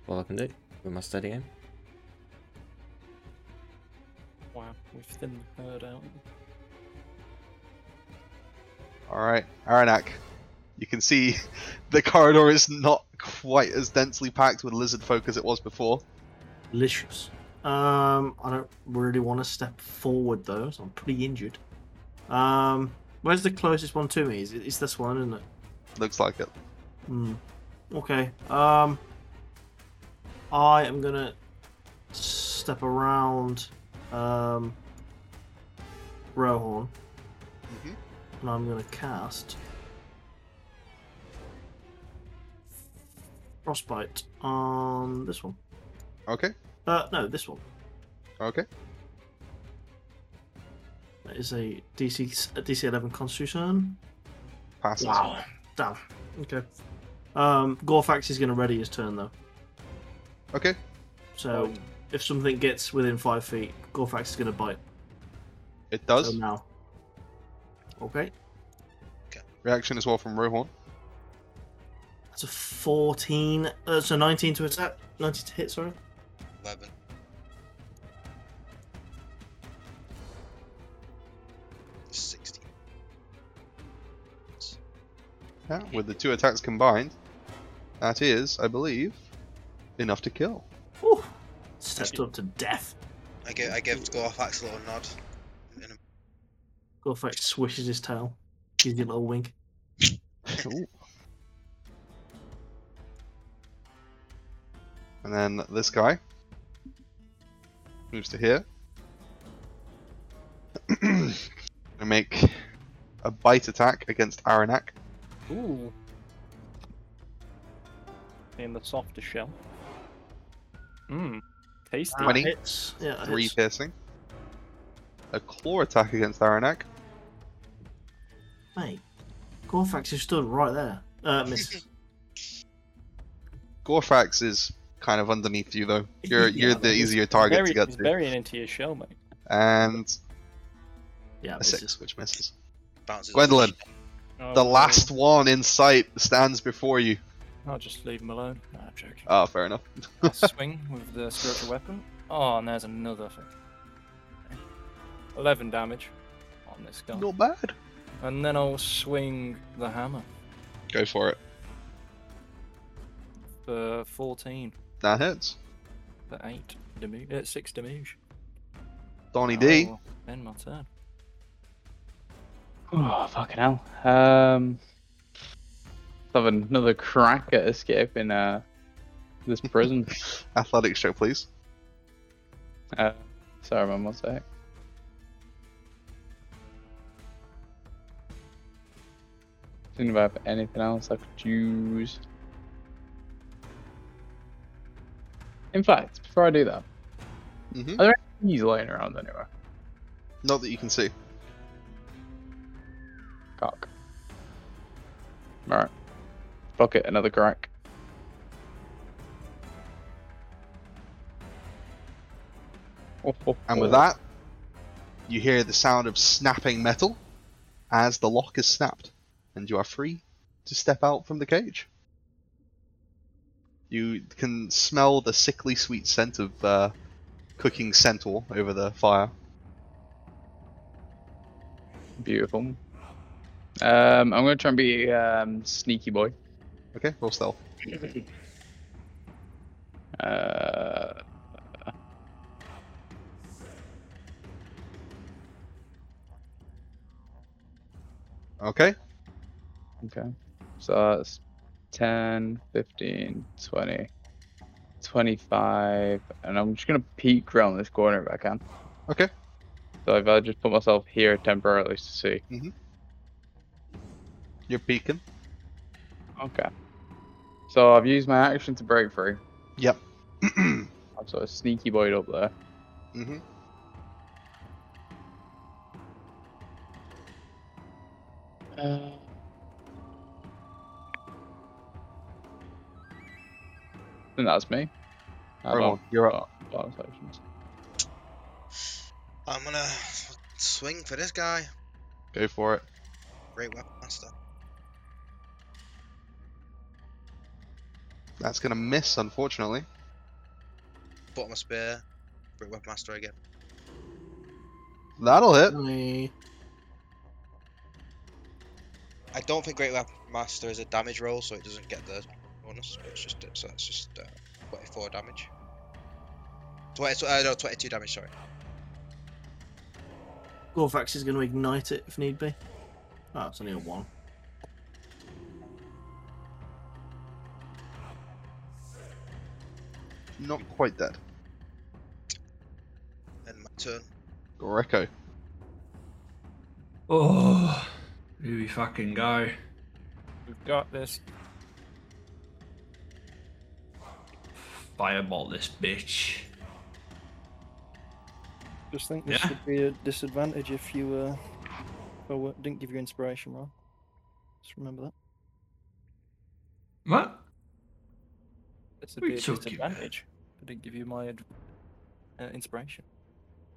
All I can do with my steady aim. Wow, we've thinned the herd out. All right, Aranak. You can see the corridor is not quite as densely packed with lizard folk as it was before. Delicious. Um, I don't really want to step forward though, so I'm pretty injured. Um, where's the closest one to me? Is it- It's this one, isn't it? Looks like it. Hmm. Okay. Um, I am gonna step around. Um, Rohorn, Mhm. and I'm gonna cast frostbite on this one. Okay. Uh, no, this one. Okay. That is a DC a DC 11 Constitution. Passes. Damn. Okay. Um, Gorfax is going to ready his turn though. Okay. So if something gets within five feet, Gorfax is going to bite. It So does. now. Okay. Reaction as well from Rohorn. That's a 14. Uh, so 19 to attack. 19 to hit. Sorry. 11. Sixteen. Yeah, with the two attacks combined, that is, I believe, enough to kill. Whew. Stepped up to death. I give I give Gorfax a little nod. And a- Gorfax swishes his tail. Gives you a little wink. Ooh. And then this guy moves to here. and make a bite attack against Aranak. Ooh. In the softer shell. Mmm. Tasty. Uh, Twenty. hits. Yeah, that Three hits. piercing. A claw attack against Aranak. Mate, Gorfax is stood right there. Uh, miss. Gorfax is kind of underneath you though. You're you're the easier target to Bury- Oh, get he's to. burying into your shell, mate. And Yeah, a misses. six, which misses. bounces. Gwendolyn, Oh, the well, last one in sight stands before you. I'll just leave him alone. Nah, I'm joking. Ah, fair enough. I'll swing with the spiritual weapon. Oh, and there's another thing. 11 damage on this guy. Not bad. And then I'll swing the hammer Go for it. for 14, That hits. for 8 damage, uh, 6 damage. Donny I D. will End my turn. Oh, fucking hell. Um, let's have another crack at escaping uh, this prison. Athletics check, please. uh, sorry, man, one sec. Didn't have anything else I could use. In fact, before I do that, hmm he's laying around anyway. Not that you can see. Cock. Alright. Fuck it, another crack. Oh, oh, And with oh. that, you hear the sound of snapping metal as the lock is snapped, and you are free to step out from the cage. You can smell the sickly sweet scent of uh, cooking centaur over the fire. Beautiful. Um, I'm gonna try and be um, sneaky boy. Okay, roll stealth. Uh, Okay, okay. So that's 10, 15, 20, 25, and I'm just gonna peek around this corner if I can. Okay. So if I just put myself here temporarily to see. you're peeking. Okay. So I've used my action to break free. Yep. mm-hmm. I've sort of sneaky boyed up there. Uh, and that's me. I Roll don't on, you're up. got bonus actions. I'm gonna swing for this guy. Go for it. Great weapon master. That's gonna miss, unfortunately. Bottom of spear. Great weapon master again. That'll hit. Only- I don't think great weapon master is a damage roll, so it doesn't get the bonus. but It's just so that's just uh, 24 damage. 20, uh, no, 22 damage. Sorry. Gorvax is going to ignite it if need be. Oh, it's only a one. Not quite dead. Then my turn. Greco. Oh, here we fucking go. We've got this. Fireball this bitch. Just think this Yeah. would be a disadvantage if you uh, well, what- didn't give you inspiration, Ron. Just remember that. What? This would be We a took you there. disadvantage. I didn't give you my ad- uh, inspiration.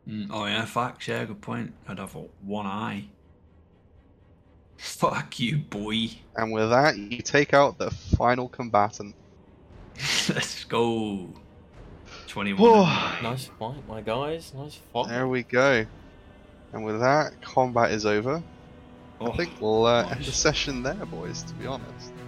Mm, oh yeah, facts. Yeah, good point. I'd have uh, one eye. Fuck you, boy. And with that, you take out the final combatant. Let's go. Twenty-one. Whoa. and nine. Nice fight, my guys. Nice fight. There we go. And with that, combat is over. Oh. I think we'll uh, end the nice. session there, boys, to be honest.